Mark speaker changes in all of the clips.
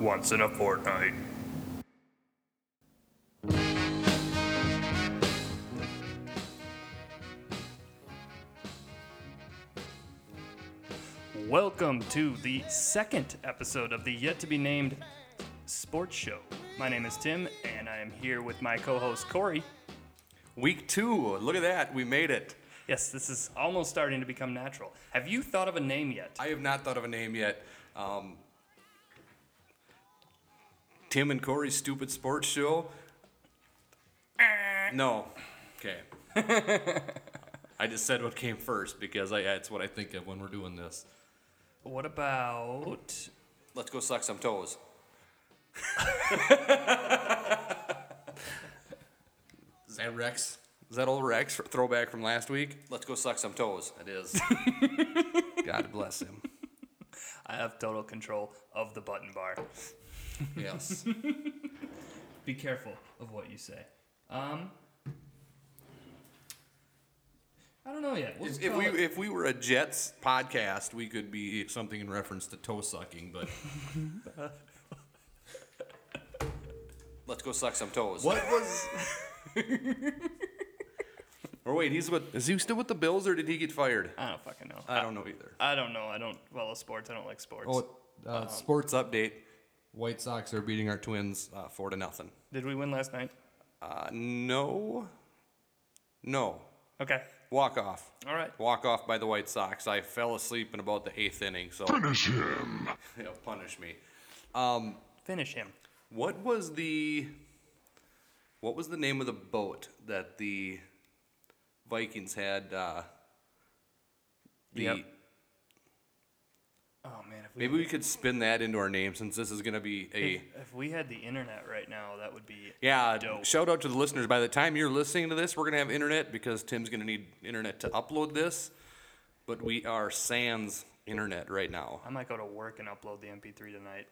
Speaker 1: Once in a fortnight. Welcome to the second episode of the yet to be named Sports Show. My name is Tim, and I am here with my co host Corey.
Speaker 2: Week two. Look at that. We made it.
Speaker 1: Yes, this is almost starting to become natural. Have you thought of a name yet?
Speaker 2: I have not thought of a name yet. Um, Tim and Corey's stupid sports show. No. Okay. I just said what came first because I, it's what I think of when we're doing this.
Speaker 1: What about.
Speaker 2: Let's go suck some toes. is that Rex? Is that old Rex throwback from last week? Let's go suck some toes. It is. God bless him.
Speaker 1: I have total control of the button bar.
Speaker 2: Yes.
Speaker 1: Be careful of what you say. Um. I don't know yet. We'll
Speaker 2: If
Speaker 1: just
Speaker 2: if
Speaker 1: call
Speaker 2: we
Speaker 1: it-
Speaker 2: if we were a Jets podcast, we could be something in reference to toe sucking, but let's go suck some toes.
Speaker 1: What was?
Speaker 2: Or wait, he's with is he still with the Bills or did he get fired?
Speaker 1: I don't fucking know.
Speaker 2: I don't know either.
Speaker 1: I don't know. I don't follow sports. I don't like sports.
Speaker 2: Oh, uh, sports update: White Sox are beating our Twins uh, four to nothing.
Speaker 1: Did we win last night?
Speaker 2: Uh, no, no
Speaker 1: Okay.
Speaker 2: walk off.
Speaker 1: All right.
Speaker 2: Walk off by the White Sox. I fell asleep in about the eighth inning, so punish him. yeah, punish me.
Speaker 1: Finish him.
Speaker 2: What was the what was the name of the boat that the Vikings had? Uh, the,
Speaker 1: Yep. Oh man, if we
Speaker 2: Maybe we could spin that into our name since this is going to be a
Speaker 1: if we had the internet right now, that would be
Speaker 2: yeah.
Speaker 1: Dope.
Speaker 2: Shout out to the listeners. By the time you're listening to this, we're going to have internet because Tim's going to need internet to upload this. But we are sans internet right now.
Speaker 1: I might go to work and upload the MP3 tonight.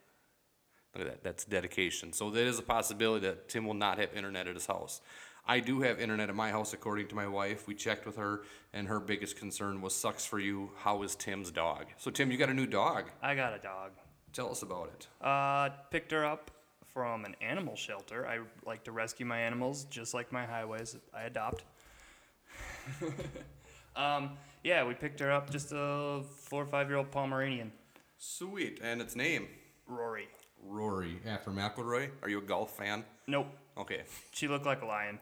Speaker 2: Look at that. That's dedication. So that is a possibility that Tim will not have internet at his house. I do have internet at my house, according to my wife. We checked with her, and her biggest concern was sucks for you. How is Tim's dog? So Tim, you got a new dog.
Speaker 1: I got a dog.
Speaker 2: Tell us about it.
Speaker 1: Uh, picked her up from an animal shelter. I like to rescue my animals, just like my highways. I adopt. um, yeah, we picked her up, just a four or five year old Pomeranian,
Speaker 2: Sweet. And its name
Speaker 1: Rory.
Speaker 2: Rory after McElroy. Are you a golf fan?
Speaker 1: Nope,
Speaker 2: Okay.
Speaker 1: she looked like a lion.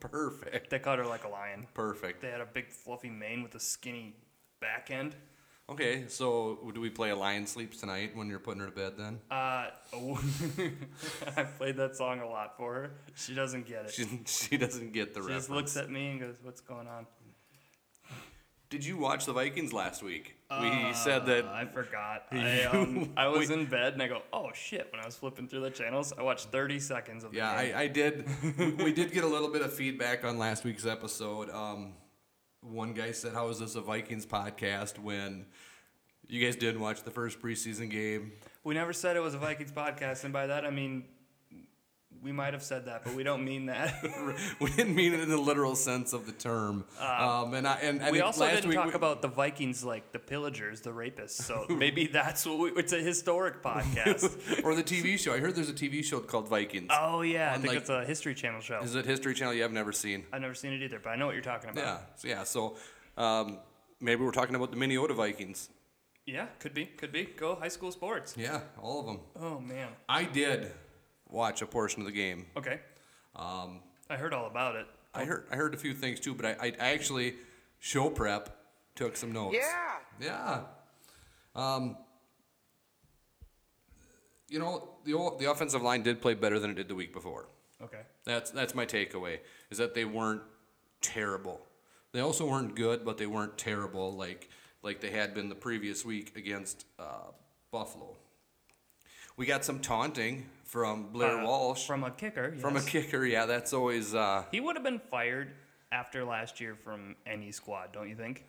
Speaker 2: Perfect.
Speaker 1: They cut her like a lion.
Speaker 2: Perfect.
Speaker 1: They had a big fluffy mane with a skinny back end.
Speaker 2: Okay. So do we play a lion sleeps tonight when you're putting her to bed? Then
Speaker 1: Uh, oh, I played that song a lot for her. She doesn't get it.
Speaker 2: she, she doesn't get the
Speaker 1: she
Speaker 2: reference.
Speaker 1: just looks at me and goes, "What's going on?"
Speaker 2: Did you watch the Vikings last week?
Speaker 1: Uh,
Speaker 2: we said that
Speaker 1: I forgot. I, um, I was in bed and I go, "Oh shit!" When I was flipping through the channels, I watched 30 seconds of. the
Speaker 2: Yeah,
Speaker 1: game.
Speaker 2: I, I did. we, we did get a little bit of feedback on last week's episode. Um, one guy said, "How is this a Vikings podcast when you guys didn't watch the first preseason game?"
Speaker 1: we never said it was a Vikings podcast, and by that I mean we might have said that, but we don't mean that.
Speaker 2: we didn't mean it in the literal sense of the term. um, and I and I
Speaker 1: Uh, we
Speaker 2: think
Speaker 1: also
Speaker 2: last
Speaker 1: didn't
Speaker 2: week
Speaker 1: talk
Speaker 2: we-
Speaker 1: about the Vikings, like the pillagers, the rapists. So maybe that's what we, it's a historic podcast.
Speaker 2: or the TV show. I heard there's a TV show called Vikings.
Speaker 1: oh yeah, I
Speaker 2: On,
Speaker 1: think
Speaker 2: like-
Speaker 1: it's a History Channel show.
Speaker 2: is it History Channel? You have never seen?
Speaker 1: I've never seen it either, but I know what you're talking about.
Speaker 2: Yeah, so, yeah. So um, maybe we're talking about the Minnesota Vikings.
Speaker 1: Yeah, could be, could be. Go high school sports.
Speaker 2: Yeah, all of them.
Speaker 1: Oh man.
Speaker 2: I did watch a portion of the game.
Speaker 1: Okay. Um, I heard all about it.
Speaker 2: I heard I heard a few things too, but I, I, I actually show prep took some notes.
Speaker 3: Yeah.
Speaker 2: Yeah. Um, you know the o- the offensive line did play better than it did the week before.
Speaker 1: Okay.
Speaker 2: That's that's my takeaway is that they weren't terrible. They also weren't good, but they weren't terrible like like they had been the previous week against uh, Buffalo. We got some taunting from Blair
Speaker 1: Uh,
Speaker 2: Walsh from,
Speaker 1: From a kicker.
Speaker 2: a
Speaker 1: yes.
Speaker 2: kicker. Yeah, that's always. Uh,
Speaker 1: He would have been fired after last year from any squad, don't you think?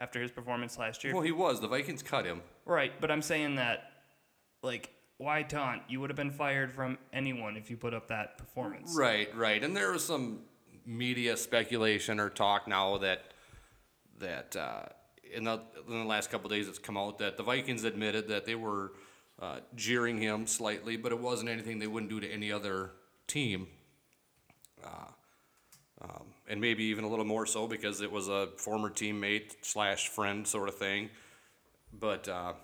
Speaker 1: After his performance last year.
Speaker 2: Well, he was. The Vikings cut him.
Speaker 1: right, but I'm saying that, like, why taunt? You would have been fired from anyone if you put up that performance.
Speaker 2: Right, right. And there was some media speculation or talk now that that uh, in the, in the last couple of days, it's come out that the Vikings admitted that they were uh, jeering him slightly, but it wasn't anything they wouldn't do to any other team. Uh, um, and maybe even a little more so because it was a former teammate slash friend sort of thing. But uh,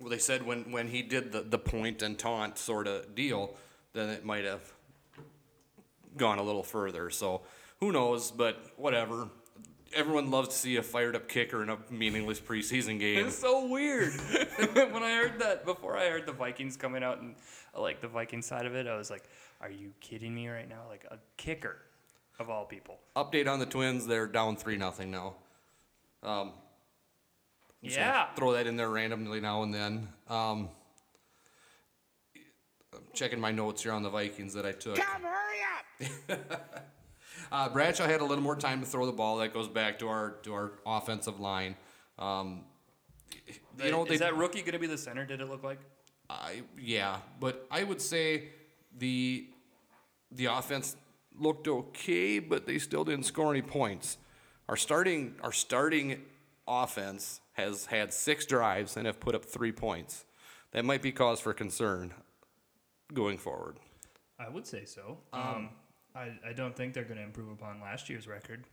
Speaker 2: well, they said when, when he did the, the point and taunt sort of deal, then it might have gone a little further. So who knows, but whatever. Everyone loves to see a fired up kicker in a meaningless preseason game.
Speaker 1: It's so weird. when I heard that, before I heard the Vikings coming out and uh, like the Viking side of it, I was like, "Are you kidding me right now?" Like a kicker, of all people.
Speaker 2: Update on the Twins, they're down 3 nothing now. Just gonna
Speaker 1: yeah.
Speaker 2: Throw that in there randomly now and then. Um, I'm checking my notes here on the Vikings that I took. Come hurry up. uh, Bradshaw had a little more time to throw the ball. That goes back to our to our offensive line. Um, you know, they,
Speaker 1: is that rookie gonna be the center? Did it look like?
Speaker 2: I yeah, but I would say the the offense looked okay, but they still didn't score any points. Our starting our starting offense has had six drives and have put up three points. That might be cause for concern going forward.
Speaker 1: I would say so. Um, I, I don't think they're gonna improve upon last year's record.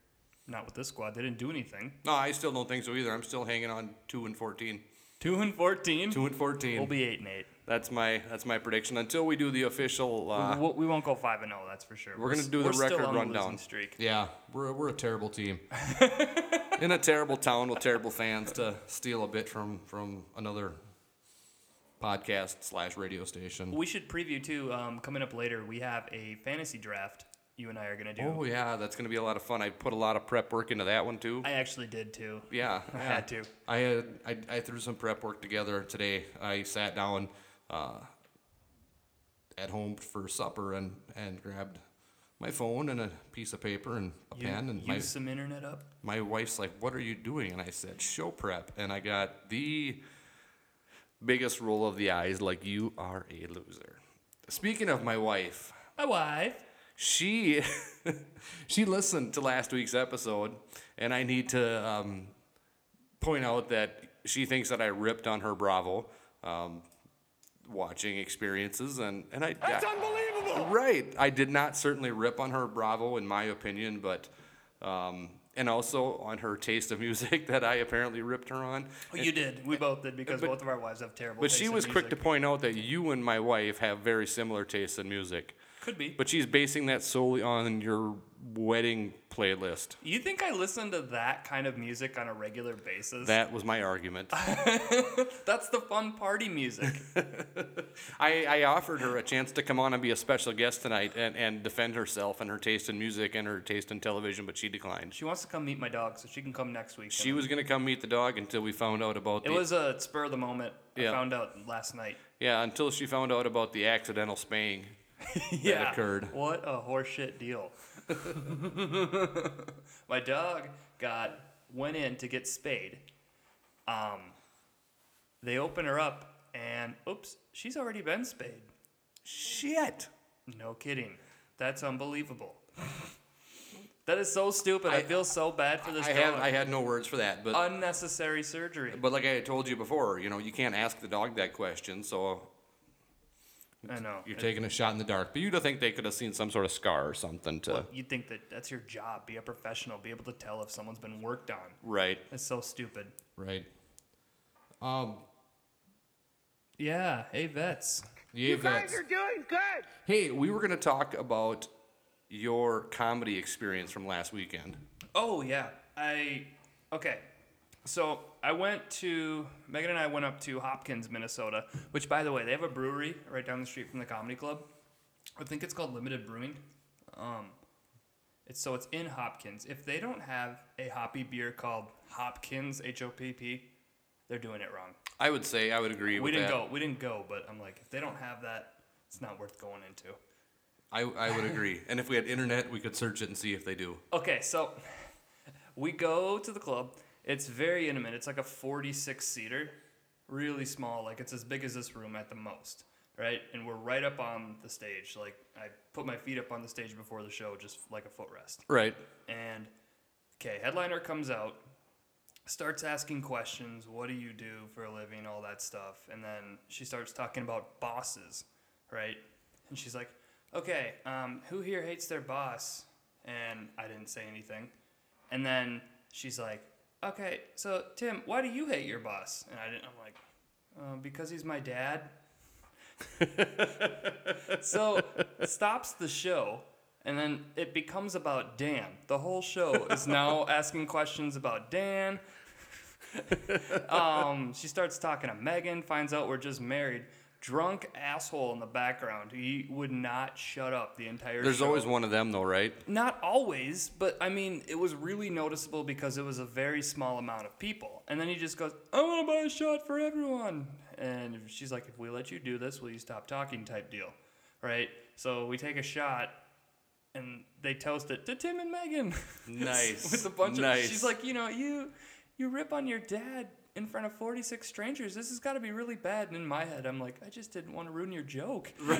Speaker 1: Not with this squad. They didn't do anything.
Speaker 2: No, I still don't think so either. I'm still hanging on two and fourteen.
Speaker 1: Two and fourteen.
Speaker 2: Two and fourteen.
Speaker 1: We'll be eight and eight.
Speaker 2: that's my that's my prediction. Until we do the official uh,
Speaker 1: we, we won't go five and zero. That's for sure.
Speaker 2: We're gonna
Speaker 1: s-
Speaker 2: do the
Speaker 1: we're still
Speaker 2: record
Speaker 1: on a losing
Speaker 2: rundown.
Speaker 1: Streak.
Speaker 2: Yeah, we're, we're a terrible team. In a terrible town with terrible fans to steal a bit from from another podcast slash radio station.
Speaker 1: We should preview too. Um, coming up later, we have a fantasy draft. You and I are gonna do.
Speaker 2: Oh yeah, that's gonna be a lot of fun. I put a lot of prep work into that one too.
Speaker 1: I actually did too.
Speaker 2: yeah,
Speaker 1: I
Speaker 2: yeah.
Speaker 1: had to.
Speaker 2: I had I, I threw some prep work together today. I sat down uh, at home for supper and and grabbed my phone and a piece of paper and a
Speaker 1: You
Speaker 2: pen and
Speaker 1: use
Speaker 2: my
Speaker 1: some internet up.
Speaker 2: my wife's like, "What are you doing?" And I said, "Show prep." And I got the biggest roll of the eyes, like, "You are a loser." Speaking of my wife,
Speaker 1: My wife.
Speaker 2: she she listened to last week's episode, and I need to um, point out that she thinks that I ripped on her Bravo um, watching experiences, and and I that's unbelievable. Right, I did not certainly rip on her Bravo in my opinion, but. Um, and also on her taste of music that I apparently ripped her on.
Speaker 1: Oh, you did. We both did because
Speaker 2: but-
Speaker 1: both of our wives have terrible.
Speaker 2: But
Speaker 1: taste
Speaker 2: she
Speaker 1: in
Speaker 2: was quick to
Speaker 1: music.
Speaker 2: point out that you and my wife have very similar tastes in music.
Speaker 1: Could be.
Speaker 2: But she's basing that solely on your wedding playlist.
Speaker 1: you think I listen to that kind of music on a regular basis?
Speaker 2: That was my argument.
Speaker 1: That's the fun party music.
Speaker 2: I, I offered her a chance to come on and be a special guest tonight and, and defend herself and her taste in music and her taste in television, but she declined.
Speaker 1: she wants to come meet my dog, so she can come next week.
Speaker 2: She was going to come meet the dog until we found out about
Speaker 1: It
Speaker 2: the,
Speaker 1: was a spur of the moment.
Speaker 2: Yeah.
Speaker 1: I found out last night.
Speaker 2: yeah until she found out about the accidental spaying that occurred.
Speaker 1: What a horseshit deal. My dog got went in to get spayed. Um, they open her up, and oops, she's already been spayed.
Speaker 2: Shit.
Speaker 1: No kidding. That's unbelievable. that is so stupid. I, feel so bad for this
Speaker 2: I
Speaker 1: dog.
Speaker 2: had I had no words for that, but
Speaker 1: Unnecessary surgery.
Speaker 2: Uh, but like I had told you before, you know, you can't ask the dog that question, so
Speaker 1: I know.
Speaker 2: you're taking a shot in the dark. But you'd think they could have seen some sort of scar or something to
Speaker 1: You'd think that that's your job. Be a professional. Be able to tell if someone's been worked on.
Speaker 2: right.
Speaker 1: That's so stupid.
Speaker 2: Right. Um,
Speaker 1: Yeah. Hey, vets.
Speaker 2: yeah,
Speaker 3: You guys
Speaker 2: Vince.
Speaker 3: are doing good.
Speaker 2: Hey, we were going to talk about your comedy experience from last weekend.
Speaker 1: Oh yeah, I okay. So I went to Megan and I went up to Hopkins, Minnesota, which by the way they have a brewery right down the street from the comedy club. I think it's called Limited Brewing. Um, it's so it's in Hopkins. If they don't have a hoppy beer called Hopkins H O P P, they're doing it wrong.
Speaker 2: I would say I would agree
Speaker 1: We
Speaker 2: with
Speaker 1: didn't
Speaker 2: that.
Speaker 1: go. We didn't go, but I'm like, if they don't have that, it's not worth going into.
Speaker 2: I, I would agree. and if we had internet, we could search it and see if they do.
Speaker 1: Okay, so we go to the club. It's very intimate. It's like a 46 seater, really small. Like it's as big as this room at the most, right? And we're right up on the stage. Like I put my feet up on the stage before the show, just like a footrest.
Speaker 2: Right.
Speaker 1: And okay, headliner comes out, starts asking questions what do you do for a living all that stuff and then she starts talking about bosses right and she's like okay um, who here hates their boss and i didn't say anything and then she's like okay so tim why do you hate your boss and i didn't i'm like uh, because he's my dad so stops the show and then it becomes about Dan. The whole show is now asking questions about Dan. um, she starts talking to Megan, finds out we're just married. Drunk asshole in the background. He would not shut up the entire
Speaker 2: There's
Speaker 1: show.
Speaker 2: always one of them though, right?
Speaker 1: Not always, but I mean, it was really noticeable because it was a very small amount of people. And then he just goes, I want to buy a shot for everyone. And if- she's like, If we let you do this, will you stop talking? type deal. Right? So we take a shot and they toast it to Tim and Megan.
Speaker 2: Nice.
Speaker 1: With a bunch
Speaker 2: Nice.
Speaker 1: of. She's like, You know, you, you rip on your dad in front of 46 strangers. This has got to be really bad. And in my head, I'm like, I just didn't want to ruin your joke.
Speaker 2: right.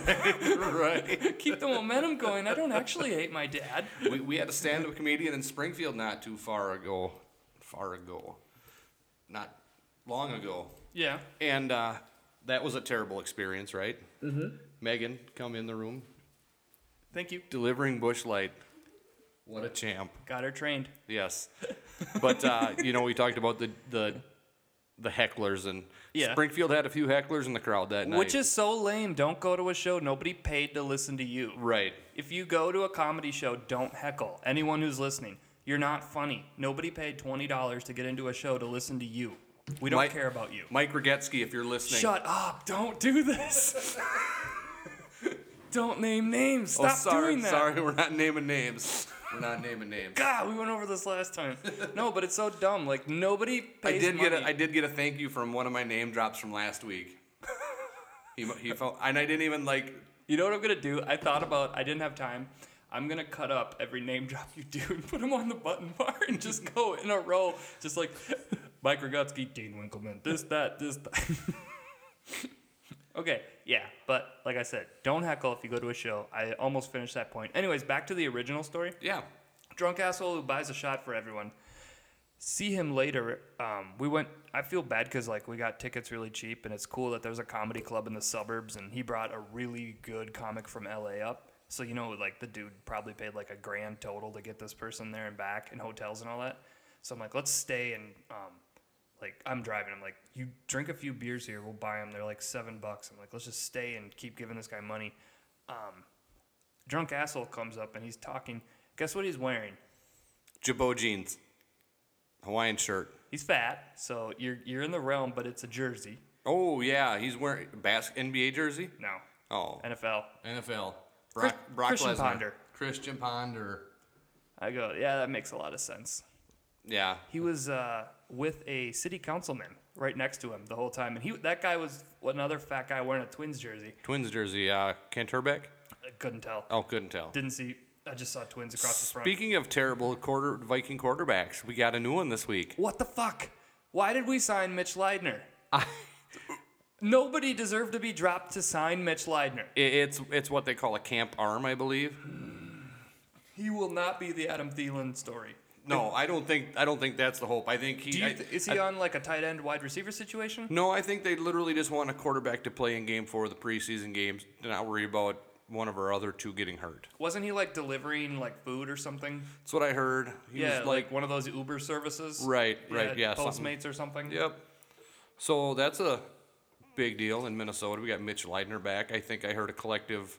Speaker 1: Keep the momentum going. I don't actually hate my dad.
Speaker 2: We, we had a stand up comedian in Springfield not too far ago. Far ago. Not long ago.
Speaker 1: Yeah.
Speaker 2: And uh, that was a terrible experience, right? Mm-hmm. Megan, come in the room.
Speaker 1: Thank you.
Speaker 2: Delivering Bush Light. What a champ.
Speaker 1: Got her trained.
Speaker 2: Yes. But uh, you know, we talked about the the the hecklers and
Speaker 1: Yeah.
Speaker 2: Springfield had a few hecklers in the crowd that night.
Speaker 1: Which is so lame. Don't go to a show. Nobody paid to listen to you.
Speaker 2: right.
Speaker 1: If you go to a comedy show, don't heckle. Anyone who's listening, you're not funny. Nobody paid $20 to get into a show to listen to you. We don't
Speaker 2: Mike-
Speaker 1: care about you.
Speaker 2: Mike Rogetsky, if you're listening.
Speaker 1: Shut up. Don't do this. don't name names.
Speaker 2: oh,
Speaker 1: Stop
Speaker 2: sorry,
Speaker 1: doing that.
Speaker 2: sorry, we're not naming names. We're not naming names.
Speaker 1: God, we went over this last time. No, but it's so dumb. Like nobody
Speaker 2: I
Speaker 1: pays
Speaker 2: did
Speaker 1: money.
Speaker 2: get a, I did get a thank you from one of my name drops from last week. he he felt, and I didn't even like.
Speaker 1: You know what I'm gonna do? I thought about. I didn't have time. I'm gonna cut up every name drop you do and put them on the button bar and just go in a row, just like Mike Rogutsky, Dean Winkleman, this, that, this, that. okay, yeah, but like I said, don't heckle if you go to a show. I almost finished that point. Anyways, back to the original story.
Speaker 2: Yeah,
Speaker 1: Drunk asshole who buys a shot for everyone. See him later. Um, we went. I feel bad because like we got tickets really cheap, and it's cool that there's a comedy club in the suburbs, and he brought a really good comic from LA up. So you know, like the dude probably paid like a grand total to get this person there and back, and hotels and all that. So I'm like, let's stay and um, like I'm driving. I'm like, you drink a few beers here, we'll buy them. They're like seven bucks. I'm like, let's just stay and keep giving this guy money. Um, drunk asshole comes up and he's talking. Guess what he's wearing?
Speaker 2: Jabot jeans, Hawaiian shirt.
Speaker 1: He's fat, so you're you're in the realm, but it's a jersey.
Speaker 2: Oh yeah, he's wearing bas- NBA jersey.
Speaker 1: No,
Speaker 2: Oh,
Speaker 1: NFL.
Speaker 2: NFL.
Speaker 1: Chris-
Speaker 2: Brock, Brock
Speaker 1: Christian
Speaker 2: Lesnar.
Speaker 1: Ponder.
Speaker 2: Christian Ponder.
Speaker 1: I go, yeah, that makes a lot of sense.
Speaker 2: Yeah.
Speaker 1: He was uh, with a city councilman right next to him the whole time, and he that guy was another fat guy wearing a Twins jersey.
Speaker 2: Twins jersey. Uh, Kent Herbeck?
Speaker 1: I couldn't tell.
Speaker 2: Oh, couldn't tell.
Speaker 1: Didn't see. I just saw Twins across the front.
Speaker 2: Speaking of terrible quarter Viking quarterbacks, we got a new one this week.
Speaker 1: What the fuck? Why did we sign Mitch Leidner? Nobody deserved to be dropped to sign Mitch Leidner.
Speaker 2: I- It's it's what they call a camp arm, I believe.
Speaker 1: He will not be the Adam Thielen story.
Speaker 2: No, I don't think I don't think that's the hope. I think he.
Speaker 1: Do you
Speaker 2: I-
Speaker 1: th- is he
Speaker 2: I-
Speaker 1: on like a tight end wide receiver situation?
Speaker 2: no, I think they literally just want a quarterback to play in game four of the preseason games to not worry about one of our other two getting hurt.
Speaker 1: Wasn't he like delivering like food or something?
Speaker 2: That's what I heard. He
Speaker 1: yeah,
Speaker 2: was
Speaker 1: like, one of those Uber services.
Speaker 2: Right, right, yeah,
Speaker 1: Postmates
Speaker 2: something.
Speaker 1: or something.
Speaker 2: Yep. So that's a big deal in Minnesota. We got Mitch Leitner back. I think I heard a collective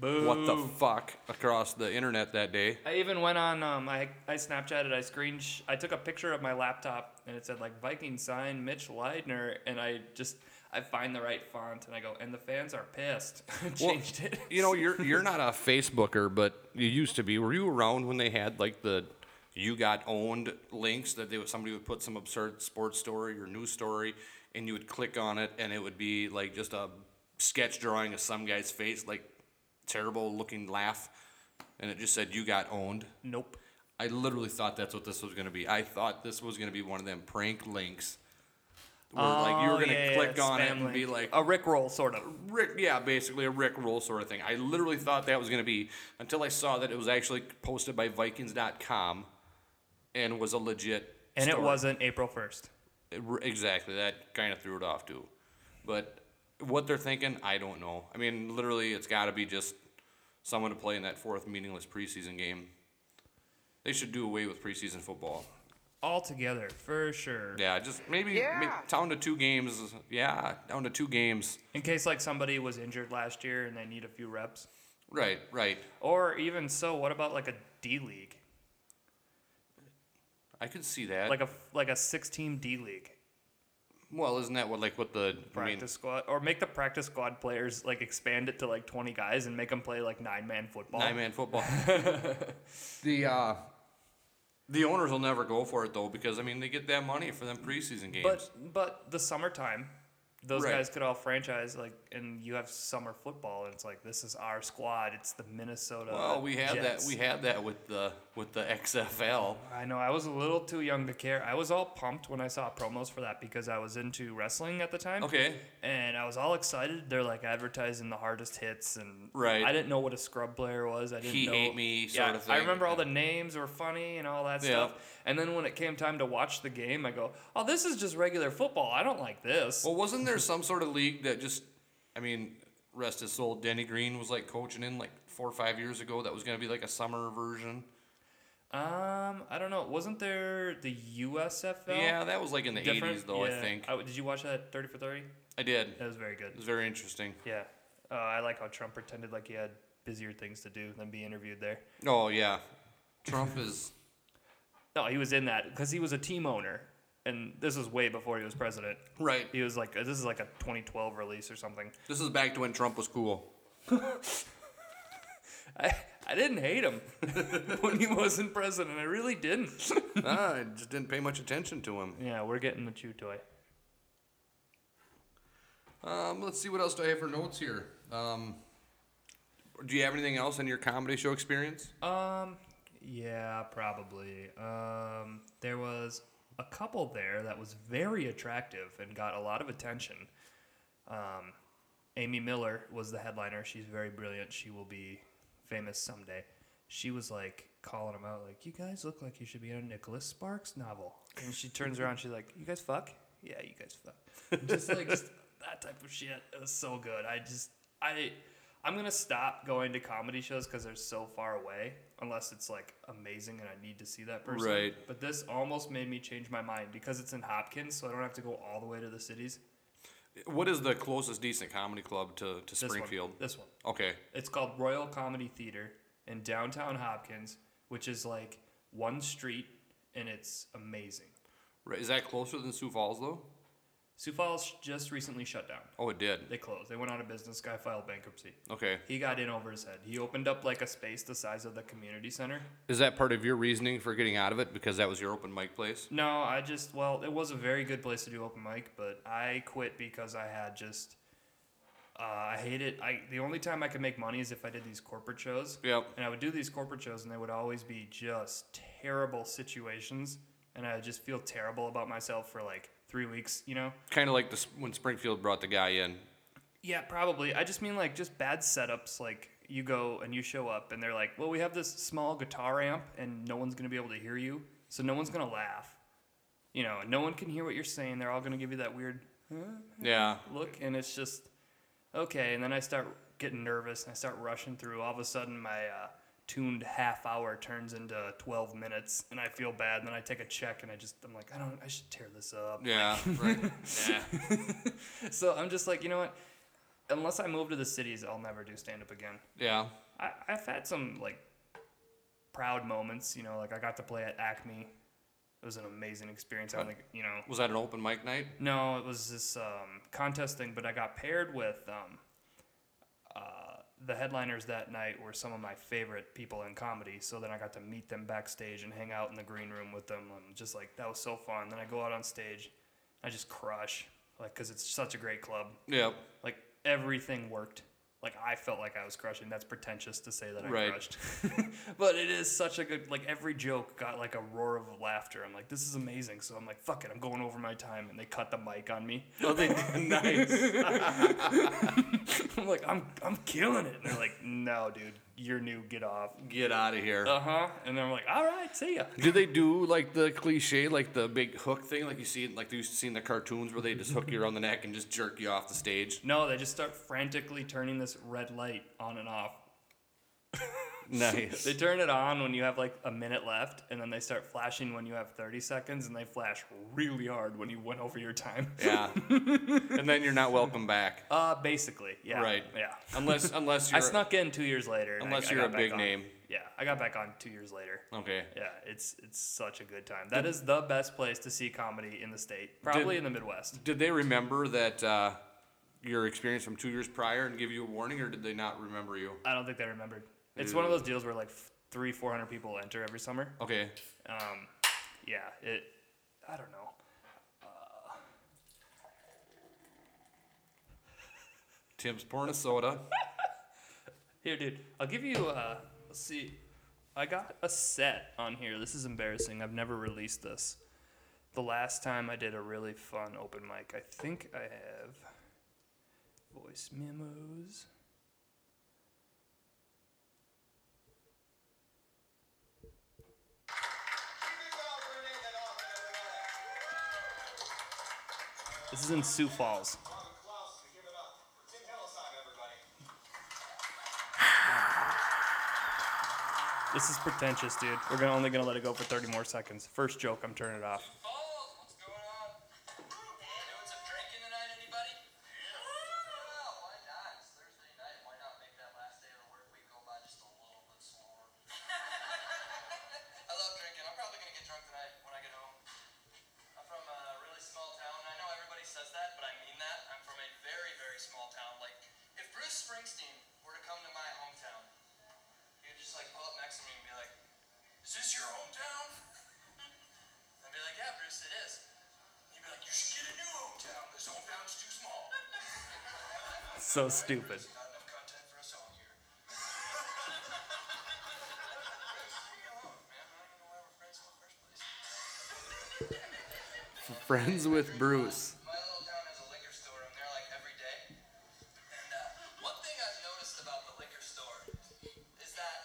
Speaker 1: Boo.
Speaker 2: what the fuck across the internet that day.
Speaker 1: I even went on. Um, I I Snapchatted. I screen. Sh- I took a picture of my laptop, and it said like Viking sign Mitch Leidner, and I just I find the right font, and I go, and the fans are pissed. I Changed it.
Speaker 2: You know, you're you're not a Facebooker, but you used to be. Were you around when they had like the you got owned links that they would somebody would put some absurd sports story or news story and you would click on it and it would be like just a sketch drawing of some guy's face, like terrible looking laugh, and it just said you got owned.
Speaker 1: Nope.
Speaker 2: I literally thought that's what this was going to be. I thought this was going to be one of them prank links where like you were
Speaker 1: Oh,
Speaker 2: going to
Speaker 1: yeah, yeah,
Speaker 2: click on it
Speaker 1: spam
Speaker 2: and
Speaker 1: link.
Speaker 2: be like
Speaker 1: a Rickroll sort of.
Speaker 2: Rick, yeah, basically a Rick roll sort of thing. I literally thought that was going to be until I saw that it was actually posted by Vikings.com and was a legit
Speaker 1: and it
Speaker 2: story.
Speaker 1: wasn't April first.
Speaker 2: It- r- Exactly. That kind of threw it off too. But what they're thinking, I don't know. I mean, literally, it's got to be just someone to play in that fourth meaningless preseason game. They should do away with preseason football.
Speaker 1: Altogether, for sure.
Speaker 2: Yeah, just maybe, maybe
Speaker 3: Yeah.
Speaker 2: down to two games. Yeah, down to two games.
Speaker 1: In case like somebody was injured last year and they need a few reps.
Speaker 2: Right, right.
Speaker 1: Or even so, what about like a D league?
Speaker 2: I could see that.
Speaker 1: Like a like a six team D league
Speaker 2: well, isn't that what like what the I mean,
Speaker 1: practice squad or make the practice squad players like expand it to like 20 guys and make them play like nine man football.
Speaker 2: nine man football? the uh, the owners will never go for it though because I mean they get that money for them preseason games.
Speaker 1: But but the summertime, those
Speaker 2: Right.
Speaker 1: guys could all franchise like, and you have summer football, and it's like this is our squad. It's the Minnesota.
Speaker 2: Well, we had
Speaker 1: Jets.
Speaker 2: that. We had that with the with the XFL.
Speaker 1: I know I was a little too young to care. I was all pumped when I saw promos for that because I was into wrestling at the time.
Speaker 2: Okay.
Speaker 1: And I was all excited. They're like advertising the hardest hits and
Speaker 2: Right.
Speaker 1: I didn't know what a scrub player was. I didn't
Speaker 2: He
Speaker 1: know
Speaker 2: ate me
Speaker 1: Yeah,
Speaker 2: sort of
Speaker 1: I
Speaker 2: thing.
Speaker 1: remember all the names were funny and all that
Speaker 2: Yeah.
Speaker 1: stuff. And then when it came time to watch the game, I go, "Oh, this is just regular football. I don't like this."
Speaker 2: Well, wasn't there some sort of league that just? I mean, rest his soul. Denny Green was like coaching in like four or five years ago. That was going to be like a summer version.
Speaker 1: Um, I don't know. Wasn't there the USFL?
Speaker 2: Yeah, that was like in the
Speaker 1: Different?
Speaker 2: eighties though.
Speaker 1: Yeah.
Speaker 2: I think
Speaker 1: Oh, did you watch that Thirty for Thirty?
Speaker 2: I did.
Speaker 1: That was very
Speaker 2: It
Speaker 1: good.
Speaker 2: was very interesting.
Speaker 1: Yeah, uh, I like how Trump pretended like he had busier things to do than be interviewed there.
Speaker 2: Oh yeah, Trump is.
Speaker 1: No, he was in that because he was a team owner, and this was way before he was president.
Speaker 2: Right.
Speaker 1: He was like, this is like a 2012 release or something.
Speaker 2: This is back to when Trump was cool.
Speaker 1: I, I didn't hate him when he wasn't president. I really didn't.
Speaker 2: ah, I just didn't pay much attention to him.
Speaker 1: Yeah, we're getting the chew toy.
Speaker 2: Um, let's see what else do I have for notes here. Um, do you have anything else in your comedy show experience?
Speaker 1: Um, yeah, probably. Um, there was a couple there that was very attractive and got a lot of attention. Um, Amy Miller was the headliner. She's very brilliant. She will be famous someday. She was like calling him out, like, "You guys look like you should be in a Nicholas Sparks novel." And she turns around, she's like, "You guys fuck? Yeah, you guys fuck." Just like just that type of shit. It was so good. I just I I'm gonna stop going to comedy shows because they're so far away, unless it's like amazing and I need to see that person.
Speaker 2: Right.
Speaker 1: But this almost made me change my mind because it's in Hopkins, so I don't have to go all the way to the cities.
Speaker 2: What is the closest decent comedy club to, to
Speaker 1: This
Speaker 2: Springfield?
Speaker 1: One, this one.
Speaker 2: Okay.
Speaker 1: It's called Royal Comedy Theater in downtown Hopkins, which is like one street, and it's amazing.
Speaker 2: Right. Is that closer than Sioux Falls, though?
Speaker 1: Sioux Falls just recently shut down.
Speaker 2: Oh, it did.
Speaker 1: They closed. They went out of business. Guy filed bankruptcy.
Speaker 2: Okay.
Speaker 1: He got in over his head. He opened up like a space the size of the community center.
Speaker 2: Is that part of your reasoning for getting out of it because that was your open mic place?
Speaker 1: No, I just well, it was a very good place to do open mic, but I quit because I had just uh, I hated. I the only time I could make money is if I did these corporate shows.
Speaker 2: Yep.
Speaker 1: And I would do these corporate shows, and they would always be just terrible situations, and I would just feel terrible about myself for like three weeks, you know.
Speaker 2: Kind of like the, when Springfield brought the guy in.
Speaker 1: Yeah, probably. I just mean like just bad setups. Like you go and you show up, and they're like, "Well, we have this small guitar amp, and no one's gonna be able to hear you, so no one's gonna laugh. You know, no one can hear what you're saying. They're all gonna give you that weird
Speaker 2: Yeah.
Speaker 1: look, and it's just okay. And then I start getting nervous, and I start rushing through. All of a sudden, my uh, tuned half hour turns into 12 minutes, and I feel bad. And then I take a check, and I just I'm like, I don't, I should tear this up.
Speaker 2: Yeah. Right. yeah.
Speaker 1: So I'm just like, you know what? Unless I move to the cities, I'll never do stand up again.
Speaker 2: Yeah.
Speaker 1: I, I've had some like proud moments, you know, like I got to play at Acme. It was an amazing experience. I don't think, you know,
Speaker 2: Was that an open mic night?
Speaker 1: no, it was this um, contest thing, but I got paired with um, uh, the headliners that night were some of my favorite people in comedy. So then I got to meet them backstage and hang out in the green room with them. And just like, that was so fun. Then I go out on stage, I just crush, like, because it's such a great club.
Speaker 2: Yep.
Speaker 1: Like, everything worked. Like, I felt like I was crushing. That's pretentious to say that I
Speaker 2: Right.
Speaker 1: crushed. but it is such a good, like, every joke got like a roar of laughter. I'm like, this is amazing. So I'm like, fuck it, I'm going Oh, over my time. And they cut the mic on me.
Speaker 2: Oh, they did. nice.
Speaker 1: I'm I'm like, I'm, I'm killing it. And they're like, no, dude, you're new. Get off.
Speaker 2: Get out of here.
Speaker 1: Uh huh. And then I'm like, all right, see ya.
Speaker 2: Do they do like the cliche, like the big hook thing, like you see, like you see in the cartoons where they just hook you around the neck and just jerk you off the stage?
Speaker 1: No, they just start frantically turning this red light on and off.
Speaker 2: Nice.
Speaker 1: They turn it on when you have like a minute left, and then they start flashing when you have 30 seconds, and they flash really hard when you went over your time.
Speaker 2: yeah. and then you're not welcome back,
Speaker 1: Uh, basically, yeah.
Speaker 2: Right.
Speaker 1: Yeah.
Speaker 2: unless unless you're
Speaker 1: I snuck in two years later. and I-
Speaker 2: Unless
Speaker 1: I
Speaker 2: you're
Speaker 1: got
Speaker 2: a
Speaker 1: back
Speaker 2: big
Speaker 1: on.
Speaker 2: name.
Speaker 1: Yeah, I got back on two years later.
Speaker 2: okay.
Speaker 1: Yeah, it's it's such a good time. That is the best place to see comedy in the state, probably in the Midwest.
Speaker 2: Did they remember that uh, your experience from two years prior and give you a warning, or did they not remember you?
Speaker 1: I don't think they remembered. It's one of those deals where like f- three, four hundred people enter every summer.
Speaker 2: Okay.
Speaker 1: Um, yeah, it. I don't know.
Speaker 2: Tim's pouring a soda.
Speaker 1: Here, dude, I'll give you. Uh, let's see. I got a set on here. This is embarrassing. I've never released this. The last time I did a really fun open mic, I think I have voice memos. This is in Sioux Falls. This is pretentious, dude. We're gonna only gonna let it go for 30 more seconds. First joke, I'm turning it off.
Speaker 3: Falls, what's going on? Doing some drinking tonight, anybody? Well, why not? It's Thursday night. Why not make that last day of the work week go by just a little bit slower? I love drinking. I'm probably gonna get drunk tonight when I get home. I'm from a really small town. I know everybody says that, but I mean that. I'm from a very, very small town. Like, if Bruce Springsteen were to come to my hometown, he would just like pull up next to me and be like, "Is this your hometown?" I'd be like, yeah, Bruce, it is. He'd be like, you should get a new hometown. This hometown's too small.
Speaker 1: So stupid.
Speaker 3: Not enough content for us all here.
Speaker 2: Friends with Bruce.
Speaker 3: My little town has a liquor store. I'm there like every day. And uh, one thing I've noticed about the liquor store is that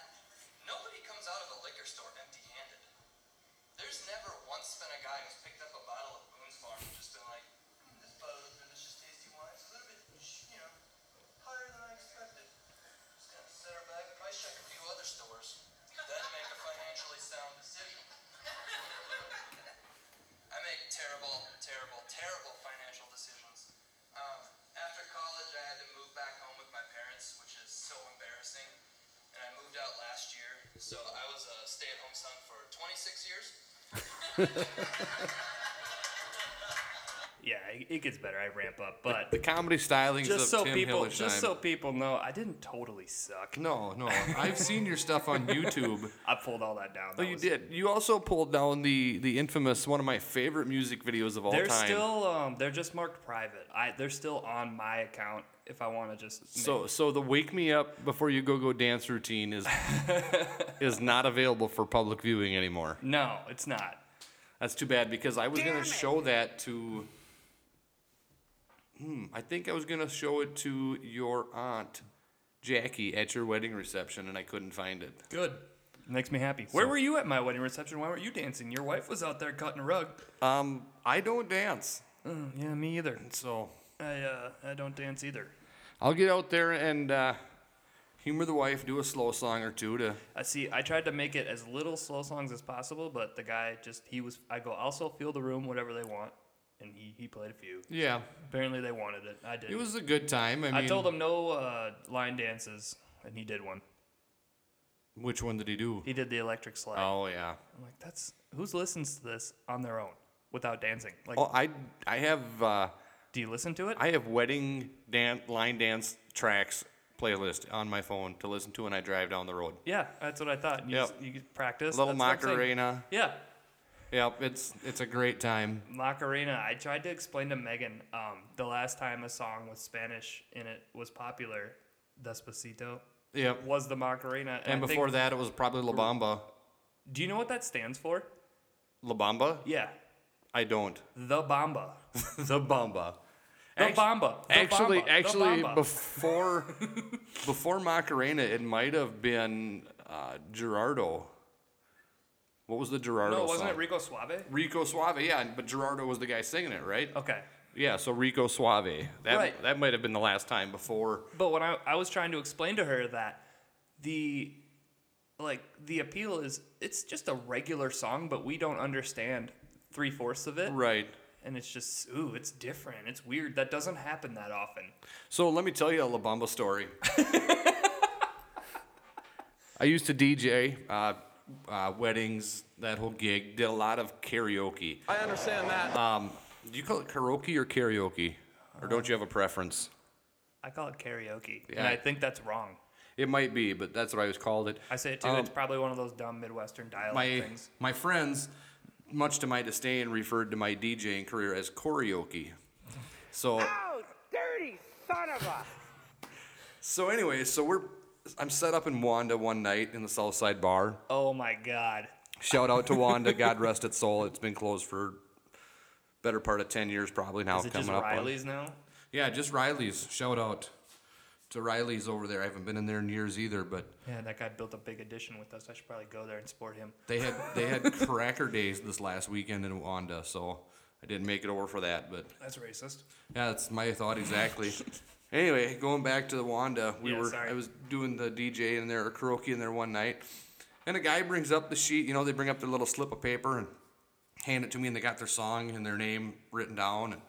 Speaker 3: nobody comes out of a liquor store empty-handed. There's never once been a guy who's picked up a bottle of Boone's Farm and just been like, "Hmm, this bottle of delicious tasty wine is a little bit, you know, higher than I expected. Just gonna set her back and might check a few other stores, then make a financially sound decision. I make terrible, terrible, terrible financial decisions. Um, after college, I had to move back home with my parents, which is so embarrassing. And I moved out last year, so I was a stay-at-home son for 26 years.
Speaker 1: Yeah, it, it gets better. I ramp up, but
Speaker 2: The comedy stylings
Speaker 1: just
Speaker 2: of
Speaker 1: so
Speaker 2: Tim
Speaker 1: people,
Speaker 2: Hillesheim.
Speaker 1: just so people know, I didn't totally suck.
Speaker 2: No, no. I've seen your stuff on YouTube.
Speaker 1: I pulled all that down.
Speaker 2: Oh,
Speaker 1: That
Speaker 2: you
Speaker 1: was-
Speaker 2: did. You also pulled down the the infamous one of my favorite music videos of all
Speaker 1: They're
Speaker 2: time.
Speaker 1: still, um, they're just marked private. I, they're still on my account. If I want to just make-
Speaker 2: so so the wake me up before you go go dance routine is is not available for public viewing anymore.
Speaker 1: no, it's not.
Speaker 2: That's too bad because I was gonna show that to. Hmm, I think I was gonna show it to your aunt, Jackie, at your wedding reception, and I couldn't find it.
Speaker 1: Good. Makes me happy. Where were you at my wedding reception? Why weren't you dancing? Your wife was out there cutting a rug.
Speaker 2: Um, I don't dance,
Speaker 1: Mm, yeah, me either.
Speaker 2: so
Speaker 1: I uh, I don't dance either.
Speaker 2: I'll get out there and uh, humor the wife, do a slow song or two to.
Speaker 1: I see. I tried to make it as little slow songs as possible, but the guy just he was. I go also feel the room, whatever they want, and he he played a few.
Speaker 2: Yeah,
Speaker 1: Apparently they wanted it. I did.
Speaker 2: it was a good time. I,
Speaker 1: I
Speaker 2: mean,
Speaker 1: told him no uh, line dances, and he did one.
Speaker 2: which one did he do?
Speaker 1: He did the electric slide.
Speaker 2: Oh yeah.
Speaker 1: I'm like, that's who's listens to this on their own without dancing. Like,
Speaker 2: Oh, I I have uh,
Speaker 1: do you listen to it?
Speaker 2: I have wedding dan- line dance tracks playlist on my phone to listen to when I drive down the road.
Speaker 1: yeah, that's what I thought. You,
Speaker 2: Yep.
Speaker 1: just- you could practice.
Speaker 2: Little
Speaker 1: that's what I'm saying.
Speaker 2: Macarena.
Speaker 1: Yeah,
Speaker 2: Yep, it's it's a great time.
Speaker 1: Macarena. I tried to explain to Megan um, the last time a song with Spanish in it was popular, Despacito,
Speaker 2: Yep.
Speaker 1: was the Macarena. I
Speaker 2: And
Speaker 1: think-
Speaker 2: before that, it was probably La Bamba.
Speaker 1: do you know what that stands for?
Speaker 2: La Bamba?
Speaker 1: Yeah,
Speaker 2: I don't.
Speaker 1: the Bamba.
Speaker 2: the Bamba.
Speaker 1: The
Speaker 2: Actu-
Speaker 1: Bamba. The
Speaker 2: actually,
Speaker 1: Bamba, the
Speaker 2: actually,
Speaker 1: Bamba.
Speaker 2: before before Macarena, it might have been uh, Gerardo. What was the Gerardo?
Speaker 1: no, wasn't
Speaker 2: song?
Speaker 1: it Rico Suave?
Speaker 2: Rico Suave? Yeah, but Gerardo was the guy singing it, right?
Speaker 1: Okay.
Speaker 2: Yeah, so Rico Suave. That
Speaker 1: Right.
Speaker 2: that might have been the last time before.
Speaker 1: But when I, I was trying to explain to her that the like the appeal is it's just a regular song, but we don't understand three fourths of it.
Speaker 2: Right.
Speaker 1: And it's just ooh, it's different. It's weird. That doesn't happen that often.
Speaker 2: So let me tell you a La Bamba story. I used to DJ uh, uh, weddings, that whole gig. Did a lot of karaoke. Um,
Speaker 4: I understand that.
Speaker 2: Do you call it karaoke or karaoke, or don't you have a preference?
Speaker 1: I call it karaoke. And
Speaker 2: Yeah.
Speaker 1: I think that's wrong.
Speaker 2: It might be, but that's what I was called it.
Speaker 1: I say it too,
Speaker 2: Um,
Speaker 1: it's probably one of those dumb Midwestern dialect
Speaker 2: my
Speaker 1: things.
Speaker 2: my friends, much to my disdain, referred to my DJing career as karaoke. So
Speaker 5: Oh, dirty son of a!
Speaker 2: so anyway, so we're I'm set up in Wanda one night in the South Side Bar.
Speaker 1: Oh my god.
Speaker 2: Shout out to Wanda, God rest its soul. It's been closed for better part of ten years probably now.
Speaker 1: Is it
Speaker 2: Oh, coming
Speaker 1: just
Speaker 2: up on-
Speaker 1: Riley's now?
Speaker 2: Yeah, just Riley's. Shout out to Riley's over there. I haven't been in there in years either, but
Speaker 1: Yeah, that guy built a big addition with us. I should probably go there and support him.
Speaker 2: They had they had cracker days this last weekend in Wanda, so I didn't make it over for that. But
Speaker 1: That's racist.
Speaker 2: yeah, that's my thought exactly. anyway, going back to the Wanda, we
Speaker 1: Yeah,
Speaker 2: were
Speaker 1: sorry.
Speaker 2: I was doing the DJ in there, or karaoke in there one night, and a guy brings up the sheet. You know, they bring up their little slip of paper and hand it to me, and they got their song and their name written down. And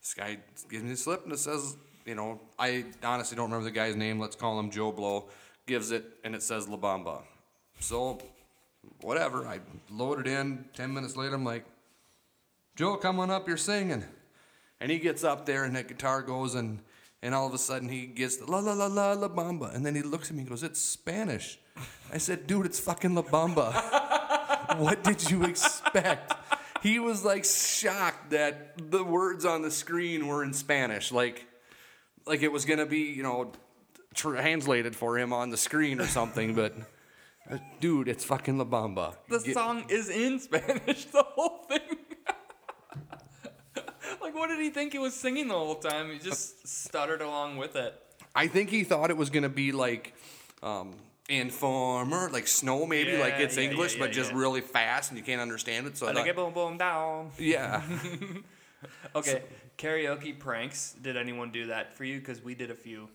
Speaker 2: this guy gives me the slip and it says, you know, I honestly don't remember the guy's name. Let's call him Joe Blow. Gives it and it says La Bamba. So, whatever. I load it in. Ten minutes later, I'm like, Joe, come on up. You're singing. And he gets up there and that guitar goes and and all of a sudden he gets the la la la la la bamba and then he looks at me and goes, It's Spanish. I said, dude, it's fucking La Bamba what did you expect? He was like shocked that the words on the screen were in Spanish, like like it was gonna be you know translated for him on the screen or something. But uh, dude, it's fucking La Bamba.
Speaker 1: The
Speaker 2: Get-
Speaker 1: song is in Spanish, the whole thing. like, what did he think he was singing the whole time? He just stuttered along with it.
Speaker 2: I think he thought it was gonna be like um, Informer, like Snow, maybe like
Speaker 1: Yeah,
Speaker 2: it's
Speaker 1: yeah, yeah,
Speaker 2: English,
Speaker 1: yeah,
Speaker 2: but just
Speaker 1: yeah.
Speaker 2: really fast and you can't understand it. So I
Speaker 1: Like,
Speaker 2: thought,
Speaker 1: boom, boom, down.
Speaker 2: yeah,
Speaker 1: Okay, karaoke pranks. Did anyone do that for you? Because we did a few.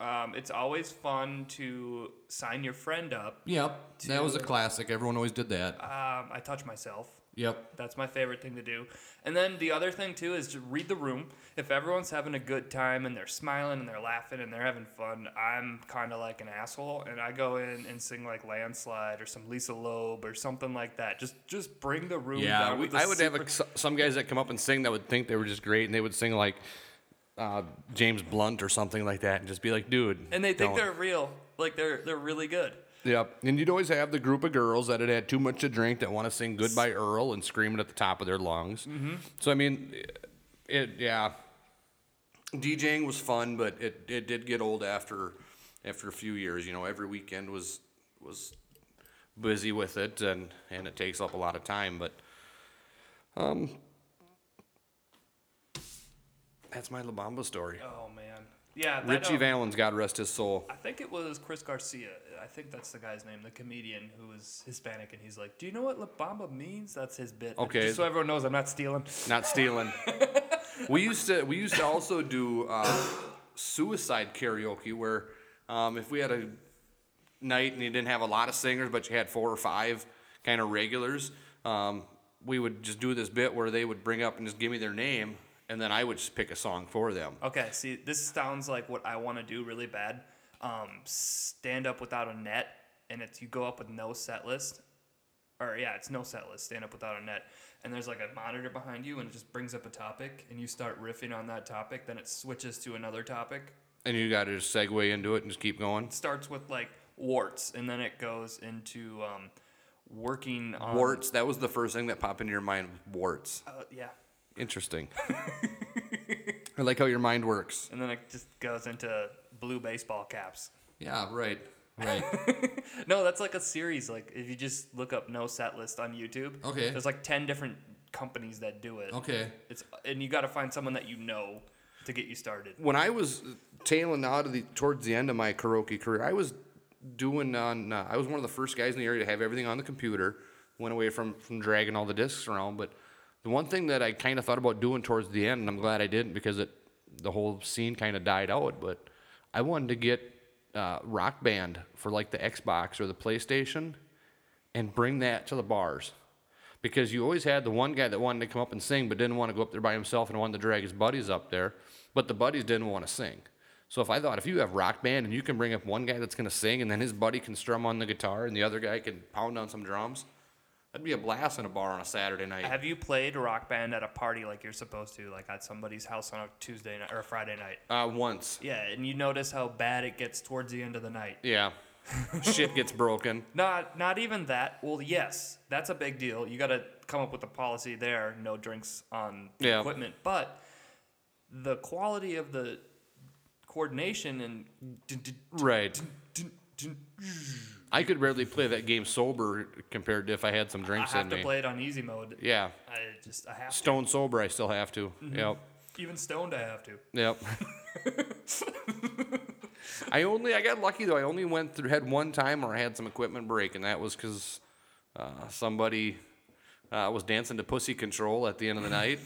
Speaker 1: Um, it's always fun to sign your friend up.
Speaker 2: yep, that was a classic. Everyone always did that.
Speaker 1: Um, I touch myself.
Speaker 2: Yep.
Speaker 1: That's my favorite thing to do. And then the other thing too is to read the room. If everyone's having a good time and they're smiling and they're laughing and they're having fun, I'm kind of like an asshole and I go in and sing like Landslide or some Lisa Loeb or something like that. Just just bring the room
Speaker 2: Yeah,
Speaker 1: down.
Speaker 2: we,
Speaker 1: with the
Speaker 2: I would have
Speaker 1: super-
Speaker 2: ex- some guys that come up and sing that would think they were just great, and they would sing like uh, James Blunt or something like that, and just be like, "Dude."
Speaker 1: and they think
Speaker 2: don't.
Speaker 1: they're real. Like they're they're really good.
Speaker 2: Yep. And you'd always have the group of girls that had had too much to drink that want to sing "Goodbye Earl" and scream it at the top of their lungs. Mm-hmm. So I mean, it yeah. DJing was fun, but it, it did get old after after a few years. You know, every weekend was was busy with it, and and it takes up a lot of time. But um, that's my La Bamba story.
Speaker 1: Oh man. Yeah. that,
Speaker 2: Richie
Speaker 1: um,
Speaker 2: Valens, God rest his soul.
Speaker 1: I think it was Chris Garcia. I think that's the guy's name, the comedian who was Hispanic, and he's like, "Do you know what La Bamba means?" That's his bit.
Speaker 2: Okay.
Speaker 1: Just so everyone knows, I'm not stealing.
Speaker 2: not stealing. we used to we used to also do uh, suicide karaoke where um, if we had a night and you didn't have a lot of singers but you had four or five kind of regulars, um, we would just do this bit where they would bring up and just give me their name and then I would just pick a song for them.
Speaker 1: Okay, see, this sounds like what I want to do really bad. Um, stand up without a net, and it's you go up with no set list, or yeah, it's no set list. Stand up without a net, and there's like a monitor behind you, and it just brings up a topic, and you start riffing on that topic. Then it switches to another topic.
Speaker 2: And you got to just segue into it and just keep going.
Speaker 1: starts with like warts, and then it goes into um, working on
Speaker 2: Warts, that was the first thing that popped into your mind, warts.
Speaker 1: Uh, yeah,
Speaker 2: Interesting. I like how your mind works.
Speaker 1: and then it just goes into blue baseball caps.
Speaker 2: Yeah, right. Right.
Speaker 1: No, that's like a series. Like if you just look up no set list on YouTube,
Speaker 2: Okay.
Speaker 1: there's like ten different companies that do it.
Speaker 2: Okay.
Speaker 1: it's and you got to find someone that you know. to get you started.
Speaker 2: when I was tailing out of the towards the end of my karaoke career, I was doing on. Uh, I was one of the first guys in the area to have everything on the computer. Went away from from dragging all the discs around, but the one thing that I kind of thought about doing towards the end, and I'm glad I didn't because it the whole scene kind of died out. But I wanted to get uh, Rock Band for like the Xbox or the PlayStation, and bring that to the bars. Because you always had the one guy that wanted to come up and sing, but didn't want to go up there by himself and wanted to drag his buddies up there, but the buddies didn't want to sing. So if I thought if you have rock band and you can bring up one guy that's going to sing, and then his buddy can strum on the guitar, and the other guy can pound on some drums, that'd be a blast in a bar on a Saturday night.
Speaker 1: Have you played rock band at a party like you're supposed to, like at somebody's house on a Tuesday night or a Friday night?
Speaker 2: uh, once,
Speaker 1: Yeah, and you notice how bad it gets towards the end of the night.
Speaker 2: yeah, shit gets broken.
Speaker 1: Not not even that. Well, yes, that's a big deal. You got to come up with a policy there, no drinks on the
Speaker 2: Yeah.
Speaker 1: equipment, but the quality of the coordination and
Speaker 2: Right. I could barely play that game sober compared to if I had some
Speaker 1: I
Speaker 2: drinks
Speaker 1: have
Speaker 2: in
Speaker 1: to
Speaker 2: me.
Speaker 1: play it on easy mode.
Speaker 2: Yeah,
Speaker 1: I just I have to.
Speaker 2: stone sober, I still have to.
Speaker 1: Mm-hmm.
Speaker 2: Yep.
Speaker 1: even stoned I have to.
Speaker 2: Yep. I only I got lucky though. I only went through had one time where I had some equipment break, and that was because uh, somebody uh, was dancing to Pussy Control at the end of the night,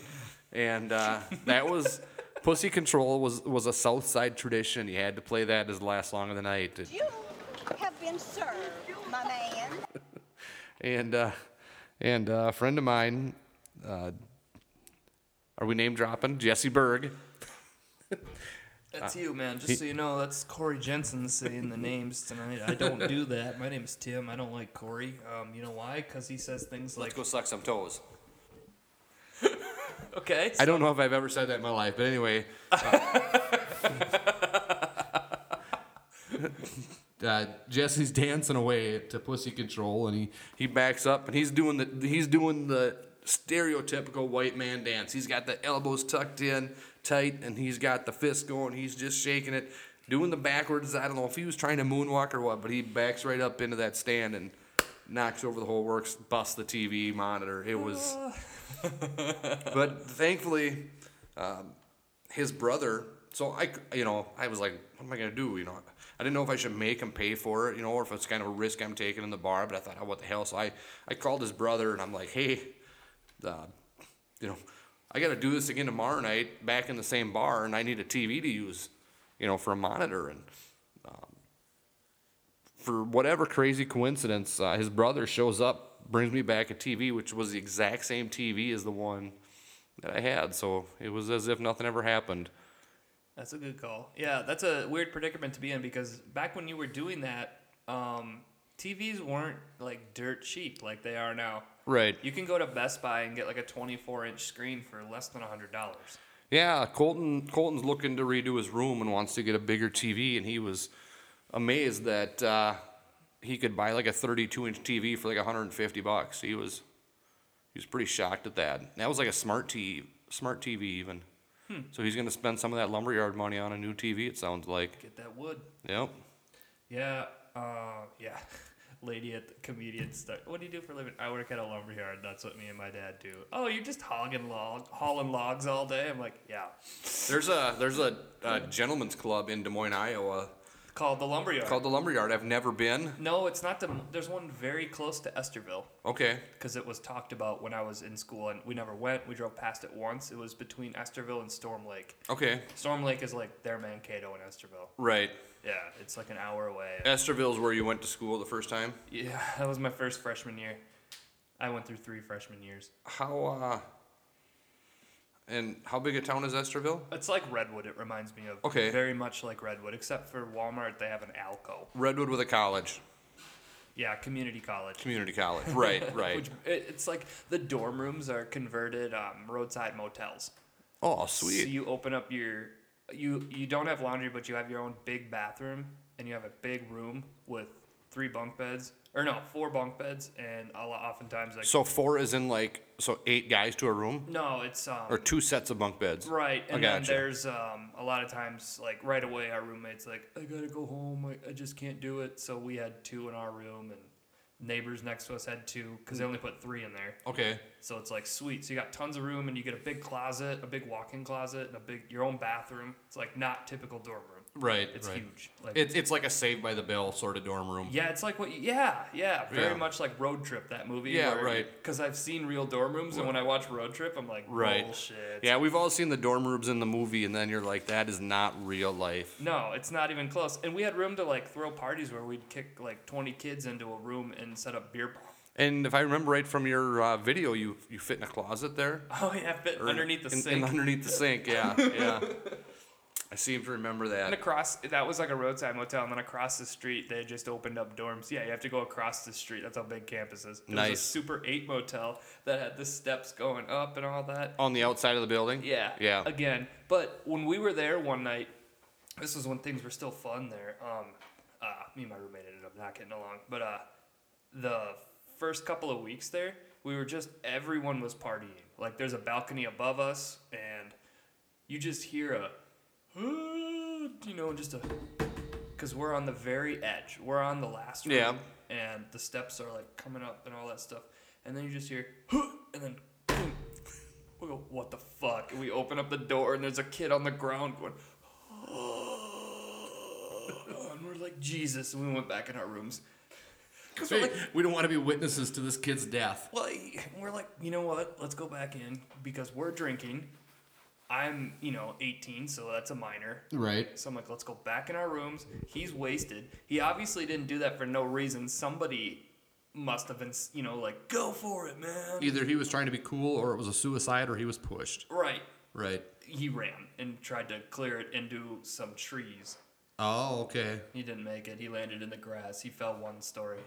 Speaker 2: and uh, that was Pussy Control was was a South Side tradition. You had to play that as the last song of the night. It-
Speaker 4: You have been served, my man.
Speaker 2: and uh, and uh, a friend of mine, uh, are we name dropping Jesse Berg?
Speaker 1: That's
Speaker 2: Uh,
Speaker 1: you, man. Just so you know, that's Corey Jensen saying the names tonight. I don't do that. My name's Tim. I don't like Corey. Um, you know why? Because he says things like,
Speaker 2: suck some toes.
Speaker 1: okay,
Speaker 2: I don't know if I've ever said that in my life, but anyway. uh, uh, Jesse's dancing away to Pussy Control, and he, he backs up, and he's doing the he's doing the stereotypical white man dance. He's got the elbows tucked in tight, and he's got the fist going. He's just shaking it, doing the backwards. I don't know if he was trying to moonwalk or what, but he backs right up into that stand and knocks over the whole works, busts the TV monitor. It was but thankfully, um, his brother. So I, c- you know, I was like, what am I gonna do? You know, I didn't know if I should make him pay for it, you know, or if it's kind of a risk I'm taking in the bar. But I thought, oh, what the hell? So I, I called his brother and I'm like, hey, uh, you know, I got to do this again tomorrow night back in the same bar, and I need a TV to use, you know, for a monitor. And um, for whatever crazy coincidence, uh, his brother shows up, brings me back a TV, which was the exact same TV as the one that I had. So it was as if nothing ever happened.
Speaker 1: That's a good call. Yeah, that's a weird predicament to be in because back when you were doing that, um, TVs weren't like dirt cheap like they are now.
Speaker 2: Right.
Speaker 1: You can go to Best Buy and get like a 24 inch screen for less than $100.
Speaker 2: Yeah, Colton Colton's looking to redo his room and wants to get a bigger TV, and he was amazed that uh, he could buy like a 32 inch TV for like 150 bucks. He was he was pretty shocked at that. And That was like a smart TV, smart TV even. So he's gonna spend some of that lumberyard money on a new TV. It sounds like.
Speaker 1: Get that wood.
Speaker 2: Yep.
Speaker 1: Yeah, uh, yeah. Lady at the comedian start. What do you do for a living? I work at a lumberyard. That's what me and my dad do. Oh, you're just hogging log, hauling logs all day. I'm like, yeah.
Speaker 2: There's a there's a, a gentleman's club in Des Moines, Iowa
Speaker 1: Called the lumberyard.
Speaker 2: called the Lumberyard. I've never been.
Speaker 1: no, it's not the. There's one very close to Esterville.
Speaker 2: Okay.
Speaker 1: because it was talked about when I was in school, and we never went. We drove past it once. It was between Esterville and Storm Lake.
Speaker 2: Okay.
Speaker 1: Storm Lake is like their Mankato and Esterville.
Speaker 2: Right.
Speaker 1: Yeah, it's like an hour away.
Speaker 2: Esterville's where you went to school the first time.
Speaker 1: Yeah, that was my first freshman year. I went through three freshman years.
Speaker 2: How uh and how big a town is Esterville?
Speaker 1: It's like Redwood. It reminds me of.
Speaker 2: Okay.
Speaker 1: Very much like Redwood, except for Walmart, they have an Alco.
Speaker 2: Redwood with a college,
Speaker 1: Yeah, community college.
Speaker 2: community college. Right, right.
Speaker 1: Which it, it's like the dorm rooms are converted um, roadside motels.
Speaker 2: oh,
Speaker 1: So
Speaker 2: sweet.
Speaker 1: you open up your you you don't have laundry, but you have your own big bathroom and you have a big room with three bunk beds or no four bunk beds and a lot, oftentimes like
Speaker 2: So four is in like so eight guys to a room
Speaker 1: no it's um
Speaker 2: or two sets of bunk beds.
Speaker 1: right
Speaker 2: I
Speaker 1: and then
Speaker 2: gotcha.
Speaker 1: there's um a lot of times like right away our roommates like I gotta go home I, I just can't do it so we had two in our room and neighbors next to us had two because they only put three in there
Speaker 2: Okay.
Speaker 1: So it's like sweet. So you got tons of room and you get a big closet, a big walk-in closet, and a big your own bathroom. It's like not typical dorm room.
Speaker 2: Right.
Speaker 1: It's
Speaker 2: right.
Speaker 1: huge. Like
Speaker 2: It's it's like a Saved by the Bell sort of dorm room.
Speaker 1: yeah, it's like what. You, yeah, yeah, very
Speaker 2: Yeah.
Speaker 1: much like Road Trip that movie.
Speaker 2: Yeah, right.
Speaker 1: Because I've seen real dorm rooms, and when I watch Road Trip, I'm like,
Speaker 2: Right.
Speaker 1: bullshit.
Speaker 2: Yeah, we've all seen the dorm rooms in the movie, and then you're like, that is not real life.
Speaker 1: No, it's not even close. And we had room to like throw parties where we'd kick like 20 kids into a room and set up beer pong.
Speaker 2: And if I remember right from your uh, video, you you fit in a closet there.
Speaker 1: Oh yeah, fit
Speaker 2: Or
Speaker 1: underneath the
Speaker 2: in- in-
Speaker 1: sink. And,
Speaker 2: underneath the sink, yeah, yeah. I seem to remember that.
Speaker 1: across that was like a roadside motel, and then across the street they just opened up dorms. Yeah, you have to go across the street. That's how big campus is. It was
Speaker 2: Nice.
Speaker 1: a super eight motel that had the steps going up and all that.
Speaker 2: On the outside of the building.
Speaker 1: Yeah.
Speaker 2: Yeah.
Speaker 1: Again, but when we were there one night, this was when things were still fun there. Um, uh, me and my roommate ended up not getting along, but uh, the first couple of weeks there, we were just everyone was partying. Like there's a balcony above us, and you just hear a, you know, just a, because we're on the very edge. We're on the last room,
Speaker 2: Yeah.
Speaker 1: and the steps are like coming up and all that stuff, and then you just hear, and then. boom. We go, what the fuck? And we open up the door and there's a kid on the ground going, and we're like, Jesus. And we went back in our rooms. Because we're like,
Speaker 2: we don't want to be witnesses to this kid's death.
Speaker 1: well, and we're like, you know what? Let's go back in because we're drinking. I'm, you know, 18, so that's a minor.
Speaker 2: Right.
Speaker 1: So I'm like, let's go back in our rooms. He's wasted. He obviously didn't do that for no reason. Somebody must have been, s- you know, like, go for it, man.
Speaker 2: Either he was trying to be cool, or it was a suicide, or he was pushed.
Speaker 1: Right.
Speaker 2: Right.
Speaker 1: He ran and tried to clear it into some trees.
Speaker 2: Oh, okay.
Speaker 1: He didn't make it. He landed in the grass. He fell one story.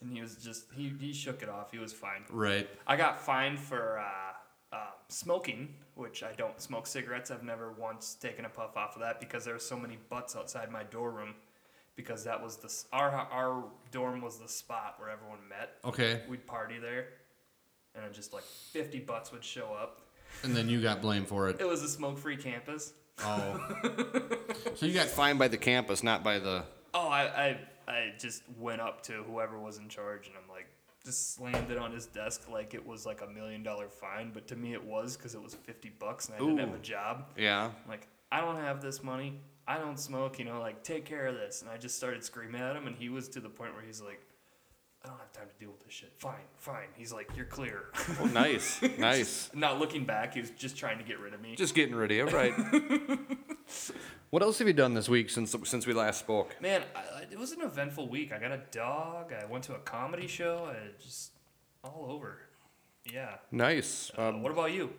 Speaker 1: And he was just, he, he shook it off. He was fine.
Speaker 2: Right.
Speaker 1: I got fined for uh, uh, smoking, which I don't smoke cigarettes. I've never once taken a puff off of that because there were so many butts outside my dorm room. Because that was the s- our our dorm was the spot where everyone met.
Speaker 6: Okay,
Speaker 1: We'd party there, and then just like fifty butts would show up.
Speaker 6: and then you got blamed for it.
Speaker 1: It was a smoke free campus.
Speaker 6: Oh, so you got
Speaker 2: Got fined by the campus, not by the.
Speaker 1: Oh, I, I I just went up to whoever was in charge and I'm like just slammed it on his desk like it was like a million dollar fine, but to me it was because it was fifty bucks and I didn't have
Speaker 2: Ooh.
Speaker 1: a job.
Speaker 2: Yeah.
Speaker 1: I'm like, I don't have this money. I don't smoke, you know, like take care of this. And I just started screaming at him and he was to the point where he's like, I don't have time to deal with this shit. Fine, fine. He's like, You're clear.
Speaker 2: Oh, nice, nice.
Speaker 1: Not looking back, he was just trying to get rid of me.
Speaker 2: Just getting rid of you, right? what else have you done this week since since we last spoke?
Speaker 1: Man, I, I- it was an eventful week. I got a dog. I went to a comedy show. I just all over. Yeah.
Speaker 2: Nice.
Speaker 1: Uh,
Speaker 2: Um,
Speaker 1: what about you?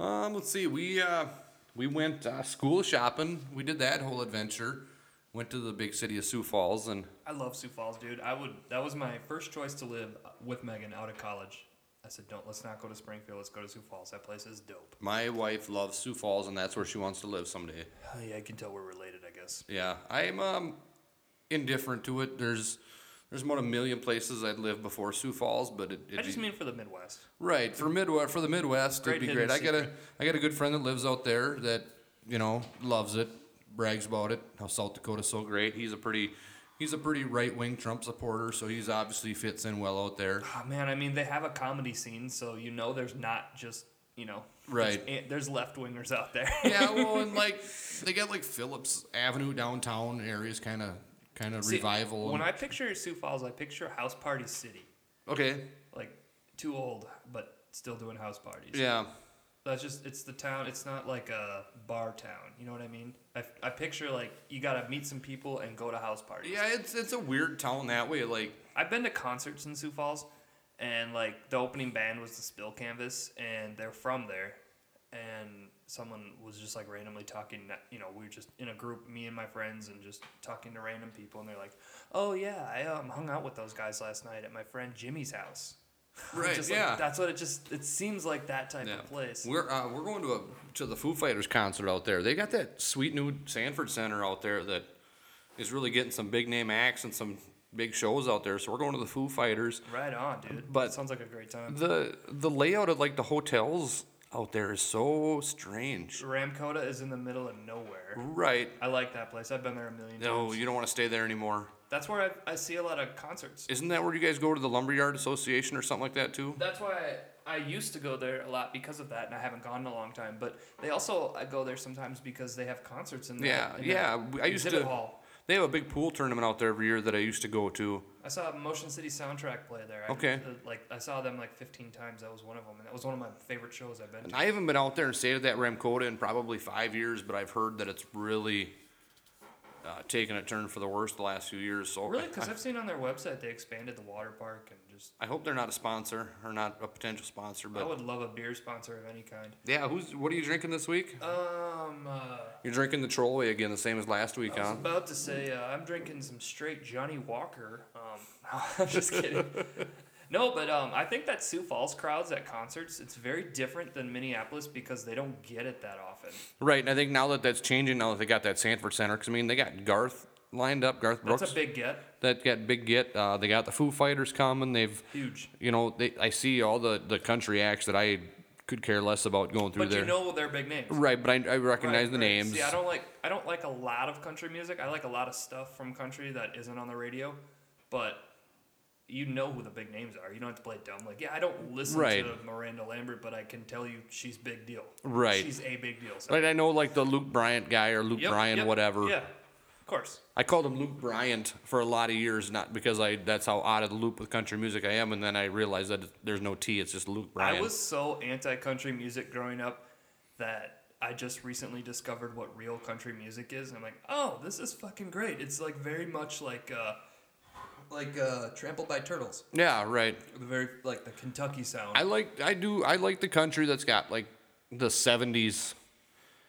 Speaker 2: Um, let's see. We uh, we went uh, school shopping. We did that whole adventure. Went to the big city of Sioux Falls, and
Speaker 1: I love Sioux Falls, dude. I would. That was my first choice to live uh, with Megan out of college. I said, don't. Let's not go to Springfield. Let's go to Sioux Falls. That place is dope.
Speaker 2: my wife loves Sioux Falls, and that's where she wants to live someday.
Speaker 1: Oh, yeah, I can tell we're related. I guess.
Speaker 2: Yeah, I'm um, indifferent to it. There's there's about a million places I'd live before Sioux Falls, but it, it'd
Speaker 1: I just
Speaker 2: be-
Speaker 1: mean for the Midwest.
Speaker 2: Right for Midwest for the Midwest,
Speaker 1: Great
Speaker 2: it'd be
Speaker 1: hidden
Speaker 2: great. I got a
Speaker 1: secret.
Speaker 2: I got a good friend that lives out there that you know loves it, brags about it. How South Dakota's so great. He's a pretty he's a pretty right wing Trump supporter, so he's obviously fits in well out there.
Speaker 1: Oh man, I mean they have a comedy scene, so you know there's not just you know
Speaker 2: Right.
Speaker 1: There's, eh, there's left wingers out there.
Speaker 2: yeah, well, and like they got like Phillips Avenue downtown areas kind of kind of
Speaker 1: See,
Speaker 2: revival.
Speaker 1: When
Speaker 2: and-
Speaker 1: I picture Sioux Falls, I picture House Party City.
Speaker 2: okay,
Speaker 1: like too old but still doing house parties.
Speaker 2: yeah,
Speaker 1: That's just it's the town. It's not like a bar town. You know what I mean? I, I picture like you gotta meet some people and go to house parties.
Speaker 2: yeah, it's it's a weird town that way. Like
Speaker 1: I've been to concerts in Sioux Falls, and like the opening band was the Spill Canvas, and they're from there. And someone was just like randomly talking. You know, we were just in a group, me and my friends, and just talking to random people, and they're like, "Oh yeah, I um, hung out with those guys last night at my friend Jimmy's house." I'm
Speaker 2: right,
Speaker 1: just like,
Speaker 2: yeah.
Speaker 1: that's what it just. It seems like that type
Speaker 2: yeah.
Speaker 1: of place.
Speaker 2: We're uh, we're going to a to the Foo Fighters concert out there. They got that sweet new Sanford Center out there that is really getting some big name acts and some big shows out there. So we're going to the Foo Fighters.
Speaker 1: right on, dude.
Speaker 2: But-
Speaker 1: That sounds like a great time.
Speaker 2: The the layout of like the hotels out there is so strange.
Speaker 1: Ramcota is in the middle of nowhere.
Speaker 2: Right.
Speaker 1: I like that place. I've been there a million times.
Speaker 2: No, you don't want to stay there anymore.
Speaker 1: That's where I, I see a lot of concerts.
Speaker 2: Isn't that where you guys go to the Lumberyard Association or something like that too?
Speaker 1: That's why I used to go there a lot because of that, and I haven't gone in a long time. But they also I go there sometimes because they have concerts in the
Speaker 2: Yeah,
Speaker 1: in the
Speaker 2: yeah. we- I used
Speaker 1: exhibit
Speaker 2: to.
Speaker 1: hall.
Speaker 2: They have a big pool tournament out there every year that I used to go to.
Speaker 1: I saw Motion City Soundtrack play there. I-
Speaker 2: Okay.
Speaker 1: uh, like I saw them like 15 times. That was one of them, and that was one of my favorite shows I've been
Speaker 2: And
Speaker 1: to.
Speaker 2: I haven't been out there and stayed at that Ramcota in probably five years, but I've heard that it's really uh, taken a turn for the worse the last few years. So
Speaker 1: Really,
Speaker 2: I-
Speaker 1: because I've seen on their website they expanded the water park and just.
Speaker 2: I hope they're not a sponsor or not a potential sponsor.
Speaker 1: I
Speaker 2: But
Speaker 1: would love a beer sponsor of any kind.
Speaker 2: yeah, who's what are you drinking this week?
Speaker 1: Um, uh,
Speaker 2: You're drinking the Trolley again, the same as last week,
Speaker 1: I was
Speaker 2: huh?
Speaker 1: about to say uh, I'm drinking some straight Johnny Walker. Um, no, I'm just kidding. No, but um, I think that Sioux Falls crowds at concerts, it's very different than Minneapolis because they don't get it that often.
Speaker 2: Right, and I think now that that's changing, now that they got that Sanford Center, because I mean they got Garth lined up, Garth
Speaker 1: That's
Speaker 2: Brooks.
Speaker 1: a big get.
Speaker 2: that got big get. Uh, they got the Foo Fighters coming. They've
Speaker 1: Huge.
Speaker 2: You know, they, I see all the the country acts that I could care less about going through
Speaker 1: But
Speaker 2: there.
Speaker 1: you know their big names.
Speaker 2: right, but I, I
Speaker 1: Right,
Speaker 2: recognize the
Speaker 1: right.
Speaker 2: names.
Speaker 1: See, I don't like I don't like a lot of country music. I like a lot of stuff from country that isn't on the radio, but you know who the big names are. You don't have to play it dumb. Like, yeah, I don't listen
Speaker 2: Right.
Speaker 1: to Miranda Lambert, but I can tell you she's big deal.
Speaker 2: Right.
Speaker 1: She's a big deal. So.
Speaker 2: Right, I know like the Luke Bryant guy or Luke
Speaker 1: Yep,
Speaker 2: Bryan,
Speaker 1: yep,
Speaker 2: whatever.
Speaker 1: Yeah, of course.
Speaker 2: I called him Luke Bryant for a lot of years, not because I that's how out of the loop with country music I am, and then I realized that there's no T, it's just Luke Bryant.
Speaker 1: I was so anti country music growing up that I just recently discovered what real country music is. And I'm like, oh, this is fucking great. It's like very much like uh, like uh, Trampled by Turtles,
Speaker 2: yeah, right.
Speaker 1: the very like the Kentucky sound.
Speaker 2: I like I do I like the country that's got like the '70s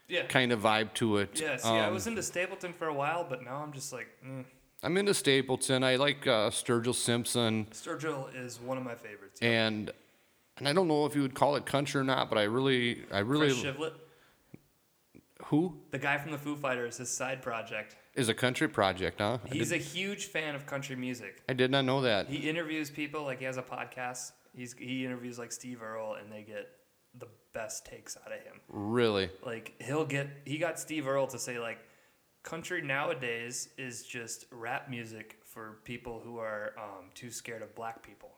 Speaker 1: yeah,
Speaker 2: kind of vibe to it.
Speaker 1: yeah. See, I
Speaker 2: Um,
Speaker 1: was into Stapleton for a while, but now I'm just like, mm.
Speaker 2: I'm into Stapleton. I like uh, Sturgill Simpson,
Speaker 1: Sturgill is one of my favorites.
Speaker 2: and and I don't know if you would call it country or not, but I really I really
Speaker 1: Chris Shivlet,
Speaker 2: who
Speaker 1: the guy from the Foo Fighters, his side project.
Speaker 2: is a country project, huh? I,
Speaker 1: He's
Speaker 2: did,
Speaker 1: a huge fan of country music.
Speaker 2: I did not know that.
Speaker 1: He interviews people like he has a podcast. He's he interviews like Steve Earle, and they get the best takes out of him.
Speaker 2: really,
Speaker 1: Like he'll get he got Steve Earle to say like country nowadays is just rap music for people who are um, too scared of black people.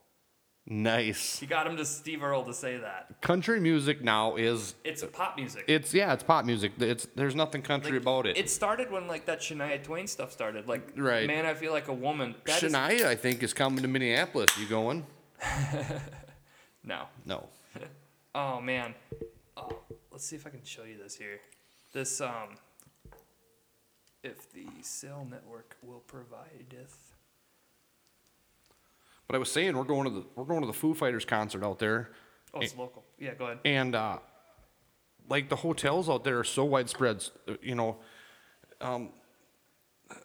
Speaker 2: nice.
Speaker 1: He got him to Steve Earle to say that
Speaker 2: Country music now is
Speaker 1: it's pop music.
Speaker 2: it's yeah, it's pop music. It's there's nothing country
Speaker 1: Like,
Speaker 2: about it.
Speaker 1: It started when like that Shania Twain stuff started. Like
Speaker 2: Right.
Speaker 1: man, I feel like a woman. That is-
Speaker 2: Shania, I think, is coming to Minneapolis. You going?
Speaker 1: no.
Speaker 2: No.
Speaker 1: Oh man. Oh, let's see if I can show you this here. This um if the cell network will provideth.
Speaker 2: But I was saying we're going to the we're going to the Foo Fighters concert out there.
Speaker 1: Oh, it's local. Yeah, go ahead.
Speaker 2: and uh, like the hotels out there are so widespread. s- uh, You know, um,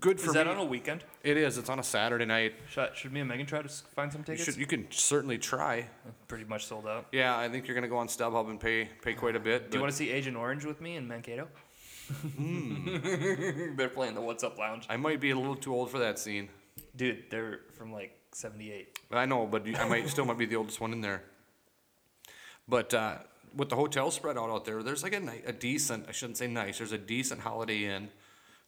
Speaker 2: good for
Speaker 1: Is that
Speaker 2: me.
Speaker 1: on a weekend?
Speaker 2: it is. It's on a Saturday night.
Speaker 1: Should, should me and Megan try to s- find some
Speaker 2: You,
Speaker 1: tickets?
Speaker 2: should, you can certainly try.
Speaker 1: Pretty much sold out.
Speaker 2: Yeah, I think you're gonna go on StubHub and pay pay quite a bit.
Speaker 1: Do you
Speaker 2: but-
Speaker 1: want to see Agent Orange with me in Mankato? Hmm. they're playing the What's Up Lounge.
Speaker 2: I might be a little too old for that scene.
Speaker 1: Dude, they're from like 78.
Speaker 2: I know, but you- I might still might be the oldest one in there. But uh, with the hotel spread out out there, there's like a ni- a decent I shouldn't say nice. There's a decent Holiday Inn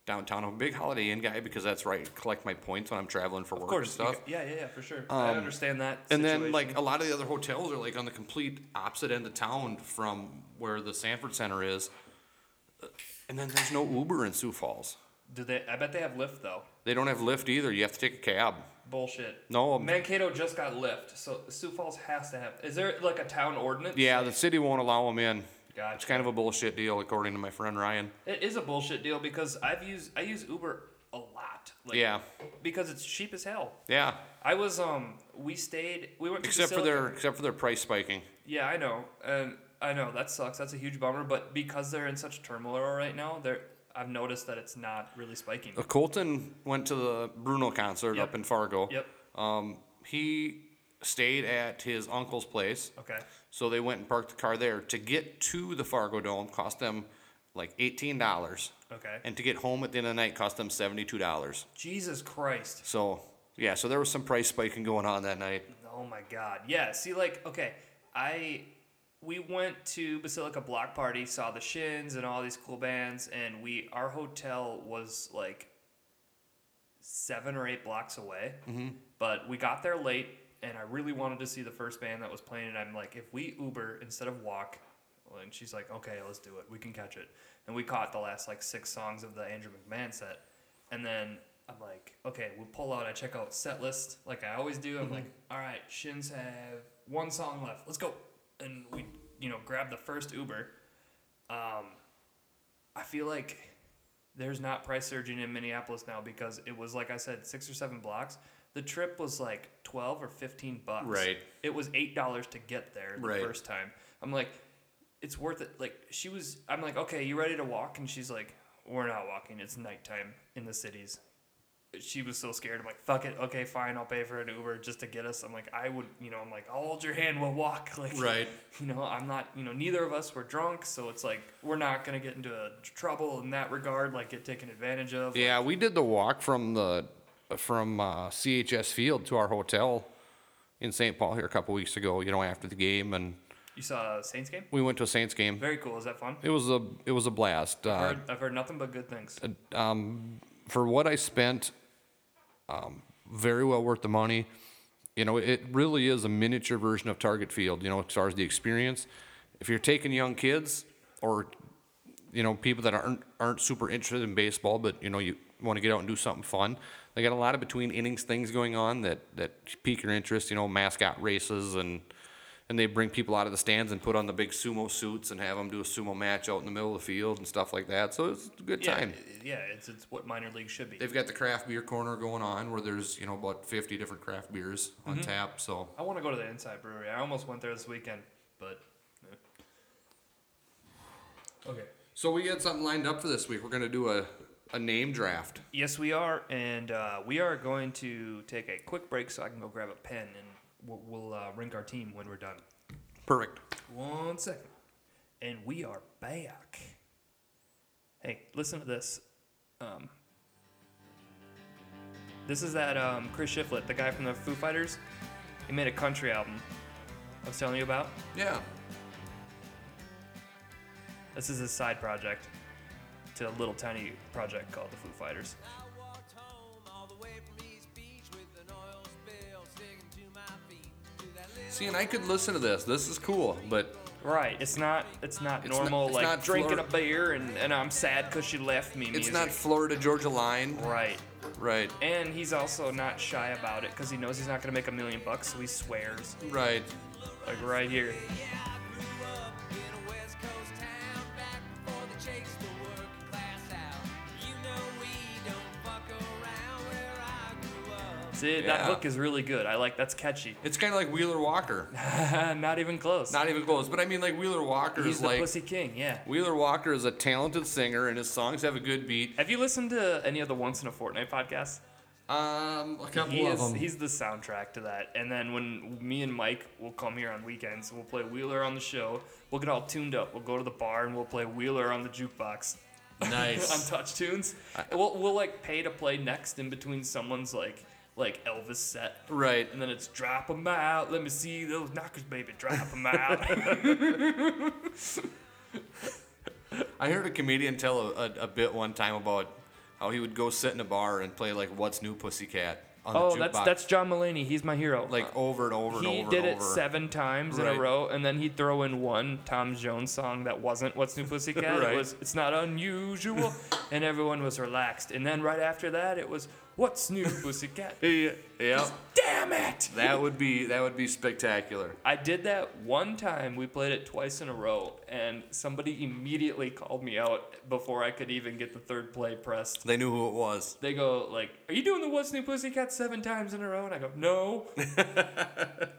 Speaker 2: downtown. I'm a big Holiday Inn guy because that's where I collect my points when I'm traveling for work
Speaker 1: Of course.
Speaker 2: and
Speaker 1: you
Speaker 2: stuff.
Speaker 1: ca- yeah, yeah, yeah, for sure. I understand that.
Speaker 2: Um, and then like
Speaker 1: situation.
Speaker 2: a lot of the other hotels are like on the complete opposite end of town from where the Sanford Center is. And then there's no Uber in Sioux Falls.
Speaker 1: do they? I bet they have Lyft though.
Speaker 2: They don't have Lyft either. You have to take a cab.
Speaker 1: Bullshit.
Speaker 2: No, I'm-
Speaker 1: Mankato just got Lyft, so Sioux Falls has to have. Is there like a town ordinance?
Speaker 2: Yeah, the city won't allow them in.
Speaker 1: Gotcha.
Speaker 2: It's kind of a bullshit deal, according to my friend Ryan.
Speaker 1: It is a bullshit deal because I've used I use Uber a lot. Like,
Speaker 2: Yeah.
Speaker 1: Because it's cheap as hell.
Speaker 2: Yeah,
Speaker 1: I was um we stayed we went to
Speaker 2: except for
Speaker 1: Basilica-
Speaker 2: their except for their price spiking.
Speaker 1: Yeah, I know, and I know that sucks. That's a huge bummer. But because they're in such turmoil right now, they're I've noticed that it's not really spiking.
Speaker 2: Uh, Colton went to the Bruno concert
Speaker 1: Yep.
Speaker 2: up in Fargo.
Speaker 1: Yep.
Speaker 2: Um, he stayed at his uncle's place.
Speaker 1: Okay.
Speaker 2: So they went and parked the car there to get to the Fargo Dome. Cost them like eighteen dollars,
Speaker 1: Okay.
Speaker 2: and to get home at the end of the night cost them seventy two dollars.
Speaker 1: Jesus Christ.
Speaker 2: So yeah, so there was some price spiking going on that night.
Speaker 1: Oh my god. Yeah, see like okay, I we went to Basilica Block Party, saw the Shins and all these cool bands and we our hotel was like seven or eight blocks away. But we got there late, and I really wanted to see the first band that was playing. And I'm like, if we Uber instead of walk, well, and she's like, okay, let's do it. We can catch it. And we caught the last like six songs of the Andrew McMahon set. And then I'm like, okay, we'll pull out. I check out set list like I always do. I'm like, all right, Shins have one song left. Let's go. And we, you know, grab the first Uber. Um, I feel like there's not price surging in Minneapolis now because it was like I said, six or seven blocks. The trip was like twelve or fifteen bucks.
Speaker 2: Right.
Speaker 1: It was eight dollars to get there the
Speaker 2: Right.
Speaker 1: first time. I'm like, it's worth it. Like she was. I'm like, okay, you ready to walk? And she's like, we're not walking. It's nighttime in the cities. She was so scared. I'm like, fuck it. Okay, fine. I'll pay for an Uber just to get us. I'm like, I would, you know, I'm like, I'll hold your hand. We'll walk. Like,
Speaker 2: Right.
Speaker 1: you know, I'm not, you know, neither of us were drunk, so it's like we're not gonna get into trouble in that regard, like get taken advantage of.
Speaker 7: Yeah, we did the walk from the from uh, CHS Field to our hotel in St. Paul here a couple weeks ago. You know, after the game, and
Speaker 1: You saw a Saints game?
Speaker 7: we went to a Saints game.
Speaker 1: Very cool. Is that fun?
Speaker 7: It was a it was a blast. Uh,
Speaker 1: Heard- I've heard nothing but good things.
Speaker 7: um, for what I spent, um, very well worth the money. You know, it really is a miniature version of Target Field. You know, as far as the experience, if you're taking young kids or you know people that aren't aren't super interested in baseball, but you know you want to get out and do something fun, they got a lot of between innings things going on that that pique your interest. You know, mascot races and. And they bring people out of the stands and put on the big sumo suits and have them do a sumo match out in the middle of the field and stuff like that. So it's a good
Speaker 1: yeah,
Speaker 7: time.
Speaker 1: it- yeah, it's it's what minor league should be.
Speaker 2: They've got the craft beer corner going on where there's, you know, about 50 different craft beers
Speaker 1: Mm-hmm.
Speaker 2: on tap. So
Speaker 1: I want to go to the Inside Brewery. I almost went there this weekend, but eh. okay.
Speaker 2: so we got something lined up for this week. We're going to do a, a name draft.
Speaker 1: Yes, we are, and uh, we are going to take a quick break so I can go grab a pen and we'll, we'll uh, rank our team when we're done.
Speaker 2: Perfect.
Speaker 1: One second. And we are back. Hey, listen to this. Um, this is that um, Chris Shiflett, the guy from the Foo Fighters. He made a country album I was telling you about.
Speaker 2: Yeah.
Speaker 1: This is his side project to a little tiny project called the Foo Fighters.
Speaker 8: I walked home all the way from East Beach with an oil spill sticking to my feet. To that little
Speaker 2: See, and I could listen to this. This is cool, but
Speaker 1: Right, it's not it's not
Speaker 2: It's not-
Speaker 1: normal
Speaker 2: it's
Speaker 1: like
Speaker 2: not
Speaker 1: drinking
Speaker 2: Flor-
Speaker 1: a beer and, and I'm sad because she left me.
Speaker 2: it's
Speaker 1: music.
Speaker 2: not Florida Georgia Line.
Speaker 1: right.
Speaker 2: Right.
Speaker 1: And he's also not shy about it because he knows he's not going to make a million bucks, so he swears.
Speaker 2: Right.
Speaker 1: Like right here.
Speaker 8: I grew up in a West Coast town back before they chased the working class out. You know we don't fuck around where I grew up.
Speaker 1: See, that
Speaker 2: Yeah.
Speaker 1: hook is really good. I like that's catchy.
Speaker 2: It's kind of like Wheeler Walker.
Speaker 1: not even close.
Speaker 2: Not even close, but I mean, like Wheeler Walker
Speaker 1: he's
Speaker 2: is
Speaker 1: the
Speaker 2: like
Speaker 1: pussy king, yeah.
Speaker 2: Wheeler Walker is a talented singer, and his songs have a good beat.
Speaker 1: Have you listened to any of the Once in a Fortnight podcasts?
Speaker 2: Um, a couple
Speaker 1: He
Speaker 2: of
Speaker 1: is,
Speaker 2: them.
Speaker 1: he's the soundtrack to that. And then when me and Mike will come here on weekends, we'll play Wheeler on the show. We'll get all tuned up. We'll go to the bar and we'll play Wheeler on the jukebox. on
Speaker 6: Nice.
Speaker 1: touch tunes. And we'll, we'll like pay to play next in between someone's like like Elvis set.
Speaker 2: Right.
Speaker 1: And then it's drop 'em out. Let me see those knockers, baby. Drop 'em out.
Speaker 2: I heard a comedian tell a, a, a bit one time about how he would go sit in a bar and play like "What's New, Pussycat" on
Speaker 1: oh,
Speaker 2: the jukebox,
Speaker 1: that's that's John Mulaney. He's my hero.
Speaker 2: like over and over and
Speaker 1: he
Speaker 2: over
Speaker 1: did
Speaker 2: and
Speaker 1: it
Speaker 2: over.
Speaker 1: seven times in
Speaker 2: Right.
Speaker 1: a row, and then he'd throw in one Tom Jones song that wasn't "What's New Pussycat."
Speaker 2: Right.
Speaker 1: It was "It's Not Unusual," and everyone was relaxed. And then right after that, it was "What's New Pussycat."
Speaker 2: Yeah, yeah.
Speaker 1: Damn it!
Speaker 2: that would be that would be spectacular.
Speaker 1: I did that one time. We played it twice in a row, and somebody immediately called me out before I could even get the third play pressed.
Speaker 2: They knew who it was.
Speaker 1: They go like, "Are you doing the What's New Pussycat seven times in a row?" And I go, "No,"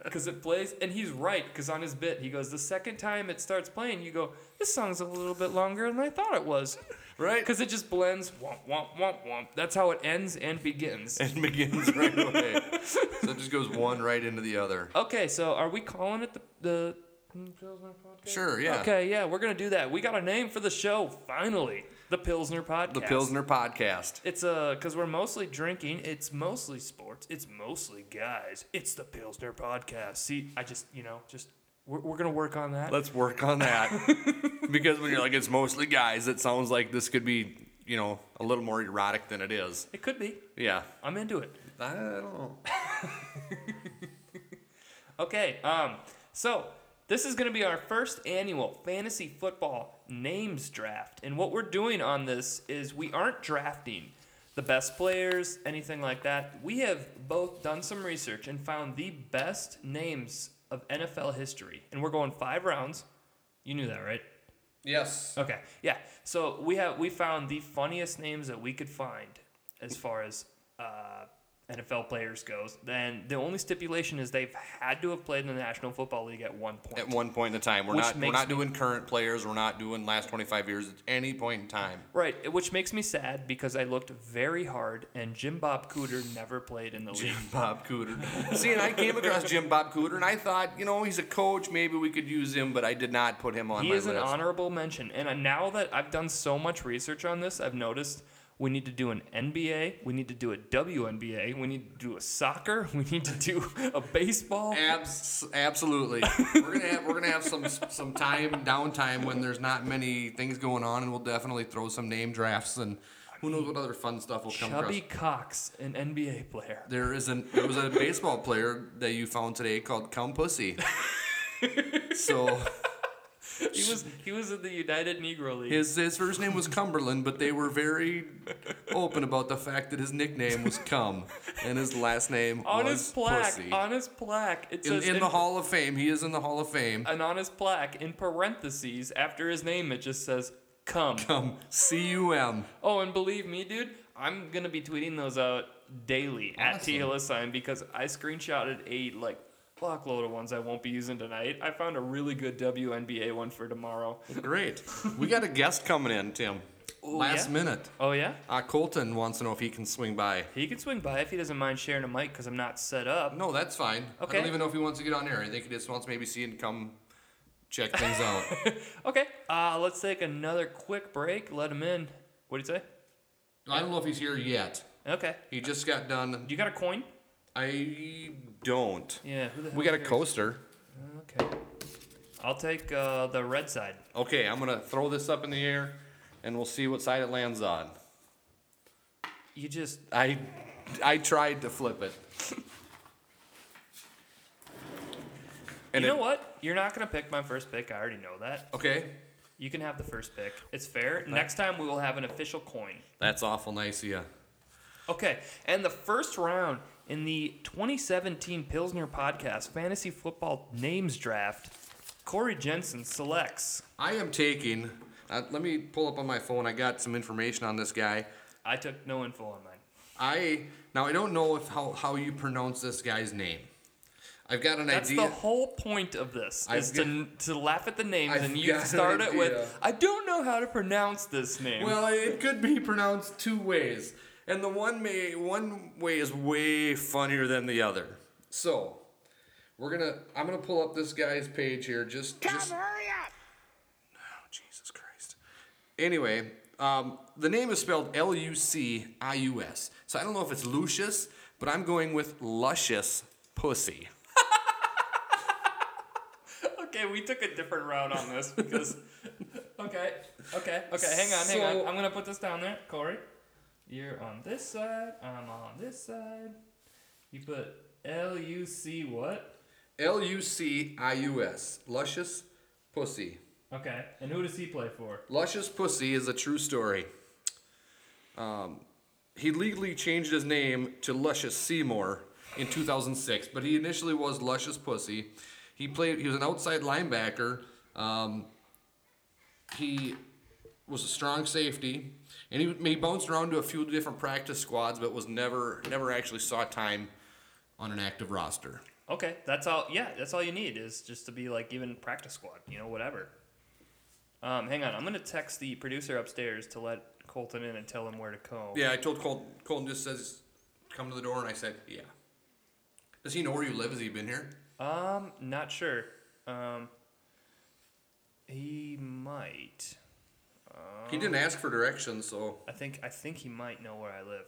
Speaker 1: because it plays, and he's right. Because on his bit, he goes, "The second time it starts playing, you go, this song's a little bit longer than I thought it was."
Speaker 2: Right.
Speaker 1: Because it just blends, womp womp womp womp. That's how it ends and begins.
Speaker 2: And begins right away. so it just goes one right into the other.
Speaker 1: Okay, so are we calling it the the Pilsner podcast?
Speaker 2: Sure, yeah.
Speaker 1: Okay, yeah, we're gonna do that. We got a name for the show finally. The Pilsner podcast.
Speaker 2: The Pilsner Podcast.
Speaker 1: It's uh, cause we're mostly drinking. It's mostly sports. It's mostly guys. It's the Pilsner podcast. See, I just you know just we're, we're gonna work on that.
Speaker 2: Let's work on that. because when you're like, it's mostly guys, it sounds like this could be
Speaker 7: you know, a little more erotic than it is.
Speaker 1: It could be.
Speaker 7: Yeah.
Speaker 1: I'm into it.
Speaker 7: I don't know.
Speaker 1: Okay, um, so this is going to be our first annual fantasy football names draft. And what we're doing on this is we aren't drafting the best players, anything like that. We have both done some research and found the best names of NFL history. And we're going five rounds. You knew that, right?
Speaker 2: Yes.
Speaker 1: Okay, yeah. So we have we found the funniest names that we could find as far as uh, NFL players goes. Then the only stipulation is they've had to have played in the National Football League at one point.
Speaker 2: At one point in time, we're
Speaker 1: Which
Speaker 2: not we're
Speaker 1: makes
Speaker 2: not
Speaker 1: me-
Speaker 2: doing current players. We're not doing last 25 years at any point in time.
Speaker 1: Right, which makes me sad because I looked very hard and Jim Bob Cooter never played in the league.
Speaker 2: Jim Bob Cooter. See, and I came across Jim Bob Cooter, and I thought, you know, he's a coach. Maybe we could use him, but I did not put him on
Speaker 1: He
Speaker 2: my
Speaker 1: is an
Speaker 2: list.
Speaker 1: honorable mention. And I- now that I've done so much research on this, I've noticed we need to do an NBA, we need to do a WNBA, we need to do a soccer, we need to do a baseball.
Speaker 2: Abs- absolutely. we're gonna have we're gonna have some some time downtime when there's not many things going on, and we'll definitely throw some name drafts and who knows what other fun stuff will come
Speaker 1: Chubby
Speaker 2: across.
Speaker 1: Cox, an NBA player.
Speaker 2: There is an there was a baseball player that you found today called Cum Pussy. so
Speaker 1: He was he was in the United Negro League.
Speaker 2: his his first name was Cumberland, but they were very open about the fact that his nickname was Cum and his last name
Speaker 1: on
Speaker 2: was
Speaker 1: his plaque,
Speaker 2: Pussy.
Speaker 1: on his plaque, it
Speaker 2: in,
Speaker 1: says
Speaker 2: in the Hall of Fame, he is in the Hall of Fame.
Speaker 1: an honest plaque in parentheses after his name it just says come.
Speaker 2: Cum, C U M.
Speaker 1: Oh, and believe me, dude, I'm gonna be tweeting those out daily at TLS sign because I screenshotted a like fuckload of ones I won't be using tonight. I found a really good WNBA one for tomorrow.
Speaker 2: Great. We got a guest coming in, Tim. Last
Speaker 1: yeah?
Speaker 2: minute.
Speaker 1: Oh yeah?
Speaker 2: Uh, Colton wants to know if he can swing by.
Speaker 1: He can swing by if he doesn't mind sharing a mic because I'm not set up.
Speaker 2: No, that's fine. I
Speaker 1: Okay.
Speaker 2: don't even know if he wants to get on air. I think he just wants to maybe see and come check things out.
Speaker 1: Okay. Uh, let's take another quick break. Let him in. What do you say?
Speaker 2: I don't know if he's here yet.
Speaker 1: Okay.
Speaker 2: He just got done.
Speaker 1: You got a coin?
Speaker 2: I don't.
Speaker 1: Yeah. Who the hell
Speaker 7: We got a
Speaker 1: cares?
Speaker 7: coaster.
Speaker 1: Okay. I'll take uh, the red side.
Speaker 2: Okay, I'm gonna throw this up in the air, and we'll see what side it lands on.
Speaker 1: You just
Speaker 2: I, I tried to flip it. And
Speaker 1: you know
Speaker 2: it-
Speaker 1: what? You're not gonna pick my first pick. I already know that.
Speaker 2: Okay,
Speaker 1: You can have the first pick. It's fair. Next time we will have an official coin.
Speaker 2: that's awful nice of you.
Speaker 1: Okay. And the first round in the 2017 Pilsner Podcast Fantasy Football Names Draft, Corey Jensen selects.
Speaker 2: I am taking. Uh, let me pull up on my phone. I got some information on this guy.
Speaker 1: I took no info on mine.
Speaker 2: I now I don't know if how, how you pronounce this guy's name. I've got an
Speaker 1: That's
Speaker 2: idea.
Speaker 1: the whole point of this
Speaker 2: I've
Speaker 1: is to, to laugh at the names
Speaker 2: I've
Speaker 1: and you
Speaker 2: got an
Speaker 1: start it
Speaker 2: idea.
Speaker 1: with I don't know how to pronounce this name.
Speaker 2: well, it could be pronounced two ways, and the one may one way is way funnier than the other. So we're gonna. I'm gonna pull up this guy's page here. Just
Speaker 5: Tom,
Speaker 2: just
Speaker 5: hurry up!
Speaker 2: Oh, Jesus Christ. Anyway, um, the name is spelled L U C I U S. So I don't know if it's Lucius, but I'm going with Luscious Pussy.
Speaker 1: okay, we took a different route on this because Okay. Okay. Okay, hang on, hang
Speaker 2: So-
Speaker 1: on. I'm gonna put this down there. Corey. You're on this side, I'm on this side. You put L U C what?
Speaker 2: L U C I U S. Luscious Pussy.
Speaker 1: Okay. And who does he play for?
Speaker 2: Luscious Pussy is a true story. Um, he legally changed his name to Luscious Seymour in 2006, but he initially was Luscious Pussy. He played. He was an outside linebacker. Um, he was a strong safety, and he, he bounced around to a few different practice squads, but was never never actually saw time on an active roster.
Speaker 1: Okay, that's all. Yeah, that's all you need is just to be like even practice squad, you know, whatever. Um, hang on, I'm gonna text the producer upstairs to let Colton in and tell him where to go.
Speaker 2: Yeah, I told Colton. Colton just says, "Come to the door," and I said, "Yeah." Does he know where you live? Has he been here?
Speaker 1: Um, not sure. Um, he might.
Speaker 2: He didn't ask for directions, so
Speaker 1: I think I think he might know where I live.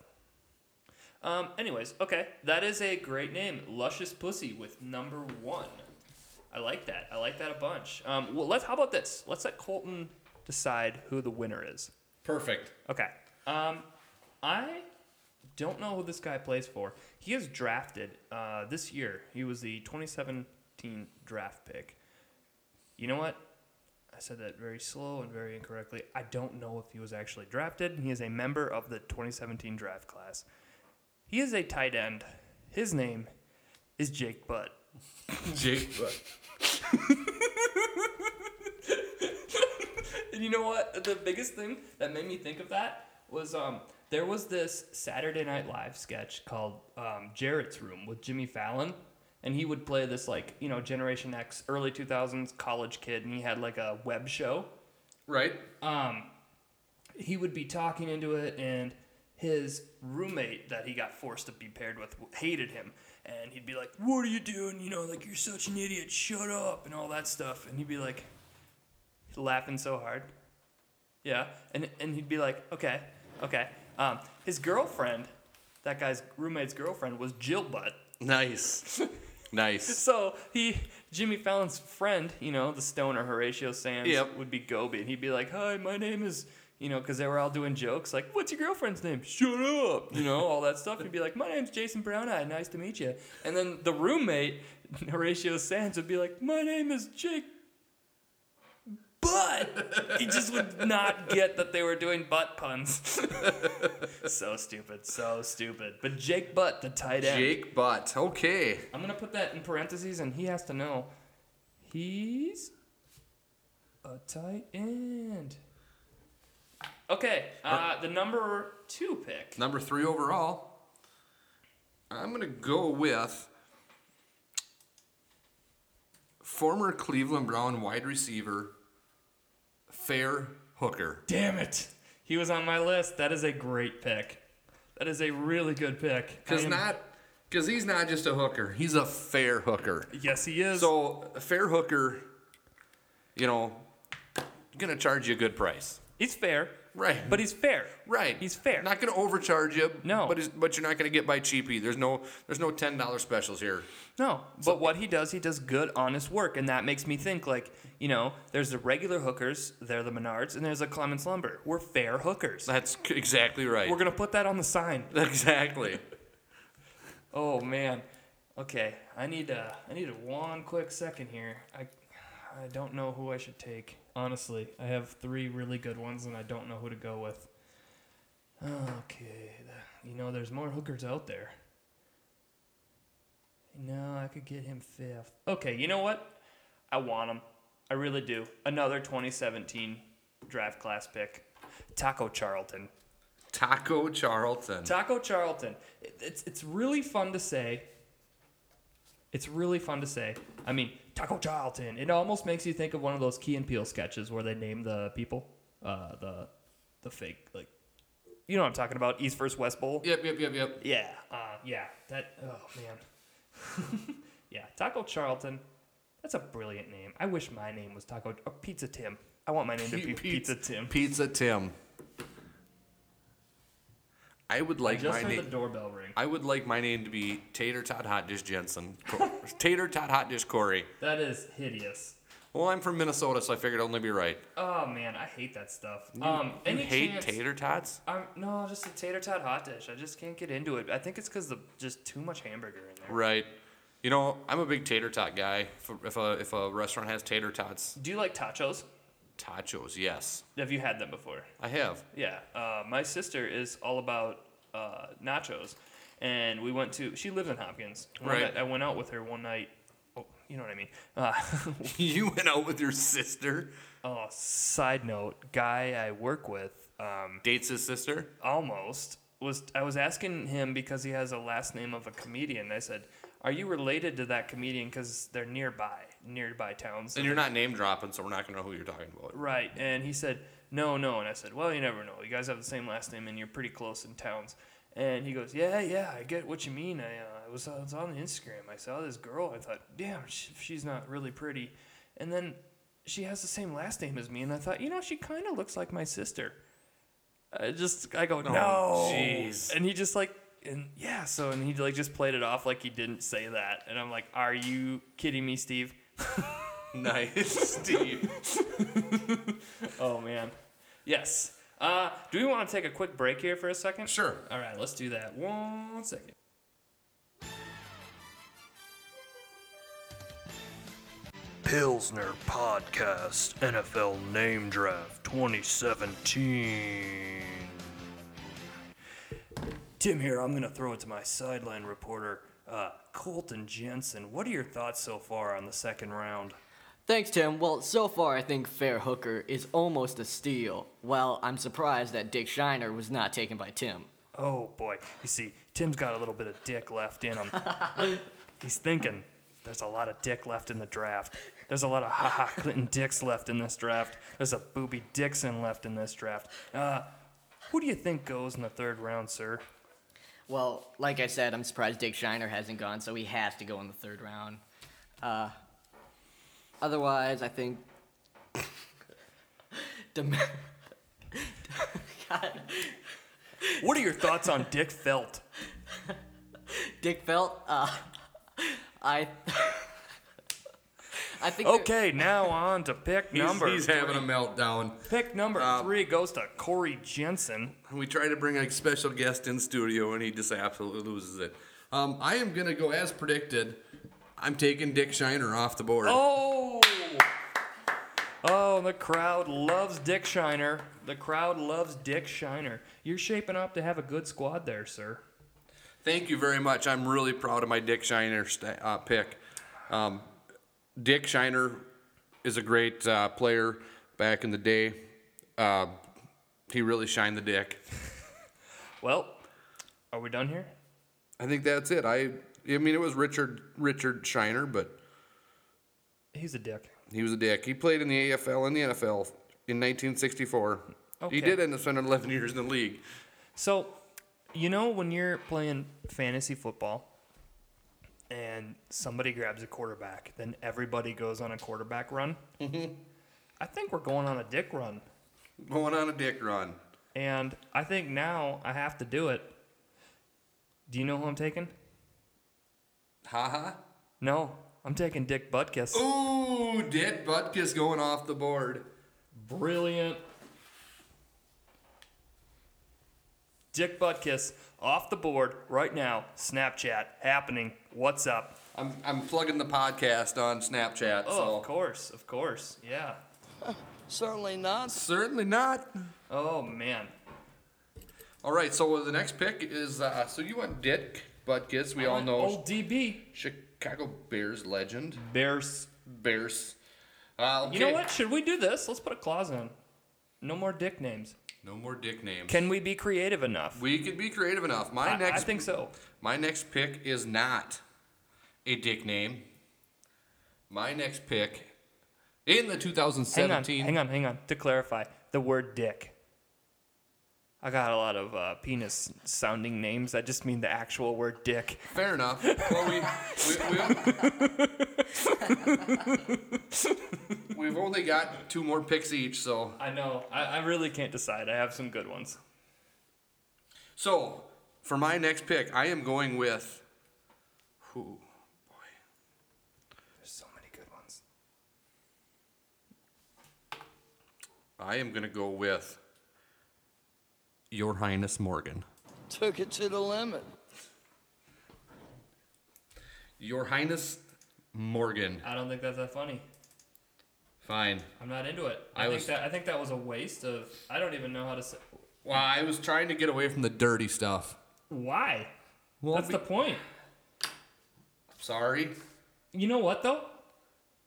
Speaker 1: Um, anyways, okay, that is a great name, Luscious Pussy with number one. I like that. I like that a bunch. Um, well, let's. How about this? Let's let Colton decide who the winner is.
Speaker 2: perfect.
Speaker 1: Okay. Um, I don't know who this guy plays for. He is drafted uh, this year. He was the 2017 draft pick. You know what? I said that very slow and very incorrectly. I don't know if he was actually drafted. He is a member of the 2017 draft class. He is a tight end. His name is Jake Butt.
Speaker 2: Jake,
Speaker 1: And you know what? The biggest thing that made me think of that was um, there was this Saturday Night Live sketch called um, Jarrett's Room with Jimmy Fallon. And he would play this, like, you know, Generation X, early 2000s college kid, and he had, like, a web show.
Speaker 2: right?
Speaker 1: He would be talking into it, and his roommate that he got forced to be paired with hated him. And he'd be like, What are you doing? You know, like, you're such an idiot, shut up, and all that stuff. And he'd be like, laughing so hard. Yeah, and and he'd be like, okay, okay. Um, his girlfriend, that guy's roommate's girlfriend, was Jill Butt.
Speaker 2: Nice, nice.
Speaker 1: So he, Jimmy Fallon's friend, you know, the stoner Horatio Sands,
Speaker 2: Yep.
Speaker 1: would be Gobi, and he'd be like, hi, my name is. You know, because they were all doing jokes like, "What's your girlfriend's name?" Shut up, you know, all that stuff. He'd be like, "My name's Jason Brown Eye. Nice to meet you." And then the roommate, Horatio Sands, would be like, "My name is Jake but he just would not get that they were doing butt puns. so stupid, so stupid. But Jake Butt, the tight end.
Speaker 2: Jake Butt. Okay.
Speaker 1: I'm gonna put that in parentheses, and he has to know he's a tight end. Okay, uh, the number two pick.
Speaker 2: Number three overall. I'm gonna go with former Cleveland Brown wide receiver Fair Hooker.
Speaker 1: Damn it, he was on my list. That is a great pick. That is a really good pick. I
Speaker 2: Cause
Speaker 1: am-
Speaker 2: not because he's not just a hooker, he's a fair hooker.
Speaker 1: Yes, he is.
Speaker 2: So a fair hooker, you know, gonna charge you a good price.
Speaker 1: he's fair,
Speaker 2: Right.
Speaker 1: but he's fair.
Speaker 2: Right.
Speaker 1: He's fair.
Speaker 2: Not going to overcharge you.
Speaker 1: No.
Speaker 2: But it's, but you're not going to get by cheapy. There's no there's no ten dollar specials here.
Speaker 1: No, but what he does, he does good, honest work, and that makes me think like you know, there's the regular hookers, they're the Menards, and there's the Clements Lumber. We're fair hookers.
Speaker 2: That's c- exactly right.
Speaker 1: We're gonna put that on the sign.
Speaker 2: exactly.
Speaker 1: Oh man, okay, I need uh, I need one quick second here. I I don't know who I should take. Honestly, I have three really good ones, and I don't know who to go with. Okay, the- you know, there's more hookers out there. No, I could get him fifth. Okay, you know what? I want him. I really do. Another 2017 draft class pick, Taco Charlton.
Speaker 2: Taco Charlton.
Speaker 1: Taco Charlton. It- It's it's really fun to say. It's really fun to say. I mean, Taco Charlton. It almost makes you think of one of those Key and Peele sketches where they name the people, uh, the the fake like, you know what I'm talking about? East versus West Bowl.
Speaker 2: yep, yep, yep, yep.
Speaker 1: Yeah. Uh, yeah. That. Oh man. yeah. Taco Charlton. That's a brilliant name. I wish my name was Taco or Pizza Tim. I want my name to be Pizza Tim.
Speaker 2: Pizza Tim. I would
Speaker 1: I
Speaker 2: like
Speaker 1: just
Speaker 2: my
Speaker 1: heard the
Speaker 2: name.
Speaker 1: doorbell ring.
Speaker 2: I would like my name to be Tater Tot Hot Dish Jensen. Cor- Tater Tot Hot Dish Corey.
Speaker 1: That is hideous.
Speaker 2: Well, I'm from Minnesota, so I figured I'd only be right.
Speaker 1: Oh man, I hate that stuff. um,
Speaker 2: You
Speaker 1: any
Speaker 2: hate
Speaker 1: chance,
Speaker 2: tater tots?
Speaker 1: Um, no, just a tater tot hot dish. I just can't get into it. I think it's because the just too much hamburger in there.
Speaker 2: Right. You know, I'm a big tater tot guy. If a, if a, if a restaurant has tater tots,
Speaker 1: Do you like tachos?
Speaker 2: Tachos, yes.
Speaker 1: Have you had them before?
Speaker 2: I have.
Speaker 1: Yeah. Uh, my sister is all about uh, nachos, and we went to. She lives in Hopkins. One
Speaker 2: Right.
Speaker 1: night- I went out with her one night. Oh, you know what I mean. Uh,
Speaker 2: You went out with your sister?
Speaker 1: oh, side note, guy I work with. Um,
Speaker 2: Dates his sister?
Speaker 1: almost was I was asking him because he has a last name of a comedian. I said, "Are you related to that comedian? Because they're nearby, nearby towns."
Speaker 2: And you're not name dropping, so we're not going to know who you're talking about.
Speaker 1: right, and he said, "No, no." And I said, "Well, you never know. You guys have the same last name, and you're pretty close in towns." And he goes, "Yeah, yeah, I get what you mean. I, uh, I was I was on Instagram. I saw this girl. I thought, damn, sh she's not really pretty." And then she has the same last name as me, and I thought, you know, she kind of looks like my sister. I just I go no,
Speaker 2: jeez.
Speaker 1: and he just like and yeah, so and he like just played it off like he didn't say that, and I'm like, are you kidding me, Steve?
Speaker 2: Nice, Steve.
Speaker 1: Oh man, yes. Uh, do we want to take a quick break here for a second?
Speaker 2: Sure.
Speaker 1: All right, let's do that. One second.
Speaker 9: Pilsner Podcast NFL Name Draft 2017.
Speaker 1: Tim here. I'm going to throw it to my sideline reporter, uh, Colton Jensen. What are your thoughts so far on the second round?
Speaker 10: Thanks, Tim. Well, so far, I think Fair Hooker is almost a steal. Well, I'm surprised that Dick Shiner was not taken by Tim.
Speaker 1: Oh boy, you see, Tim's got a little bit of dick left in him. He's thinking there's a lot of dick left in the draft. There's a lot of haha Clinton dicks left in this draft. There's a booby Dixon left in this draft. Uh, who do you think goes in the third round, sir?
Speaker 10: Well, like I said, I'm surprised Dick Shiner hasn't gone, so he has to go in the third round. Uh, otherwise, I think. Dem- God.
Speaker 1: What are your thoughts on Dick Felt?
Speaker 10: Dick Felt, uh, I. I think. there-
Speaker 1: Okay, now on to pick number.
Speaker 2: He's having a meltdown.
Speaker 1: pick number three goes to Corey Jensen.
Speaker 2: We try to bring a special guest in studio, and he just absolutely loses it. Um, I am gonna go as predicted. I'm taking Dick Shiner off the board.
Speaker 1: Oh! Oh, the crowd loves Dick Shiner. The crowd loves Dick Shiner. You're shaping up to have a good squad there, sir.
Speaker 2: Thank you very much. I'm really proud of my Dick Shiner st- uh, pick. Um, Dick Shiner is a great uh, player back in the day. Uh, he really shined the dick.
Speaker 1: Well, are we done here?
Speaker 2: I think that's it. I I mean it was Richard Richard Shiner, but
Speaker 1: He's a dick.
Speaker 2: he was a dick. He played in the AFL and the NFL in 1964.
Speaker 1: Okay.
Speaker 2: He did end up spending 11 years in the league.
Speaker 1: So, you know, when you're playing fantasy football and somebody grabs a quarterback, then everybody goes on a quarterback run? Mm-hmm. I think we're going on a dick run.
Speaker 2: Going on a dick run.
Speaker 1: And I think now I have to do it. Do you know who I'm taking?
Speaker 2: Ha
Speaker 1: No, I'm taking Dick Butkus.
Speaker 2: ha. Ooh, Dick Butkus going off the board.
Speaker 1: Brilliant. Dick Butkus off the board right now. Snapchat happening. What's up?
Speaker 2: I'm, I'm plugging the podcast on Snapchat.
Speaker 1: Oh,
Speaker 2: so.
Speaker 1: of course, of course. Yeah.
Speaker 3: Certainly not.
Speaker 2: Certainly not.
Speaker 1: Oh man.
Speaker 2: All right, so the next pick is uh, so you want Dick Butkus. We all know
Speaker 1: Old DB.
Speaker 2: Chicago Bears legend.
Speaker 1: Bears.
Speaker 2: Bears. Uh,
Speaker 1: You
Speaker 2: okay.
Speaker 1: know what? Should we do this? Let's put a clause in. No more dick names.
Speaker 2: No more dick names.
Speaker 1: Can we be creative enough?
Speaker 2: we could be creative enough. My
Speaker 1: I, I
Speaker 2: next
Speaker 1: think so.
Speaker 2: my next pick is not a dick name. My next pick in the 2017
Speaker 1: Hang on, hang on, hang on. To clarify, the word dick. I got a lot of uh, penis sounding names. I just mean the actual word dick.
Speaker 2: Fair enough. Well, we, we, we, have only got two more picks each, so
Speaker 1: I know. I, I really can't decide. I have some good ones.
Speaker 2: so for my next pick, I am going with who?
Speaker 1: There's so many good ones.
Speaker 2: I am going to go with Your Highness Morgan.
Speaker 3: Took it to the limit.
Speaker 2: Your Highness Morgan.
Speaker 1: I don't think that's that funny.
Speaker 2: Fine.
Speaker 1: I'm not into it.
Speaker 2: I
Speaker 1: I, think
Speaker 2: was-
Speaker 1: that I think that was a waste of. I don't even know how to say.
Speaker 2: Well, I was trying to get away from the dirty stuff.
Speaker 1: Why?
Speaker 2: Well,
Speaker 1: that's the point.
Speaker 2: sorry.
Speaker 1: You know what though?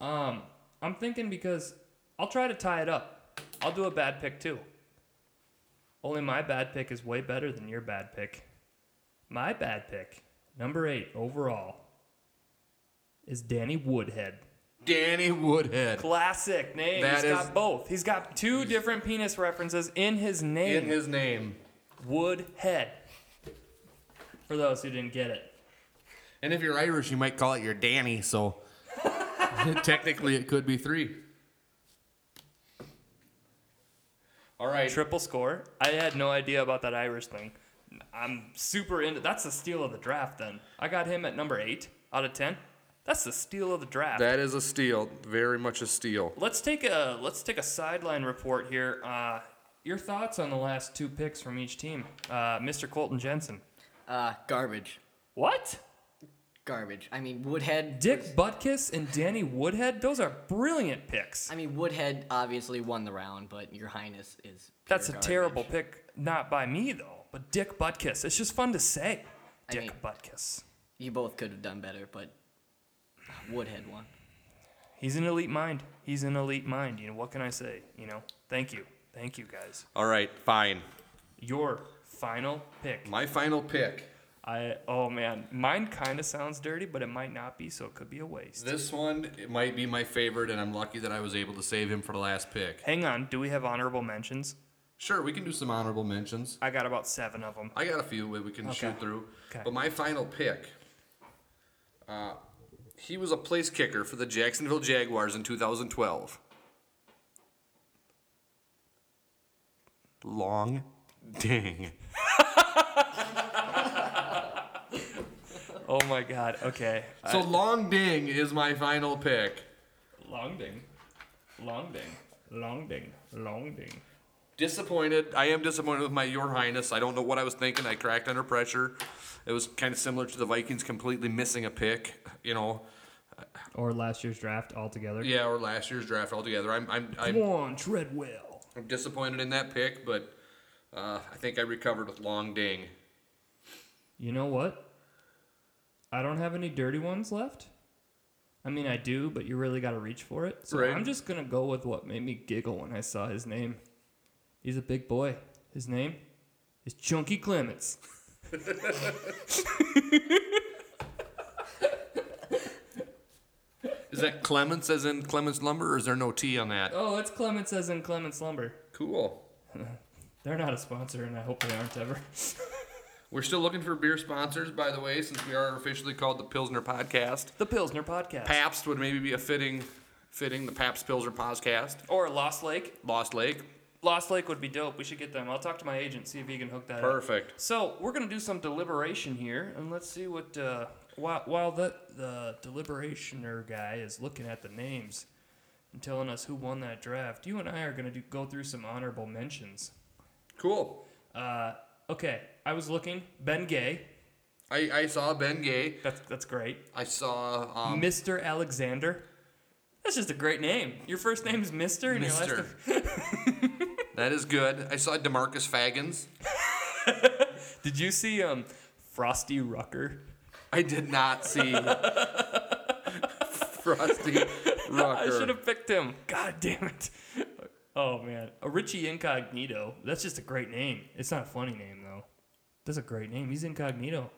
Speaker 1: Um, I'm thinking because I'll try to tie it up. I'll do a bad pick too. Only my bad pick is way better than your bad pick. My bad pick, number eight overall, is Danny Woodhead.
Speaker 2: Danny Woodhead.
Speaker 1: Classic name. He's
Speaker 2: That is-
Speaker 1: got both. He's got two different penis references in his name.
Speaker 2: In his name.
Speaker 1: Woodhead. For those who didn't get it.
Speaker 2: And if you're Irish, you might call it your Danny, so technically it could be three. All right.
Speaker 1: Triple score. I had no idea about that Irish thing. I'm super into. That's the steal of the draft. Then I got him at number eight out of ten. That's the steal of the draft.
Speaker 2: That is a steal. Very much a steal.
Speaker 1: let's take a let's take a sideline report here. Uh, Your thoughts on the last two picks from each team, uh, Mr. Colton Jensen?
Speaker 10: Uh, garbage.
Speaker 1: What?
Speaker 10: Garbage. I mean, Woodhead.
Speaker 1: Dick Butkus and Danny Woodhead. Those are brilliant picks.
Speaker 10: I mean, Woodhead obviously won the round, but Your Highness is. pure
Speaker 1: That's a
Speaker 10: garbage.
Speaker 1: terrible pick, not by me though, but Dick Butkus. It's just fun to say.
Speaker 10: I
Speaker 1: Dick
Speaker 10: mean-
Speaker 1: Butkus.
Speaker 10: You both could have done better, but Woodhead won.
Speaker 1: He's an elite mind. He's an elite mind. You know what can I say? You know. Thank you. Thank you guys.
Speaker 2: All right, fine.
Speaker 1: Your final pick.
Speaker 2: My final pick.
Speaker 1: I oh man, mine kind of sounds dirty, but it might not be, so it could be a waste.
Speaker 2: This one it might be my favorite, and I'm lucky that I was able to save him for the last pick.
Speaker 1: Hang on, do we have honorable mentions?
Speaker 2: Sure, we can do some honorable mentions.
Speaker 1: I got about seven of them.
Speaker 2: I got a few that we can
Speaker 1: Okay.
Speaker 2: shoot through.
Speaker 1: Okay.
Speaker 2: But my final pick, uh, he was a place kicker for the Jacksonville Jaguars in 2012. Long dang.
Speaker 1: Oh my god. Okay.
Speaker 2: So Long Ding is my final pick.
Speaker 1: Long ding, long ding, long ding, long ding.
Speaker 2: Disappointed. I am disappointed with my Your Highness. I don't know what I was thinking. I cracked under pressure. It was kind of similar to the Vikings completely missing a pick, you know.
Speaker 1: Or last year's draft altogether.
Speaker 2: Yeah, or last year's draft altogether. I'm I'm
Speaker 1: Come
Speaker 2: I'm,
Speaker 1: on, Treadwell.
Speaker 2: I'm disappointed in that pick, but uh, I think I recovered with Long Ding.
Speaker 1: You know what? I don't have any dirty ones left. I mean, I do, but you really got to reach for it. So
Speaker 2: Right.
Speaker 1: I'm just gonna go with what made me giggle when I saw his name. He's a big boy. His name is Chunky Clements.
Speaker 2: Is that Clements as in Clements Lumber, or is there no T on that?
Speaker 1: Oh, it's Clements as in Clements Lumber.
Speaker 2: Cool.
Speaker 1: They're not a sponsor, and I hope they aren't ever.
Speaker 2: We're still looking for beer sponsors, by the way, since we are officially called the Pilsner Podcast.
Speaker 1: the Pilsner Podcast
Speaker 2: Pabst would maybe be a fitting, fitting the Pabst Pilsner Podcast.
Speaker 1: or Lost Lake.
Speaker 2: Lost Lake.
Speaker 1: Lost Lake would be dope. We should get them. I'll talk to my agent, see if he can hook that up.
Speaker 2: Perfect.
Speaker 1: So we're gonna do some deliberation here, and let's see what. Uh, while while the the deliberationer guy is looking at the names and telling us who won that draft, you and I are gonna do, go through some honorable mentions.
Speaker 2: Cool.
Speaker 1: Uh, okay, I was looking. Ben Gay.
Speaker 2: I, I saw Ben Gay.
Speaker 1: That's that's great.
Speaker 2: I saw um,
Speaker 1: Mr. Alexander. That's just a great name. Your first name is Mr. and your last
Speaker 2: Mister.
Speaker 1: name-
Speaker 2: that is good. I saw Demarcus Faggins.
Speaker 1: Did you see um Frosty Rucker?
Speaker 2: I did not see Frosty
Speaker 1: I should
Speaker 2: Rucker.
Speaker 1: have picked him. God damn it. Oh man, a Richie Incognito. That's just a great name. It's not a funny name though. That's a great name. He's Incognito.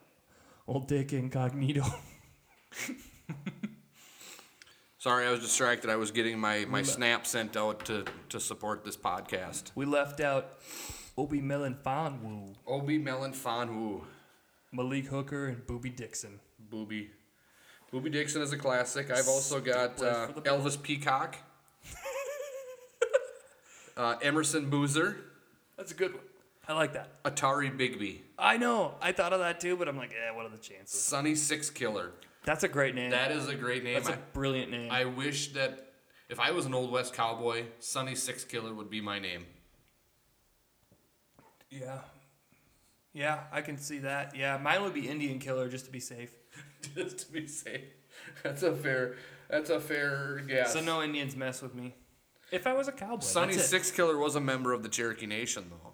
Speaker 1: Old Dick Incognito.
Speaker 2: Sorry, I was distracted. I was getting my, my snap sent out to, to support this podcast.
Speaker 1: we left out Obi Mellon Fanwu,
Speaker 2: Obi Melon Fanwu.
Speaker 1: Malik Hooker, and Booby Dixon.
Speaker 2: Booby. Booby Dixon is a classic. I've also got
Speaker 1: Stick with
Speaker 2: uh,
Speaker 1: for the
Speaker 2: Elvis Peacock, uh, Emerson Boozer,
Speaker 1: That's a good one. I like that.
Speaker 2: Atari Bigby,
Speaker 1: I know. I thought of that too, but I'm like, eh, what are the chances?
Speaker 2: Sonny Six Killer.
Speaker 1: That's a great name.
Speaker 2: That is a great name.
Speaker 1: That's a brilliant name.
Speaker 2: I, I wish that if I was an Old West cowboy, Sonny Six Killer would be my name.
Speaker 1: yeah. Yeah, I can see that. Yeah, mine would be Indian Killer just to be safe.
Speaker 2: Just to be safe. That's a fair. That's a fair guess.
Speaker 1: So no Indians mess with me. If I was a cowboy,
Speaker 2: Sonny
Speaker 1: that's it.
Speaker 2: Six Killer was a member of the Cherokee Nation, though.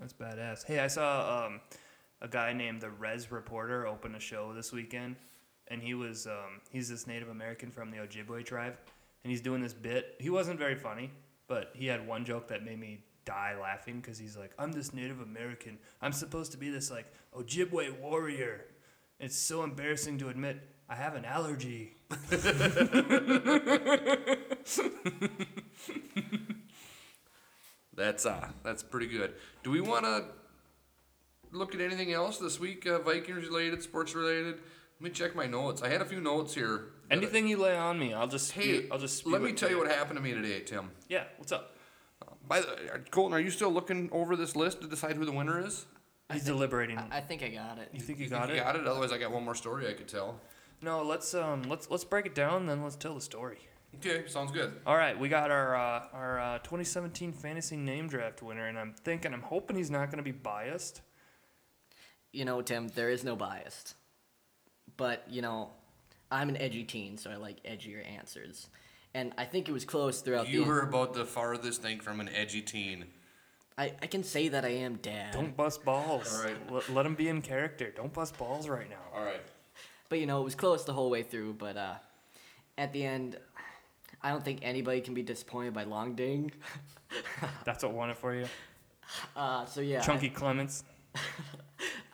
Speaker 1: That's badass. Hey, I saw um, a guy named the Res Reporter open a show this weekend, and he was um, he's this Native American from the Ojibwe tribe, and he's doing this bit. He wasn't very funny, but he had one joke that made me die laughing because he's like, "I'm this Native American. I'm supposed to be this like Ojibwe warrior. It's so embarrassing to admit I have an allergy."
Speaker 2: That's uh, that's pretty good. Do we want to look at anything else this week? Uh, Vikings related, sports related. Let me check my notes. I had a few notes here. that I-
Speaker 1: Anything you lay on me, I'll just spew,
Speaker 2: hey,
Speaker 1: I'll just spew
Speaker 2: let me
Speaker 1: it.
Speaker 2: tell you what happened to me today, Tim.
Speaker 1: Yeah, what's up?
Speaker 2: By the are- Colton, are you still looking over this list to decide who the winner is?
Speaker 1: He's deliberating.
Speaker 10: I, I think I got it.
Speaker 1: you think you
Speaker 2: You
Speaker 1: got it?
Speaker 2: Got it. Otherwise, I got one more story I could tell.
Speaker 1: No, let's um let's let's break it down, then let's tell the story.
Speaker 2: Okay, sounds good.
Speaker 1: All right, we got our uh, our uh, 2017 fantasy name draft winner, and I'm thinking, I'm hoping he's not going to be biased.
Speaker 10: You know, Tim, there is no bias. But, you know, I'm an edgy teen, so I like edgier answers. And I think it was close throughout
Speaker 2: You
Speaker 10: the
Speaker 2: were about the farthest thing from an edgy teen.
Speaker 10: I, I can say that I am dad.
Speaker 1: Don't bust balls.
Speaker 2: All right.
Speaker 1: Let, let him be in character. Don't bust balls right now.
Speaker 2: All right.
Speaker 10: But you know, it was close the whole way through. But uh, at the end, I don't think anybody can be disappointed by Long Ding.
Speaker 1: That's what won it for you,
Speaker 10: Uh, so yeah,
Speaker 1: Chunky Clements.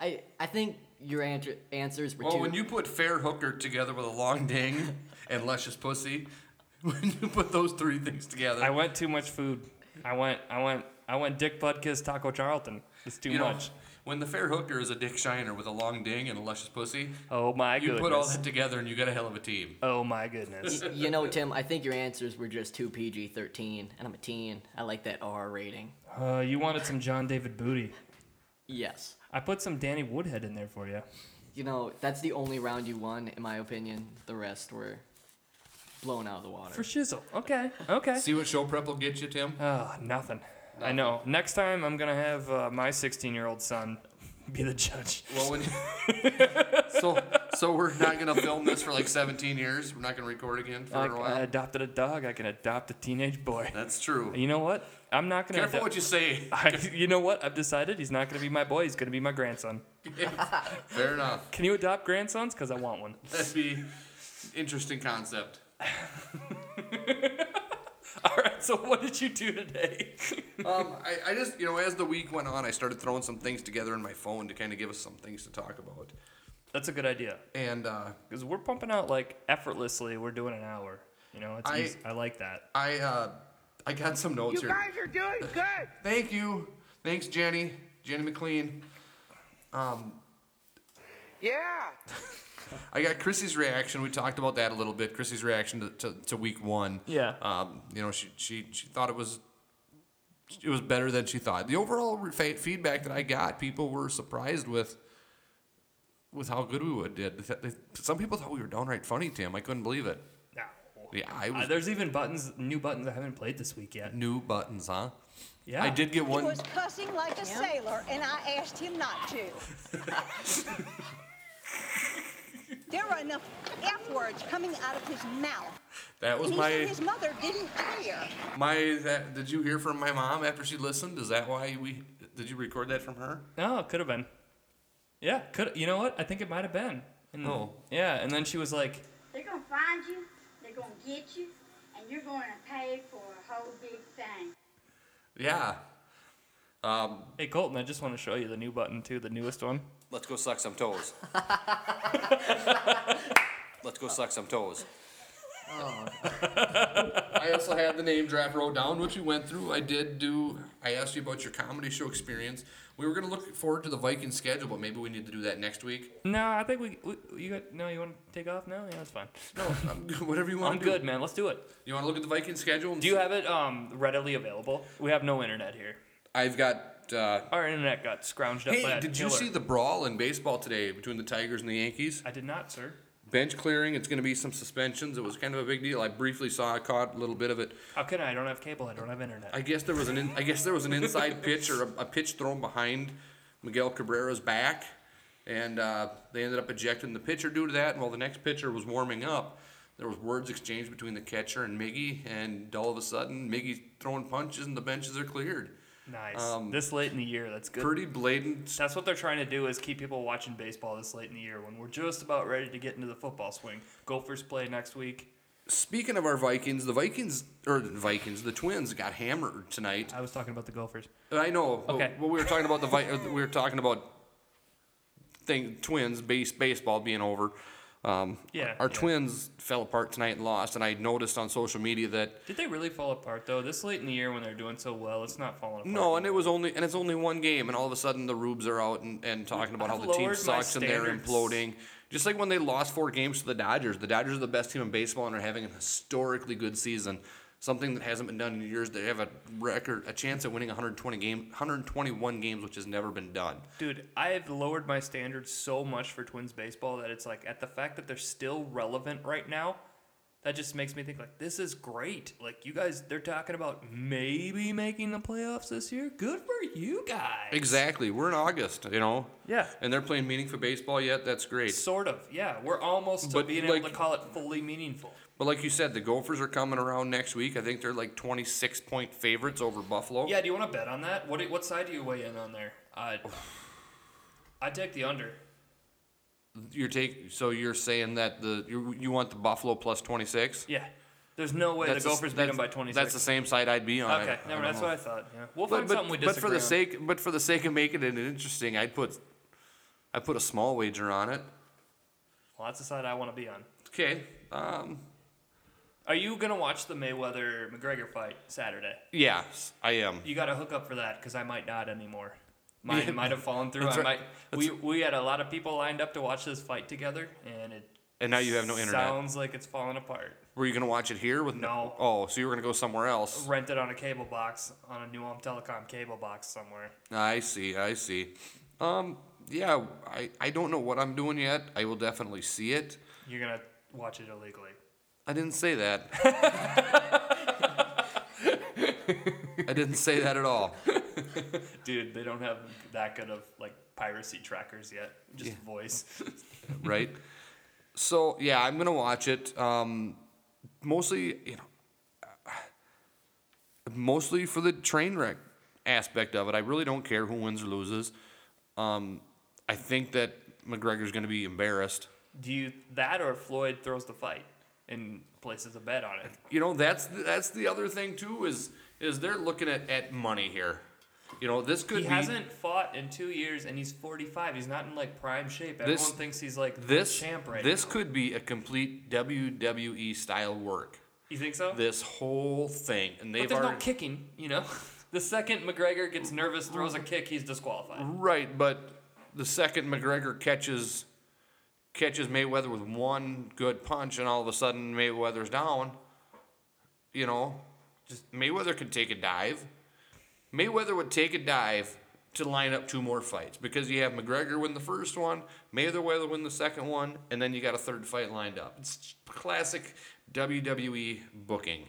Speaker 10: I, I think your answer, answers were
Speaker 2: Well,
Speaker 10: too.
Speaker 2: when you put Fair Hooker together with a long ding and Luscious Pussy, when you put those three things together,
Speaker 1: I went too much food. I went. I went. I went. Dick Butkus Taco Charlton. It's too
Speaker 2: you know,
Speaker 1: much.
Speaker 2: when the Fair Hooker is a Dick Shiner with a long ding and a Luscious Pussy,
Speaker 1: Oh my
Speaker 2: you
Speaker 1: goodness.
Speaker 2: put all that together and you got a hell of a team.
Speaker 1: oh my goodness.
Speaker 10: you know, Tim, I think your answers were just too PG thirteen, and I'm a teen. I like that R rating.
Speaker 1: Uh, you wanted some John David Booty.
Speaker 10: Yes.
Speaker 1: I put some Danny Woodhead in there for you.
Speaker 10: You know, that's the only round you won, in my opinion. The rest were blown out of the water.
Speaker 1: For shizzle. Okay. Okay.
Speaker 2: See what show prep will get you, Tim?
Speaker 1: Oh, nothing. I know. Next time, I'm gonna have uh, my 16 year old son be the judge.
Speaker 2: Well, when so so we're not gonna film this for like 17 years. We're not gonna record again for
Speaker 1: Like uh,
Speaker 2: a
Speaker 1: I
Speaker 2: while.
Speaker 1: adopted a dog, I can adopt a teenage boy.
Speaker 2: That's true.
Speaker 1: You know what? I'm not gonna.
Speaker 2: Careful
Speaker 1: ado-
Speaker 2: what you say.
Speaker 1: I, you know what? I've decided he's not gonna be my boy. He's gonna be my grandson.
Speaker 2: Fair enough.
Speaker 1: Can you adopt grandsons? Cause I want one.
Speaker 2: That'd be interesting concept.
Speaker 1: All right. So what did you do today?
Speaker 2: Um, I, I just you know as the week went on, I started throwing some things together in my phone to kind of give us some things to talk about.
Speaker 1: That's a good idea.
Speaker 2: And uh,
Speaker 1: Cause we're pumping out like effortlessly. We're doing an hour. You know, it's
Speaker 2: I-
Speaker 1: easy. I like that.
Speaker 2: I uh, I got some notes
Speaker 5: You
Speaker 2: here.
Speaker 5: guys are doing good.
Speaker 2: Thank you. Thanks, Jenny. Jenny McLean.
Speaker 5: Yeah.
Speaker 2: I got Chrissy's reaction. We talked about that a little bit. Chrissy's reaction to, to, to week one.
Speaker 1: Yeah.
Speaker 2: Um, you know, she, she she thought it was it was better than she thought. The overall re- fe- feedback that I got, people were surprised with with how good we would did. They- they- Some people thought we were downright funny, Tim. I couldn't believe it.
Speaker 1: Now,
Speaker 2: Yeah, I
Speaker 1: uh,
Speaker 2: was
Speaker 1: there's even buttons, new buttons I haven't played this week yet.
Speaker 2: new buttons, huh?
Speaker 1: Yeah.
Speaker 2: I did get
Speaker 4: He
Speaker 2: one.
Speaker 4: was cussing like a sailor, and I asked him not to. there were enough F words coming out of his mouth.
Speaker 2: That was
Speaker 4: and he said
Speaker 2: my
Speaker 4: his mother didn't care.
Speaker 2: my. That, did you hear from my mom after she listened? Is that why we did you record that from her?
Speaker 1: Oh, it could have been. Yeah, could you know what? I think it might have been. And-
Speaker 2: Oh.
Speaker 1: Yeah, and then she was like,
Speaker 11: They're gonna find you, they're gonna get you, and you're gonna pay for a whole big thing.
Speaker 2: Yeah. Um,
Speaker 1: "Hey Colton, I just want to show you the new button too, the newest one."
Speaker 2: Let's go suck some toes. Let's go suck some toes. I also had the name draft wrote down, which we went through. I did do. I asked you about your comedy show experience. We were gonna look forward to the Viking schedule, but maybe we need to do that next week.
Speaker 1: No, I think we, we you got no, you want to take off now? Yeah, that's fine.
Speaker 2: No, I'm, Um, whatever you want.
Speaker 1: I'm good, man. Let's do it.
Speaker 2: You want to look at the Viking schedule? and
Speaker 1: Do you
Speaker 2: see-
Speaker 1: have it um readily available? We have no internet here.
Speaker 2: I've got. Uh,
Speaker 1: Our internet got scrounged up. by
Speaker 2: hey,
Speaker 1: a
Speaker 2: did you
Speaker 1: killer.
Speaker 2: see the brawl in baseball today between the Tigers and the Yankees?
Speaker 1: I did not, sir.
Speaker 2: Bench clearing. It's gonna be some suspensions. It was kind of a big deal. I briefly saw, caught a little bit of it.
Speaker 1: How can I? I don't have cable. I don't have internet.
Speaker 2: I guess there was an in, I guess there was an inside pitch or a, a pitch thrown behind Miguel Cabrera's back, and uh, they ended up ejecting the pitcher due to that. And while the next pitcher was warming up, there was words exchanged between the catcher and Miggy, and all of a sudden Miggy's throwing punches and the benches are cleared.
Speaker 1: nice.
Speaker 2: um,
Speaker 1: this late in the year, that's good.
Speaker 2: Pretty blatant.
Speaker 1: That's what they're trying to do is keep people watching baseball this late in the year when we're just about ready to get into the football swing. Gophers play next week.
Speaker 2: Speaking of our Vikings, the Vikings or the Vikings, the Twins got hammered tonight.
Speaker 1: I was talking about the Gophers.
Speaker 2: I know. but-
Speaker 1: Okay.
Speaker 2: But we were talking about the Vi- uh, we were talking about thing twins base baseball being over. Um,
Speaker 1: Yeah,
Speaker 2: Our
Speaker 1: yeah.
Speaker 2: twins fell apart tonight and lost, and I noticed on social media that
Speaker 1: Did they really fall apart though? This late in the year when they're doing so well, it's not falling apart.
Speaker 2: no, and it was only and it's only one game, and all of a sudden the Rubes are out and, and talking about
Speaker 1: I've
Speaker 2: how the team
Speaker 1: lowered my
Speaker 2: sucks and they're
Speaker 1: standards.
Speaker 2: imploding. Just like when they lost four games to the Dodgers, the Dodgers are the best team in baseball and are having a historically good season. Something that hasn't been done in years. They have a record, a chance at winning 120 game, 121 games, which has never been done.
Speaker 1: Dude, I have lowered my standards so much for Twins baseball that it's like at the fact that they're still relevant right now that just makes me think like this is great. Like you guys, they're talking about maybe making the playoffs this year. Good for you guys.
Speaker 2: Exactly. We're in August, you know.
Speaker 1: Yeah.
Speaker 2: And they're playing meaningful baseball yet. That's great.
Speaker 1: Sort of. Yeah, we're almost to
Speaker 2: But,
Speaker 1: being
Speaker 2: like-
Speaker 1: able to call it fully meaningful.
Speaker 2: But like you said, the Gophers are coming around next week. I think they're like 26 point favorites over Buffalo.
Speaker 1: Yeah. Do you want to bet on that? What do- What side do you weigh in on there? I I take the under.
Speaker 2: You're take so you're saying that the you, you want the Buffalo plus 26?
Speaker 1: Yeah. There's no way
Speaker 2: That's
Speaker 1: the
Speaker 2: the s-
Speaker 1: Gophers beat them
Speaker 2: that's-
Speaker 1: by 26.
Speaker 2: That's the same side I'd be on. I-
Speaker 1: Okay,
Speaker 2: I
Speaker 1: never.
Speaker 2: don't
Speaker 1: That's
Speaker 2: know.
Speaker 1: what I thought. Yeah. We'll
Speaker 2: But-
Speaker 1: find
Speaker 2: but,
Speaker 1: something we
Speaker 2: but
Speaker 1: disagree
Speaker 2: for the
Speaker 1: on.
Speaker 2: sake but for the sake of making it interesting, I'd put I put a small wager on it.
Speaker 1: Well, that's the side I want to be on.
Speaker 2: Okay. Um,
Speaker 1: Are you gonna watch the Mayweather McGregor fight Saturday?
Speaker 2: Yes, I am.
Speaker 1: You got to hook up for that because I might not anymore. Mine
Speaker 2: Yeah.
Speaker 1: might have fallen through.
Speaker 2: That's
Speaker 1: I
Speaker 2: right.
Speaker 1: might. We, we had a lot of people lined up to watch this fight together, and it
Speaker 2: And now you have no internet.
Speaker 1: Sounds like it's falling apart.
Speaker 2: Were you gonna watch it here with
Speaker 1: No.
Speaker 2: Oh, so you were gonna go somewhere else?
Speaker 1: Rented on a cable box on a New Home Telecom cable box somewhere.
Speaker 2: I see. I see. Um, yeah, I, I don't know what I'm doing yet. I will definitely see it.
Speaker 1: You're gonna watch it illegally.
Speaker 2: I didn't say that. I didn't say that at all.
Speaker 1: Dude, they don't have that good of like piracy trackers yet. Just
Speaker 2: Yeah.
Speaker 1: voice.
Speaker 2: right? So yeah, I'm gonna watch it. Um, mostly, you know, mostly for the train wreck aspect of it. I really don't care who wins or loses. Um, I think that McGregor's gonna be embarrassed.
Speaker 1: Do you that or Floyd throws the fight and places a bet on it?
Speaker 2: You know, that's that's the other thing too is is they're looking at, at money here. You know, this could
Speaker 1: he
Speaker 2: be
Speaker 1: hasn't fought in two years, and he's 45. He's not in like prime shape. Everyone
Speaker 2: This-
Speaker 1: thinks he's like
Speaker 2: this
Speaker 1: the champ right
Speaker 2: this
Speaker 1: now.
Speaker 2: could be a complete WWE style work.
Speaker 1: You think so?
Speaker 2: This whole thing, and they've
Speaker 1: but there's
Speaker 2: already,
Speaker 1: no kicking. You know, the second McGregor gets nervous, throws a kick, he's disqualified.
Speaker 2: Right, but the second McGregor catches catches Mayweather with one good punch, and all of a sudden Mayweather's down. You know, just Mayweather could take a dive. Mayweather would take a dive to line up two more fights because you have McGregor win the first one, Mayweather win the second one, and then you got a third fight lined up. It's classic WWE booking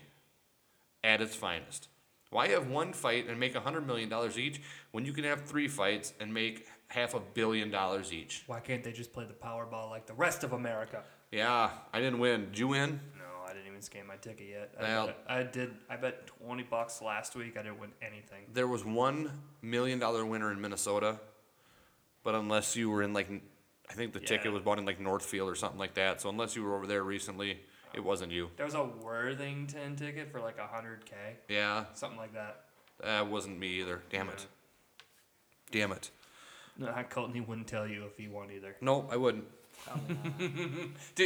Speaker 2: at its finest. Why have one fight and make $100 million each when you can have three fights and make half a billion dollars each?
Speaker 1: Why can't they just play the Powerball like the rest of America?
Speaker 2: Yeah, I didn't win. Did you win?
Speaker 1: No, I didn't even scan my ticket yet. I,
Speaker 2: Well-
Speaker 1: bet, I did. I bet 20 bucks last week. I didn't win anything.
Speaker 2: There was $1 million winner in Minnesota, but unless you were in like, I think the ticket was bought in like Northfield or something like that. So unless you were over there recently, it wasn't you.
Speaker 1: There was a Worthington ticket for like 100k,
Speaker 2: Yeah,
Speaker 1: something like that.
Speaker 2: that wasn't me either. Damn it. Damn it.
Speaker 1: No, Colton, he wouldn't tell you if he won either.
Speaker 2: No, I wouldn't.
Speaker 1: Dude,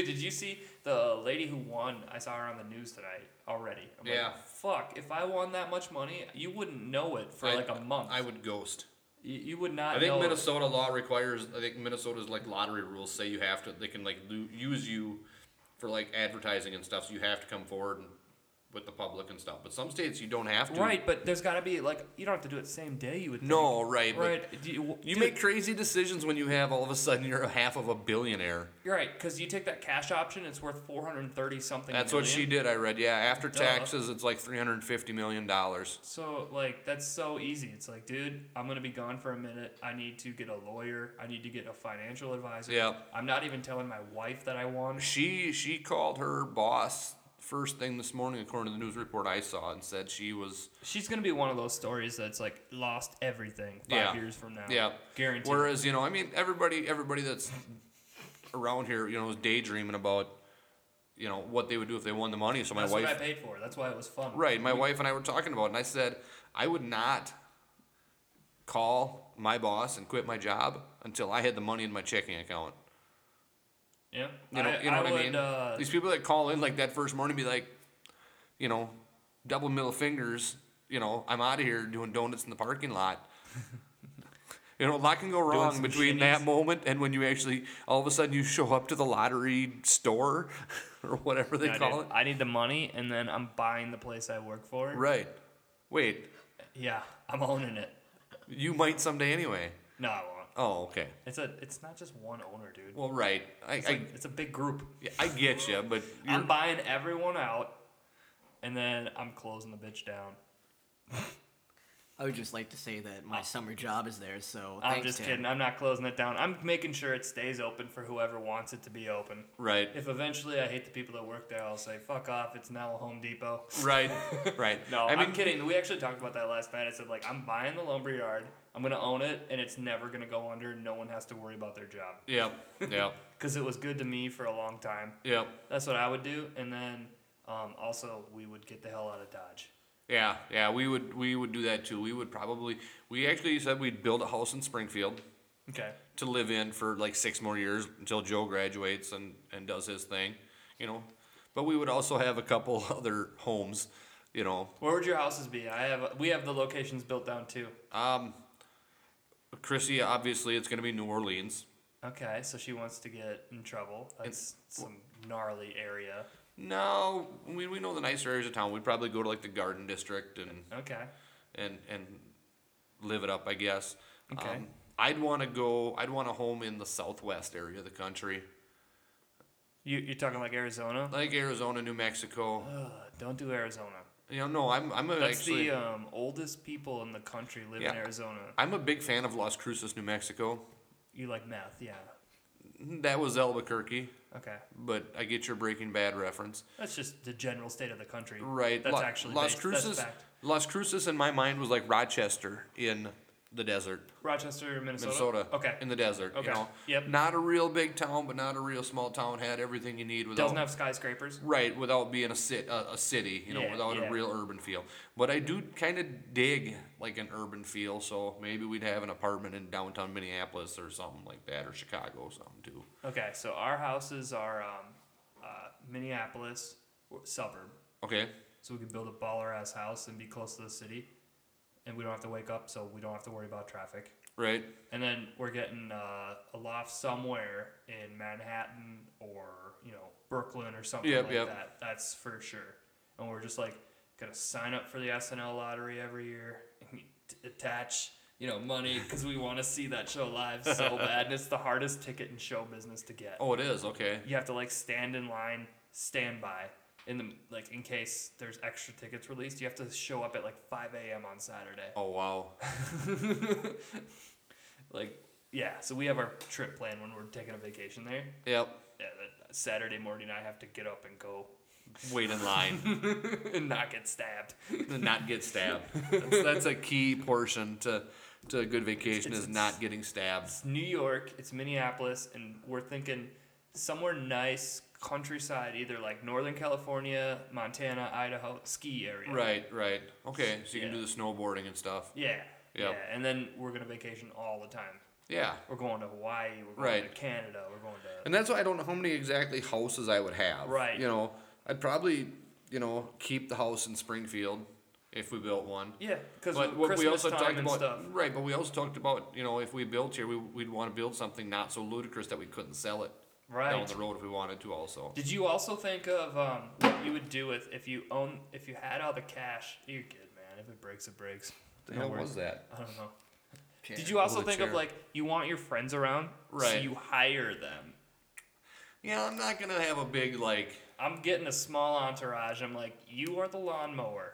Speaker 1: did you see the lady who won? I saw her on the news tonight already. I'm like,
Speaker 2: Yeah.
Speaker 1: Fuck, if I won that much money, you wouldn't know it for
Speaker 2: I-
Speaker 1: like a month.
Speaker 2: I would ghost.
Speaker 1: you, you would not
Speaker 2: I think
Speaker 1: know.
Speaker 2: Minnesota law requires. I think Minnesota's like lottery rules say you have to. They can like lo- use you for like advertising and stuff. So you have to come forward and, with the public and stuff. But some states you don't have to.
Speaker 1: Right, but there's got to be like you don't have to do it same day. You would think.
Speaker 2: No, right. Right.
Speaker 1: right. Do you,
Speaker 2: you
Speaker 1: dude,
Speaker 2: make crazy decisions when you have all of a sudden you're a half of a billionaire.
Speaker 1: You're right, because you take that cash option, it's worth 430 something.
Speaker 2: That's what she
Speaker 1: million.
Speaker 2: did. I read. Yeah, after
Speaker 1: Duh.
Speaker 2: taxes, it's like three hundred fifty million dollars.
Speaker 1: So like that's so easy. It's like, dude, I'm gonna be gone for a minute. I need to get a lawyer. I need to get a financial advisor.
Speaker 2: Yep.
Speaker 1: I'm not even telling my wife that I won.
Speaker 2: She she called her boss first thing this morning, according to the news report I saw, and said she was.
Speaker 1: She's gonna be one of those stories that's like lost everything five years from now.
Speaker 2: Yeah,
Speaker 1: guaranteed.
Speaker 2: Whereas you know, I mean, everybody, everybody that's around here, you know, is daydreaming about, you know, what they would do if they won the money. So my
Speaker 1: that's
Speaker 2: wife,
Speaker 1: what I paid for. That's why it was fun.
Speaker 2: right? My wife and I were talking about, it, and I said I would not call my boss and quit my job until I had the money in my checking account.
Speaker 1: Yeah.
Speaker 2: You know,
Speaker 1: I,
Speaker 2: you know
Speaker 1: I
Speaker 2: what
Speaker 1: would,
Speaker 2: I mean?
Speaker 1: Uh,
Speaker 2: These people that call in like that first morning be like, you know, double middle fingers. You know, I'm out of here doing donuts in the parking lot. you know, a lot can go wrong
Speaker 1: some
Speaker 2: between that moment and when you actually all of a sudden you show up to the lottery store or whatever they
Speaker 1: no,
Speaker 2: call
Speaker 1: dude, I need the money, and then I'm buying the place I work for.
Speaker 2: it. Right. Wait,
Speaker 1: Yeah, I'm owning it.
Speaker 2: you might someday anyway.
Speaker 1: No, I won't.
Speaker 2: Oh, okay.
Speaker 1: It's a. It's not just one owner, dude.
Speaker 2: Well, right. I-
Speaker 1: it's,
Speaker 2: I-
Speaker 1: like- it's a big group.
Speaker 2: Yeah, I get you, but you're,
Speaker 1: I'm buying everyone out, and then I'm closing the bitch down.
Speaker 10: I would just like to say that my summer job is there, so
Speaker 1: I'm
Speaker 10: thanks,
Speaker 1: just
Speaker 10: Tim.
Speaker 1: kidding. I'm not closing it down. I'm making sure it stays open for whoever wants it to be open.
Speaker 2: Right.
Speaker 1: If eventually I hate the people that work there, I'll say fuck off. It's now a Home Depot.
Speaker 2: Right, right.
Speaker 1: no,
Speaker 2: I
Speaker 1: I mean,
Speaker 2: mean-
Speaker 1: am kidding. We actually talked about that last night. I said like I'm buying the lumber yard. I'm gonna own it, and it's never gonna go under. and No one has to worry about their job.
Speaker 2: Yep, yep.
Speaker 1: Because it was good to me for a long time.
Speaker 2: Yep.
Speaker 1: That's what I would do, and then um, also we would get the hell out of Dodge.
Speaker 2: Yeah, yeah, we would we would do that too. We would probably we actually said we'd build a house in Springfield.
Speaker 1: Okay.
Speaker 2: To live in for like six more years until Joe graduates and and does his thing, you know. But we would also have a couple other homes, you know.
Speaker 1: Where would your houses be? I have we have the locations built down too.
Speaker 2: Um, Chrissy, obviously, it's going to be New Orleans.
Speaker 1: Okay, so she wants to get in trouble. That's some gnarly area.
Speaker 2: No, we, we know the nicer areas of town. We'd probably go to like the Garden District and
Speaker 1: Okay.
Speaker 2: and and live it up, I guess. Um,
Speaker 1: Okay.
Speaker 2: I'd want to go. I'd want a home in the southwest area of the country,
Speaker 1: You you're talking like Arizona?
Speaker 2: like Arizona, New Mexico.
Speaker 1: Ugh, don't do Arizona.
Speaker 2: You know, no, I'm I'm a,
Speaker 1: That's
Speaker 2: actually.
Speaker 1: the um, oldest people in the country live in
Speaker 2: yeah,
Speaker 1: Arizona.
Speaker 2: I'm a big fan of Las Cruces, New Mexico.
Speaker 1: You like meth, yeah.
Speaker 2: That was Albuquerque.
Speaker 1: Okay.
Speaker 2: But I get your Breaking Bad reference.
Speaker 1: That's just the general state of the country.
Speaker 2: Right.
Speaker 1: That's
Speaker 2: La-
Speaker 1: actually
Speaker 2: Las
Speaker 1: based- that's
Speaker 2: Cruces.
Speaker 1: fact.
Speaker 2: Las Cruces in my mind was like Rochester in the desert.
Speaker 1: Rochester, Minnesota.
Speaker 2: Minnesota.
Speaker 1: Okay.
Speaker 2: In the desert.
Speaker 1: Okay.
Speaker 2: You know?
Speaker 1: Yep.
Speaker 2: Not a real big town, but not a real small town. Had everything you need without
Speaker 1: Doesn't have skyscrapers.
Speaker 2: right without being a sit a, a city. You know,
Speaker 1: Yeah,
Speaker 2: without
Speaker 1: yeah. Mm-hmm.
Speaker 2: a real urban feel. But I do kind of dig like an urban feel. So maybe we'd have an apartment in downtown Minneapolis or something like that, or Chicago, or something too.
Speaker 1: Okay, so our houses are um, uh, Minneapolis suburb.
Speaker 2: Okay.
Speaker 1: So we could build a baller ass house and be close to the city, and we don't have to wake up, so we don't have to worry about traffic.
Speaker 2: Right.
Speaker 1: And then we're getting uh, a loft somewhere in Manhattan or you know Brooklyn or something
Speaker 2: Yep,
Speaker 1: like
Speaker 2: yep.
Speaker 1: that. That's for sure. And we're just like gonna sign up for the SNL lottery every year and t- attach you know money because we want to see that show live so bad. And it's the hardest ticket in show business to get.
Speaker 2: Oh, it is okay.
Speaker 1: You have to like stand in line, stand by in the like in case there's extra tickets released. You have to show up at like 5 a.m. on Saturday.
Speaker 2: Oh wow.
Speaker 1: Like yeah, so we have our trip planned when we're taking a vacation there.
Speaker 2: Yep.
Speaker 1: Yeah, that Saturday morning I have to get up and go
Speaker 2: Wait in line.
Speaker 1: and not get stabbed.
Speaker 2: to not get stabbed. That's, that's a key portion to to a good vacation is not getting stabbed.
Speaker 1: It's New York, it's Minneapolis, and we're thinking somewhere nice countryside, either like Northern California, Montana, Idaho, ski area.
Speaker 2: Right, right. Okay, so you can
Speaker 1: Yeah.
Speaker 2: do the snowboarding and stuff.
Speaker 1: Yeah.
Speaker 2: Yeah.
Speaker 1: Yeah. And then we're gonna vacation all the time.
Speaker 2: Yeah.
Speaker 1: We're going to Hawaii. We're going
Speaker 2: Right.
Speaker 1: to Canada. We're going to.
Speaker 2: And that's why I don't know how many exactly houses I would have.
Speaker 1: Right.
Speaker 2: You know, I'd probably, you know, keep the house in Springfield if we built one.
Speaker 1: Yeah, 'cause
Speaker 2: But what we
Speaker 1: Christmas
Speaker 2: also
Speaker 1: time
Speaker 2: talked
Speaker 1: and
Speaker 2: about,
Speaker 1: stuff.
Speaker 2: right? But we also talked about, you know, if we built here, we, we'd want to build something not so ludicrous that we couldn't sell it down
Speaker 1: Right.
Speaker 2: the road if we wanted to. Also,
Speaker 1: Did you also think of um, what you would do with if you own if you had all the cash? You're good, man. If it breaks, it breaks.
Speaker 2: The
Speaker 1: No
Speaker 2: hell
Speaker 1: worries. Uh-huh.
Speaker 2: was that?
Speaker 1: I don't know.
Speaker 2: Chair.
Speaker 1: Did you also
Speaker 2: Oh, the
Speaker 1: think of
Speaker 2: chair.
Speaker 1: like you want your friends around, So
Speaker 2: Right.
Speaker 1: you hire them.
Speaker 2: yeah, I'm not gonna have a big like.
Speaker 1: I'm getting a small entourage. I'm like, you are the lawnmower.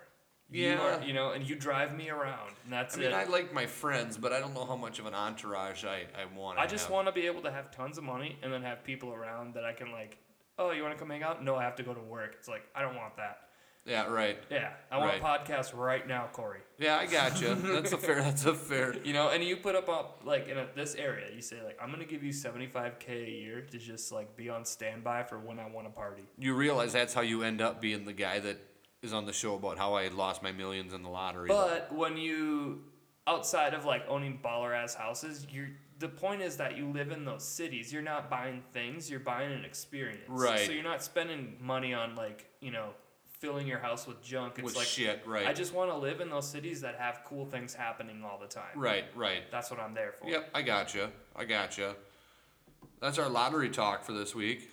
Speaker 1: You,
Speaker 2: Yeah.
Speaker 1: are, you know, and you drive me around, and that's
Speaker 2: I mean,
Speaker 1: it.
Speaker 2: I like my friends, but I don't know how much of an entourage I, I want.
Speaker 1: I just want to be able to have tons of money and then have people around that I can like, oh, you want to come hang out? No, I have to go to work. It's like I don't want that.
Speaker 2: Yeah, right.
Speaker 1: Yeah, I want
Speaker 2: Right.
Speaker 1: a podcast right now, Corey.
Speaker 2: Yeah, I gotcha. that's a fair. That's a fair.
Speaker 1: You know, and you put up up like in a, this area, you say like, I'm gonna give you 75k a year to just like be on standby for when I want to party.
Speaker 2: You realize that's how you end up being the guy that is on the show about how I lost my millions in the lottery.
Speaker 1: But when you outside of like owning baller ass houses, you're the point is that you live in those cities. You're not buying things, you're buying an experience.
Speaker 2: Right.
Speaker 1: So you're not spending money on like, you know, filling your house with junk. It's
Speaker 2: With
Speaker 1: like
Speaker 2: shit, right.
Speaker 1: I just want to live in those cities that have cool things happening all the time.
Speaker 2: Right, right.
Speaker 1: That's what I'm there for.
Speaker 2: Yep, I gotcha. I gotcha. That's our lottery talk for this week.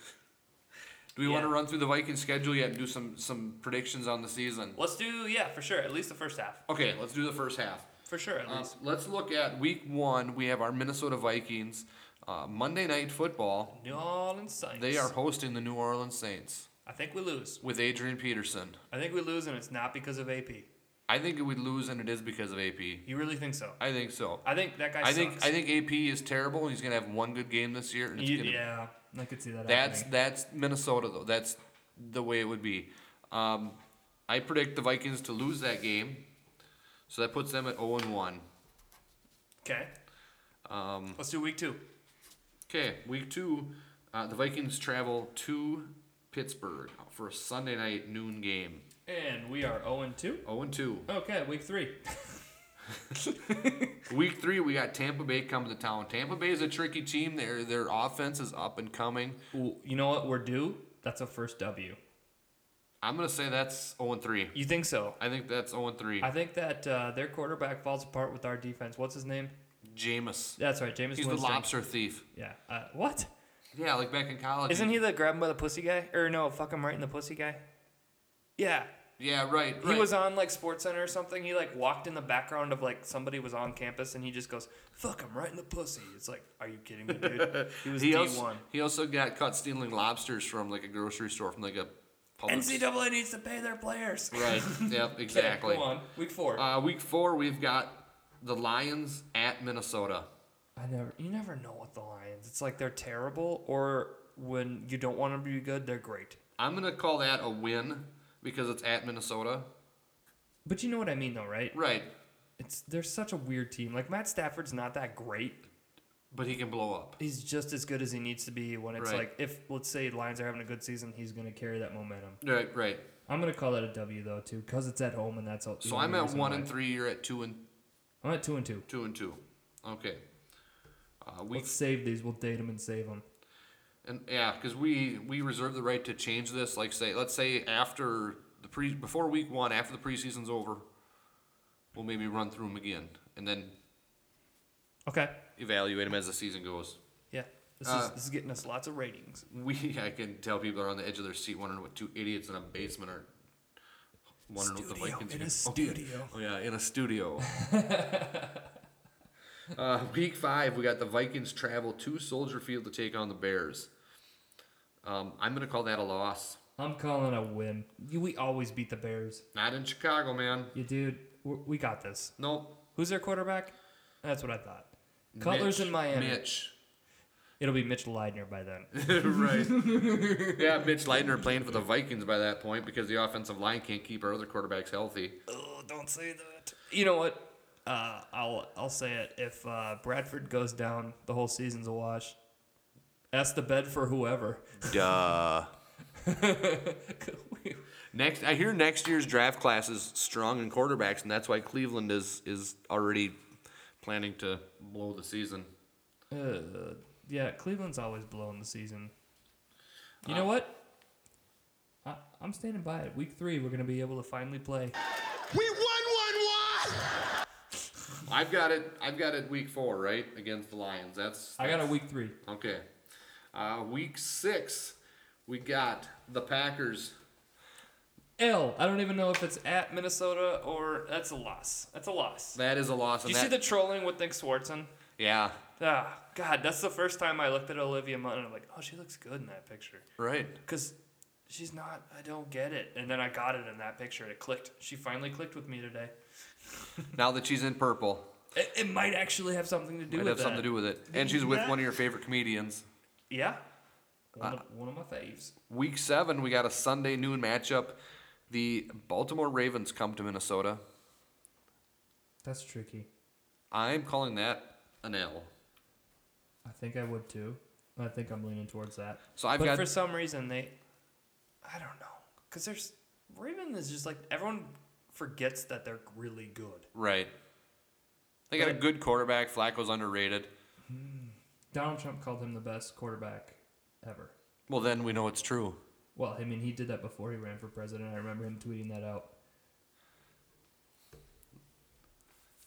Speaker 2: Do we want to
Speaker 1: Yeah.
Speaker 2: run through the Vikings schedule yet and do some some predictions on the season?
Speaker 1: Let's do yeah, for sure. At least the first half.
Speaker 2: Okay, let's do the first half.
Speaker 1: For sure, at
Speaker 2: Uh,
Speaker 1: least.
Speaker 2: let's look at week one. We have our Minnesota Vikings. Uh, Monday night football.
Speaker 1: New Orleans Saints.
Speaker 2: They are hosting the New Orleans Saints
Speaker 1: I think we lose.
Speaker 2: with Adrian Peterson.
Speaker 1: I think we lose, and it's not because of AP.
Speaker 2: I think we lose, and it is because of AP.
Speaker 1: You really think so?
Speaker 2: I think so.
Speaker 1: I think that guy.
Speaker 2: I think
Speaker 1: sucks.
Speaker 2: I think AP is terrible. and He's gonna have one good game this year. And it's
Speaker 1: You-
Speaker 2: gonna,
Speaker 1: yeah, I could see that.
Speaker 2: That's
Speaker 1: happening.
Speaker 2: that's Minnesota though. That's the way it would be. Um, I predict the Vikings to lose that game, so that puts them at zero and one.
Speaker 1: okay.
Speaker 2: Um,
Speaker 1: Let's do week two.
Speaker 2: okay, week two, uh, the Vikings travel to Pittsburgh for a Sunday night noon game.
Speaker 1: And we are 0 and 2.
Speaker 2: Zero and two.
Speaker 1: Okay, week three.
Speaker 2: Week three, we got Tampa Bay coming to town. Tampa Bay is a tricky team. Their their offense is up and coming.
Speaker 1: Ooh, you know what we're due? That's a first W.
Speaker 2: I'm gonna say that's zero and three.
Speaker 1: You think so?
Speaker 2: I think that's zero and three.
Speaker 1: I think that uh, their quarterback falls apart with our defense. What's his name?
Speaker 2: Jameis.
Speaker 1: That's right, Jameis
Speaker 2: He's the
Speaker 1: Winston.
Speaker 2: lobster thief.
Speaker 1: Yeah. Uh, what?
Speaker 2: Yeah, like back in college.
Speaker 1: Isn't he the grab him by the pussy guy? Or no, fuck him right in the pussy guy? Yeah.
Speaker 2: Yeah, right.
Speaker 1: He was on like Sports Center or something. He like walked in the background of like somebody was on campus and he just goes, fuck him right in the pussy. It's like, are you kidding me, dude? He was
Speaker 2: he
Speaker 1: D1.
Speaker 2: also, he also got caught stealing lobsters from like a grocery store from like a public.
Speaker 1: NCAA needs to pay their players.
Speaker 2: Right. Yep. Exactly.
Speaker 1: Okay, go on. Week four.
Speaker 2: Uh, week four, we've got the Lions at Minnesota.
Speaker 1: I never. You never know with the Lions. It's like they're terrible, or when you don't want them to be good, they're great.
Speaker 2: I'm gonna call that a win because it's at Minnesota.
Speaker 1: But you know what I mean, though, right?
Speaker 2: Right.
Speaker 1: It's they're such a weird team. Like Matt Stafford's not that great.
Speaker 2: But he can blow up.
Speaker 1: He's just as good as he needs to be when it's
Speaker 2: Right.
Speaker 1: like if let's say Lions are having a good season, he's going to carry that momentum.
Speaker 2: Right. Right.
Speaker 1: I'm going to call that a W though too, because it's at home and that's all. the
Speaker 2: So
Speaker 1: only
Speaker 2: I'm at
Speaker 1: reason
Speaker 2: one
Speaker 1: why.
Speaker 2: and three. You're at two and
Speaker 1: I'm at two and two.
Speaker 2: two and two. Okay. Uh, week
Speaker 1: Let's save these. We'll date them and save them.
Speaker 2: And yeah, because we we reserve the right to change this. Like say, let's say after the pre before week one, after the preseason's over, we'll maybe run through them again and then
Speaker 1: Okay.
Speaker 2: evaluate them as the season goes.
Speaker 1: Yeah. This is
Speaker 2: Uh,
Speaker 1: this is getting us lots of ratings.
Speaker 2: We I can tell people are on the edge of their seat wondering what two idiots in a basement are wondering what the
Speaker 1: Studio,
Speaker 2: Vikings
Speaker 1: in
Speaker 2: are-
Speaker 1: a
Speaker 2: Oh, yeah.
Speaker 1: studio.
Speaker 2: Oh yeah, in a studio. uh, week five, we got the Vikings travel to Soldier Field to take on the Bears. Um, I'm gonna call that a loss.
Speaker 1: I'm calling a win. You- We always beat the Bears.
Speaker 2: Not in Chicago, man.
Speaker 1: You dude, w- we got this.
Speaker 2: Nope.
Speaker 1: Who's their quarterback? That's what I thought. Cutler's in Miami.
Speaker 2: Mitch.
Speaker 1: It'll be Mitch Leidner by then.
Speaker 2: right. yeah, Mitch Leitner playing for the Vikings by that point because the offensive line can't keep our other quarterbacks healthy.
Speaker 1: oh, don't say that. You know what? Uh, I'll I'll say it. If uh, Bradford goes down, the whole season's a wash. That's the bed for whoever.
Speaker 2: Duh. Next, I hear next year's draft class is strong in quarterbacks, and that's why Cleveland is is already planning to blow the season.
Speaker 1: Uh, yeah, Cleveland's always blowing the season. You
Speaker 2: Uh,
Speaker 1: know what? I, I'm standing by it. Week three, we're gonna be able to finally play.
Speaker 12: We won one one.
Speaker 2: I've got it. I've got it. Week four, right against the Lions. That's
Speaker 1: I got a
Speaker 2: that's-
Speaker 1: week three.
Speaker 2: Okay. Uh, week six, we got the Packers.
Speaker 1: L. I don't even know if it's at Minnesota or that's a loss. That's a loss.
Speaker 2: That is a loss.
Speaker 1: Do
Speaker 2: and
Speaker 1: you see the
Speaker 2: that-
Speaker 1: trolling with Nick Swartzen?
Speaker 2: Yeah.
Speaker 1: Ah, God, that's the first time I looked at Olivia Munn and I'm like, oh, she looks good in that picture.
Speaker 2: Right.
Speaker 1: Because she's not, I don't get it. And then I got it in that picture and it clicked. She finally clicked with me today.
Speaker 2: Now that she's in purple,
Speaker 1: It, it might actually have something to do
Speaker 2: might
Speaker 1: with
Speaker 2: have something to do with it. And she's with
Speaker 1: Nah.
Speaker 2: one of your favorite comedians.
Speaker 1: Yeah. One,
Speaker 2: Ah.
Speaker 1: of, one of my faves.
Speaker 2: Week seven, we got a Sunday noon matchup. The Baltimore Ravens come to Minnesota.
Speaker 1: That's tricky.
Speaker 2: I'm calling that an L.
Speaker 1: I think I would too. I think I'm leaning towards that.
Speaker 2: So I've
Speaker 1: but
Speaker 2: got-
Speaker 1: for some reason they, I don't know, because there's Raven is just like everyone forgets that they're really good.
Speaker 2: Right. They got a good quarterback. Flacco's underrated.
Speaker 1: Donald Trump called him the best quarterback ever.
Speaker 2: Well, then we know it's true.
Speaker 1: Well, I mean, he did that before he ran for president. I remember him tweeting that out.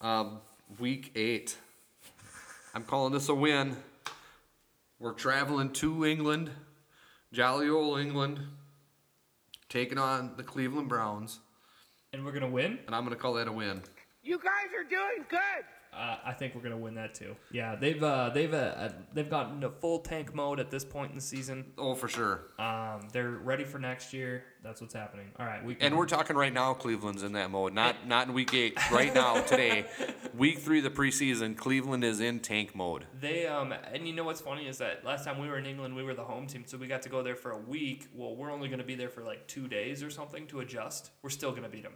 Speaker 2: Um, week eight. I'm calling this a win. We're traveling to England, jolly old England, taking on the Cleveland Browns,
Speaker 1: And we're gonna win.
Speaker 2: and I'm going to call that a win.
Speaker 5: You guys are doing good.
Speaker 1: Uh, I think we're gonna win that too. Yeah, they've uh, they've uh, uh, they've gotten to full tank mode at this point in the season.
Speaker 2: Oh, for sure.
Speaker 1: Um, they're ready for next year. That's what's happening. All right, we
Speaker 2: And we're talking right now. Cleveland's in that mode. Not not in week eight. Right now, today, week three of the preseason, Cleveland is in tank mode.
Speaker 1: They um and you know what's funny is that last time we were in England we were the home team so we got to go there for a week. Well, we're only going to be there for like two days or something to adjust. We're still going to beat them.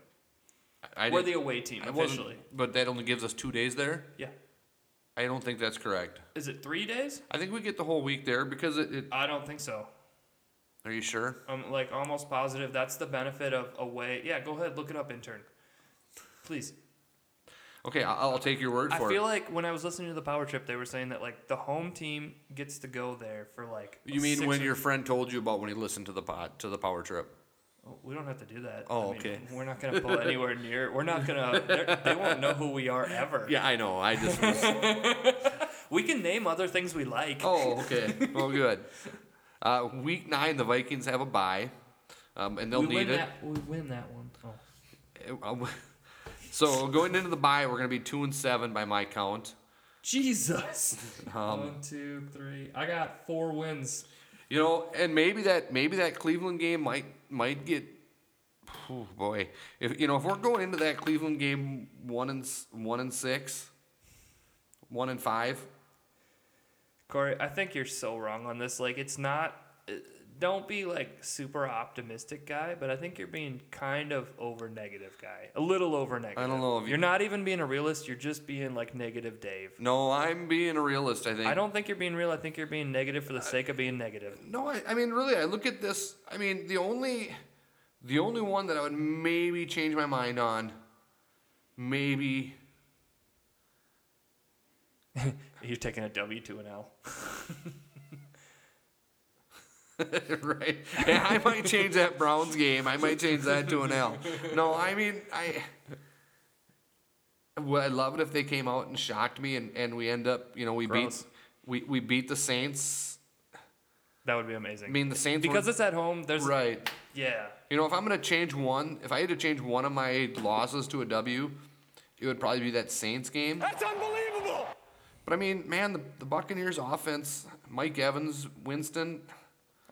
Speaker 2: I
Speaker 1: we're the
Speaker 2: didn't-
Speaker 1: away team
Speaker 2: I wasn't-
Speaker 1: officially.
Speaker 2: But that only gives us two days there.
Speaker 1: Yeah.
Speaker 2: I don't think that's correct.
Speaker 1: Is it three days?
Speaker 2: I think we get the whole week there because it. it
Speaker 1: I don't think so.
Speaker 2: Are you sure?
Speaker 1: I'm like almost positive that's the benefit of away. Yeah, go ahead, look it up, intern. Please.
Speaker 2: Okay, I- I'll, I'll take your word
Speaker 1: I
Speaker 2: for it.
Speaker 1: feel like when I was listening to the power trip, they were saying that like the home team gets to go there for like.
Speaker 2: you mean
Speaker 1: six
Speaker 2: when
Speaker 1: or-
Speaker 2: your friend told you about when he listened to the pod to the power trip?
Speaker 1: Oh, We don't have to do that. I
Speaker 2: Oh,
Speaker 1: mean,
Speaker 2: okay.
Speaker 1: We're not gonna pull anywhere near. We're not gonna. they're- They won't know who we are ever.
Speaker 2: Yeah, I know. I just. Was,
Speaker 1: We can name other things we like.
Speaker 2: Oh, okay. Well, good. Uh, week nine, the Vikings have a bye, um, and they'll
Speaker 1: we
Speaker 2: need
Speaker 1: win
Speaker 2: it.
Speaker 1: That, we win that one. Oh.
Speaker 2: Um, so going into the bye, we're gonna be two and seven by my count.
Speaker 1: Jesus.
Speaker 2: Um,
Speaker 1: one, two, three. I got four wins.
Speaker 2: you know, and maybe that maybe that Cleveland game might might get. Oh boy, if you know if we're going into that Cleveland game one and s- one and six, one and five.
Speaker 1: Corey, I think you're so wrong on this. Like, it's not. uh, Don't be like super optimistic guy, but I think you're being kind of over negative guy. A little over negative.
Speaker 2: I don't know if you-
Speaker 1: You're not even being a realist. You're just being like negative Dave.
Speaker 2: No, I'm being a realist. I think.
Speaker 1: I don't think you're being real. I think you're being negative for the sake of being negative.
Speaker 2: No, I, I mean really, I look at this. I mean the only, the only one that I would maybe change my mind on, maybe
Speaker 1: You're taking a W to an L.
Speaker 2: right. Yeah, I might change that Browns game. I might change that to an L. No, I mean I. Would I love it if they came out and shocked me, and, and we end up, you know, we
Speaker 1: Gross.
Speaker 2: beat we, we beat the Saints.
Speaker 1: That would be amazing.
Speaker 2: I mean, the Saints
Speaker 1: because
Speaker 2: were-
Speaker 1: it's at home. There's
Speaker 2: right.
Speaker 1: Yeah.
Speaker 2: You know, if I'm gonna change one, if I had to change one of my losses to a W, it would probably be that Saints game.
Speaker 13: That's unbelievable.
Speaker 2: But I mean, man, the, the Buccaneers offense, Mike Evans, Winston.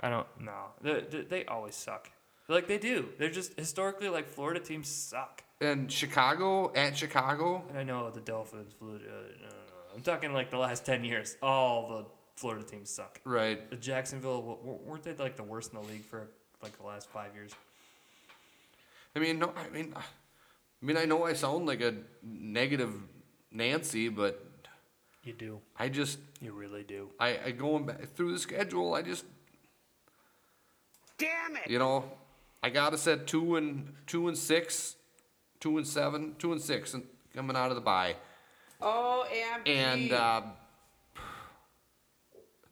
Speaker 1: I don't know. They, they, they always suck. Like they do. They're just historically like Florida teams suck.
Speaker 2: And Chicago at Chicago.
Speaker 1: And I know the Dolphins flew. Uh, no, no, no. I'm talking like the last ten years. All the Florida teams suck.
Speaker 2: Right.
Speaker 1: The Jacksonville w- w- weren't they like the worst in the league for like the last five years?
Speaker 2: I mean, no, I mean, I mean, I know I sound like a negative Nancy, but
Speaker 1: You do.
Speaker 2: I just
Speaker 1: you really do.
Speaker 2: I, I going back through the schedule. I just
Speaker 5: Damn it.
Speaker 2: you know, I gotta set two and two and six, two and seven, two and six, and coming out of the bye.
Speaker 5: OMG.
Speaker 2: And uh,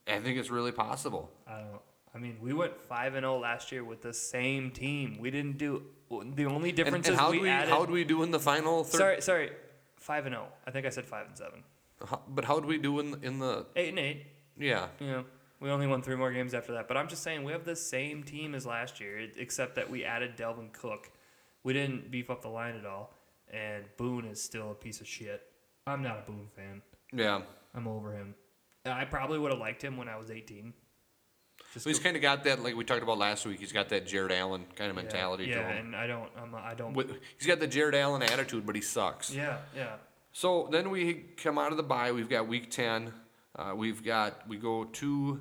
Speaker 2: I think it's really possible.
Speaker 1: I don't. I mean, we went five and zero last year with the same team. We didn't do the only difference
Speaker 2: and
Speaker 1: is
Speaker 2: how
Speaker 1: we,
Speaker 2: do we-
Speaker 1: added.
Speaker 2: how do we do in the final thir-
Speaker 1: Sorry, sorry, five and zero. I think I said five and seven.
Speaker 2: How- but how do we do in in the
Speaker 1: Eight and eight.
Speaker 2: yeah?
Speaker 1: Yeah, we only won three more games after that. But I'm just saying we have the same team as last year, it- except that we added Delvin Cook. We didn't beef up the line at all, and Boone is still a piece of shit. I'm not a Boone fan.
Speaker 2: Yeah.
Speaker 1: I'm over him. I probably would have liked him when I was 18.
Speaker 2: So he's kind of got that, like we talked about last week. He's got that Jared Allen kind of
Speaker 1: Yeah,
Speaker 2: mentality
Speaker 1: Yeah,
Speaker 2: to him.
Speaker 1: and I don't. I'm, I don't.
Speaker 2: Wi- He's got the Jared Allen attitude, but he sucks.
Speaker 1: yeah, yeah.
Speaker 2: So then we come out of the bye. We've got week ten. Uh, we've got we go to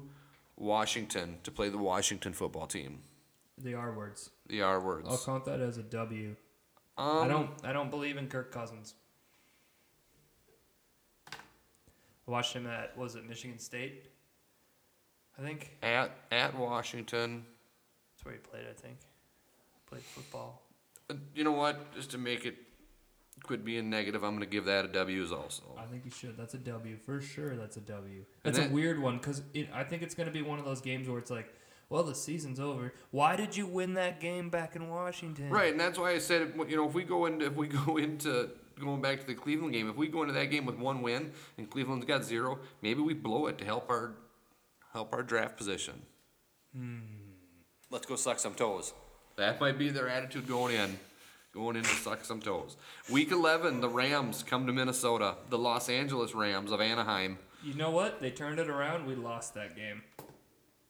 Speaker 2: Washington to play the Washington football team.
Speaker 1: The R words.
Speaker 2: The R words.
Speaker 1: I'll count that as a W.
Speaker 2: Um,
Speaker 1: I don't. I don't believe in Kirk Cousins. I watched him at was it Michigan State? I think
Speaker 2: At at Washington.
Speaker 1: that's where he played. I think played football.
Speaker 2: Uh, You know what? Just to make it quit being negative, I'm going to give that a W's also.
Speaker 1: I think you should. That's a W for sure. That's a W.
Speaker 2: And
Speaker 1: That's
Speaker 2: that-
Speaker 1: a weird one because I think it's going to be one of those games where it's like, well, the season's over. Why did you win that game back in Washington?
Speaker 2: Right, and that's why I said you know if we go into if we go into going back to the Cleveland game, if we go into that game with one win and Cleveland's got zero, maybe we blow it to help our help our draft position. Let's go suck some toes. That might be their attitude going in. Going in to suck some toes. Week 11, the Rams come to Minnesota. The Los Angeles Rams of Anaheim.
Speaker 1: You know what? They turned it around. We lost that game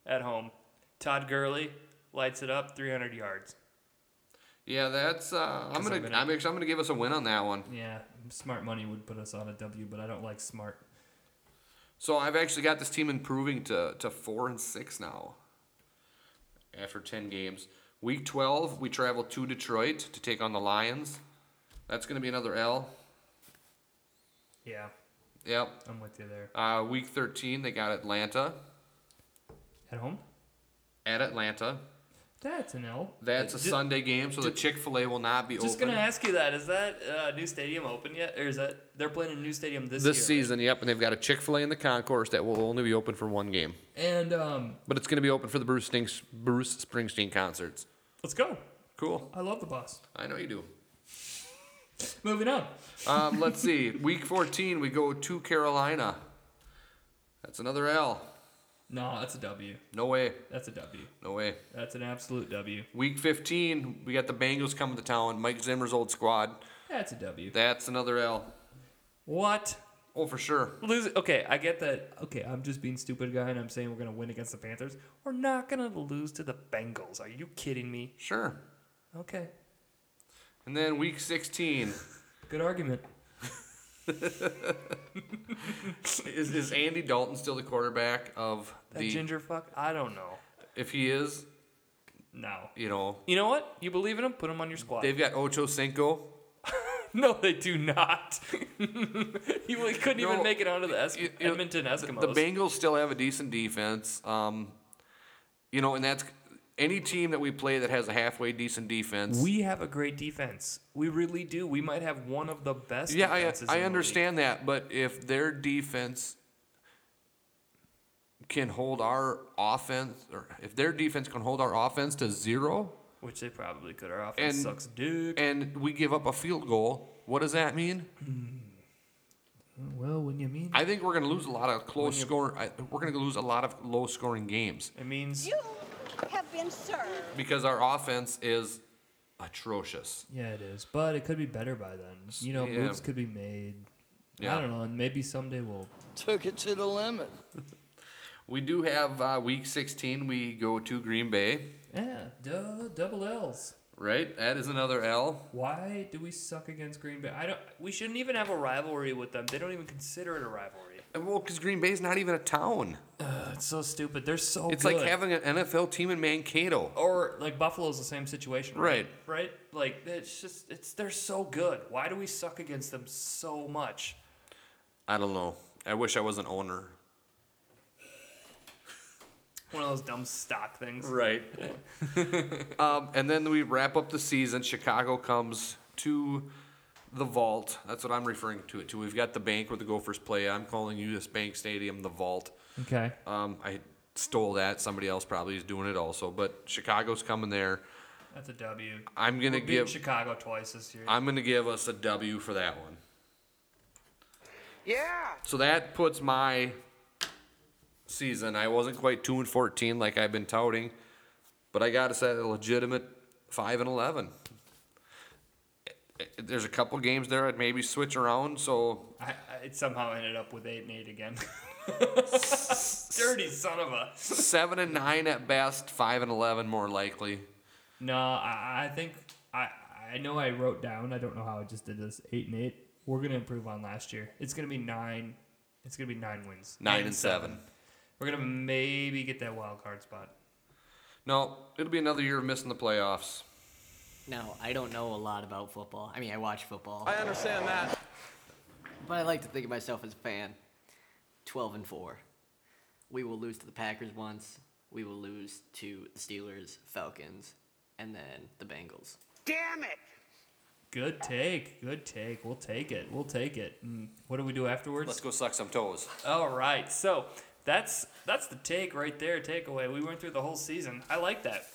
Speaker 1: at home. Todd Gurley lights it up, 300 yards.
Speaker 2: Yeah, that's. Uh, I'm
Speaker 1: 'Cause
Speaker 2: gonna.
Speaker 1: I'm
Speaker 2: I'm,
Speaker 1: gonna-
Speaker 2: actually. I'm gonna give us a win on that one.
Speaker 1: Yeah, smart money would put us on a W, but I don't like smart.
Speaker 2: So I've actually got this team improving to, to four and six now. After ten games, week twelve we travel to Detroit to take on the Lions. That's going to be another L.
Speaker 1: Yeah,
Speaker 2: Yep.
Speaker 1: I'm with you there.
Speaker 2: Uh, week thirteen they got Atlanta
Speaker 1: At home?
Speaker 2: at Atlanta.
Speaker 1: That's an L.
Speaker 2: That's a
Speaker 1: Ju-
Speaker 2: Sunday game, so the Chick Fil A will not be
Speaker 1: Just
Speaker 2: open.
Speaker 1: gonna ask you that. Is that uh, new stadium open yet, or is that they're playing a new stadium this,
Speaker 2: this
Speaker 1: year?
Speaker 2: season, yep, and they've got a Chick Fil A in the concourse that will only be open for one game,
Speaker 1: And um,
Speaker 2: but it's going to be open for the Bruce, Stings- Bruce Springsteen concerts.
Speaker 1: let's go.
Speaker 2: Cool.
Speaker 1: I love the boss.
Speaker 2: I know you do.
Speaker 1: Moving on.
Speaker 2: Um, let's see. Week 14, we go to Carolina. That's another L.
Speaker 1: No, that's a W.
Speaker 2: No way.
Speaker 1: That's a W.
Speaker 2: No way.
Speaker 1: That's an absolute W.
Speaker 2: Week 15, we got the Bengals coming to town. Mike Zimmer's old squad.
Speaker 1: That's a W.
Speaker 2: That's another L.
Speaker 1: What?
Speaker 2: Oh, for sure.
Speaker 1: Lose. Okay, I get that. Okay, I'm just being stupid guy, and I'm saying we're gonna win against the Panthers. We're not gonna lose to the Bengals. Are you kidding me?
Speaker 2: Sure.
Speaker 1: Okay,
Speaker 2: And then week 16
Speaker 1: good argument.
Speaker 2: is, is Andy Dalton still the quarterback of
Speaker 1: That
Speaker 2: the?
Speaker 1: ginger fuck. I don't know.
Speaker 2: If he is,
Speaker 1: No.
Speaker 2: you know,
Speaker 1: You know what? You believe in him? Put him on your squad.
Speaker 2: they've got Ocho Cinco.
Speaker 1: No, they do not. you really couldn't even
Speaker 2: No,
Speaker 1: make it onto the es-
Speaker 2: you know,
Speaker 1: Edmonton Eskimos.
Speaker 2: The Bengals still have a decent defense. Um, you know, and that's any team that we play that has a halfway decent defense.
Speaker 1: we have a great defense. We really do. We might have one of the best.
Speaker 2: yeah, I,
Speaker 1: defenses in
Speaker 2: I
Speaker 1: the
Speaker 2: understand that, but if their defense can hold our offense, or if their defense can hold our offense to zero,
Speaker 1: league, which they probably could. Our offense
Speaker 2: And-
Speaker 1: sucks, dude.
Speaker 2: and we give up a field goal, what does that mean?
Speaker 1: Well, when you mean
Speaker 2: I think we're going to lose a lot of close score. I, we're going to lose a lot of low scoring games
Speaker 1: it means
Speaker 4: You have been served.
Speaker 2: because our offense is atrocious.
Speaker 1: yeah, it is. But it could be better by then. You know,
Speaker 2: Yeah.
Speaker 1: moves could be made.
Speaker 2: Yeah.
Speaker 1: I don't know, and maybe someday we'll.
Speaker 14: Took it to the limit.
Speaker 2: We do have uh, week 16. We go to Green Bay,
Speaker 1: Yeah, duh, double L's.
Speaker 2: right? That is another L.
Speaker 1: Why do we suck against Green Bay? I don't. We shouldn't even have a rivalry with them. They don't even consider it a rivalry.
Speaker 2: And, Well, because Green Bay's not even a town.
Speaker 1: Ugh, it's so stupid. They're so.
Speaker 2: it's
Speaker 1: Oh, good.
Speaker 2: like having an NFL team in Mankato.
Speaker 1: or like Buffalo's the same situation.
Speaker 2: Right.
Speaker 1: Right. Like it's just it's they're so good. Why do we suck against them so much?
Speaker 2: I don't know. I wish I was an owner.
Speaker 1: One of those dumb stock things.
Speaker 2: Right. um, and then we wrap up the season. Chicago comes to the vault. That's what I'm referring to it to. We've got the bank where the Gophers play. I'm calling US Bank Stadium the vault.
Speaker 1: Okay.
Speaker 2: Um, I stole that. Somebody else probably is doing it also. But Chicago's coming there.
Speaker 1: That's a W.
Speaker 2: I'm
Speaker 1: We're
Speaker 2: gonna
Speaker 1: beating
Speaker 2: give-
Speaker 1: Chicago twice this year.
Speaker 2: I'm going to give us a W for that one.
Speaker 15: Yeah.
Speaker 2: So that puts my season. I wasn't quite 2 and 14 like I've been touting, but I got us at a legitimate 5 and 11. Eh, eh, There's a couple games there I'd maybe switch around. So
Speaker 1: I, I it somehow ended up with eight and eight again. Dirty son of a.
Speaker 2: 7 and 9 at best, 5 and 11 more likely.
Speaker 1: No, I, I think I I know I wrote down. I don't know how I just did this. Eight and eight. We're gonna improve on last year. It's gonna be nine. It's gonna be nine wins.
Speaker 2: 9 and 7.
Speaker 1: We're gonna maybe get that wild card spot.
Speaker 2: No, it'll be another year of missing the playoffs.
Speaker 10: Now, I don't know a lot about football. I mean, I watch football,
Speaker 14: I understand that.
Speaker 10: but I like to think of myself as a fan. 12 and 4. We will lose to the Packers once. We will lose to the Steelers, Falcons, and then the Bengals.
Speaker 15: Damn it.
Speaker 1: Good take. Good take. We'll take it. We'll take it. And what do we do afterwards?
Speaker 2: Let's go suck some toes.
Speaker 1: All right. So that's that's the take right there. Takeaway. We went through the whole season. I like that.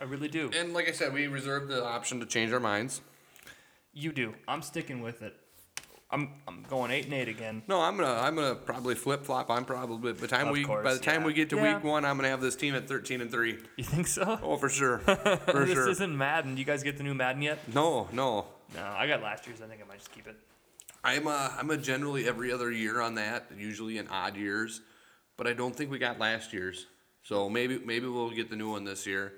Speaker 1: I really do.
Speaker 2: And like I said, we reserve the option to change our minds.
Speaker 1: You do. I'm sticking with it. I'm I'm going eight and eight again.
Speaker 2: No, I'm gonna I'm gonna probably flip flop. I'm probably by the time
Speaker 1: Of
Speaker 2: we by
Speaker 1: course,
Speaker 2: the time
Speaker 1: yeah.
Speaker 2: we get to
Speaker 1: Yeah.
Speaker 2: week one, I'm gonna have this team at 13 and three.
Speaker 1: You think so?
Speaker 2: Oh, for sure, for
Speaker 1: this
Speaker 2: sure.
Speaker 1: isn't Madden. Do you guys get the new Madden yet?
Speaker 2: No, no.
Speaker 1: No, I got last year's. I think I might just keep it.
Speaker 2: I'm a I'm a generally every other year on that, usually in odd years, but I don't think we got last year's. So maybe maybe we'll get the new one this year.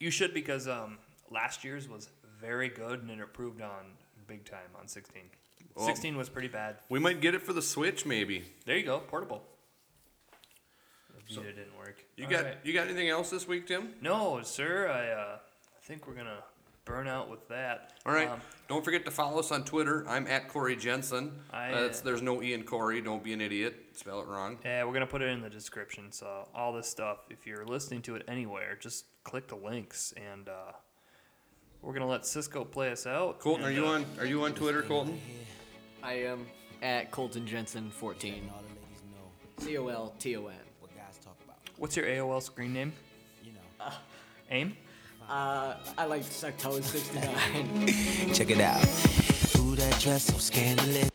Speaker 1: You should because um, last year's was very good and it improved on big time on 16.
Speaker 2: Well-
Speaker 1: 16 was pretty bad.
Speaker 2: We might get it for the Switch, maybe.
Speaker 1: There you go, portable. The
Speaker 2: So-
Speaker 1: Vita didn't work.
Speaker 2: You
Speaker 1: All
Speaker 2: got
Speaker 1: right.
Speaker 2: you got anything else this week, Tim?
Speaker 1: No, sir. I uh, I think we're gonna burn out with that.
Speaker 2: All right.
Speaker 1: Um,
Speaker 2: don't forget to follow us on Twitter. I'm at Corey Jensen.
Speaker 1: I, uh,
Speaker 2: That's, there's no E in Corey. Don't be an idiot. Spell it wrong.
Speaker 1: yeah, Eh, we're gonna put it in the description. So all this stuff, if you're listening to it anywhere, just click the links and uh, we're gonna let Cisco play us out.
Speaker 2: Colton, are
Speaker 1: and,
Speaker 2: you
Speaker 1: uh,
Speaker 2: on are you on Twitter, Colton?
Speaker 10: I am at Colton Jensen 14. C O L T O N.
Speaker 1: What's your AOL screen name?
Speaker 10: You
Speaker 1: know. Aim.
Speaker 10: Uh, I like Sucktone 69.
Speaker 16: Check it out. Ooh, that dress so scandalous.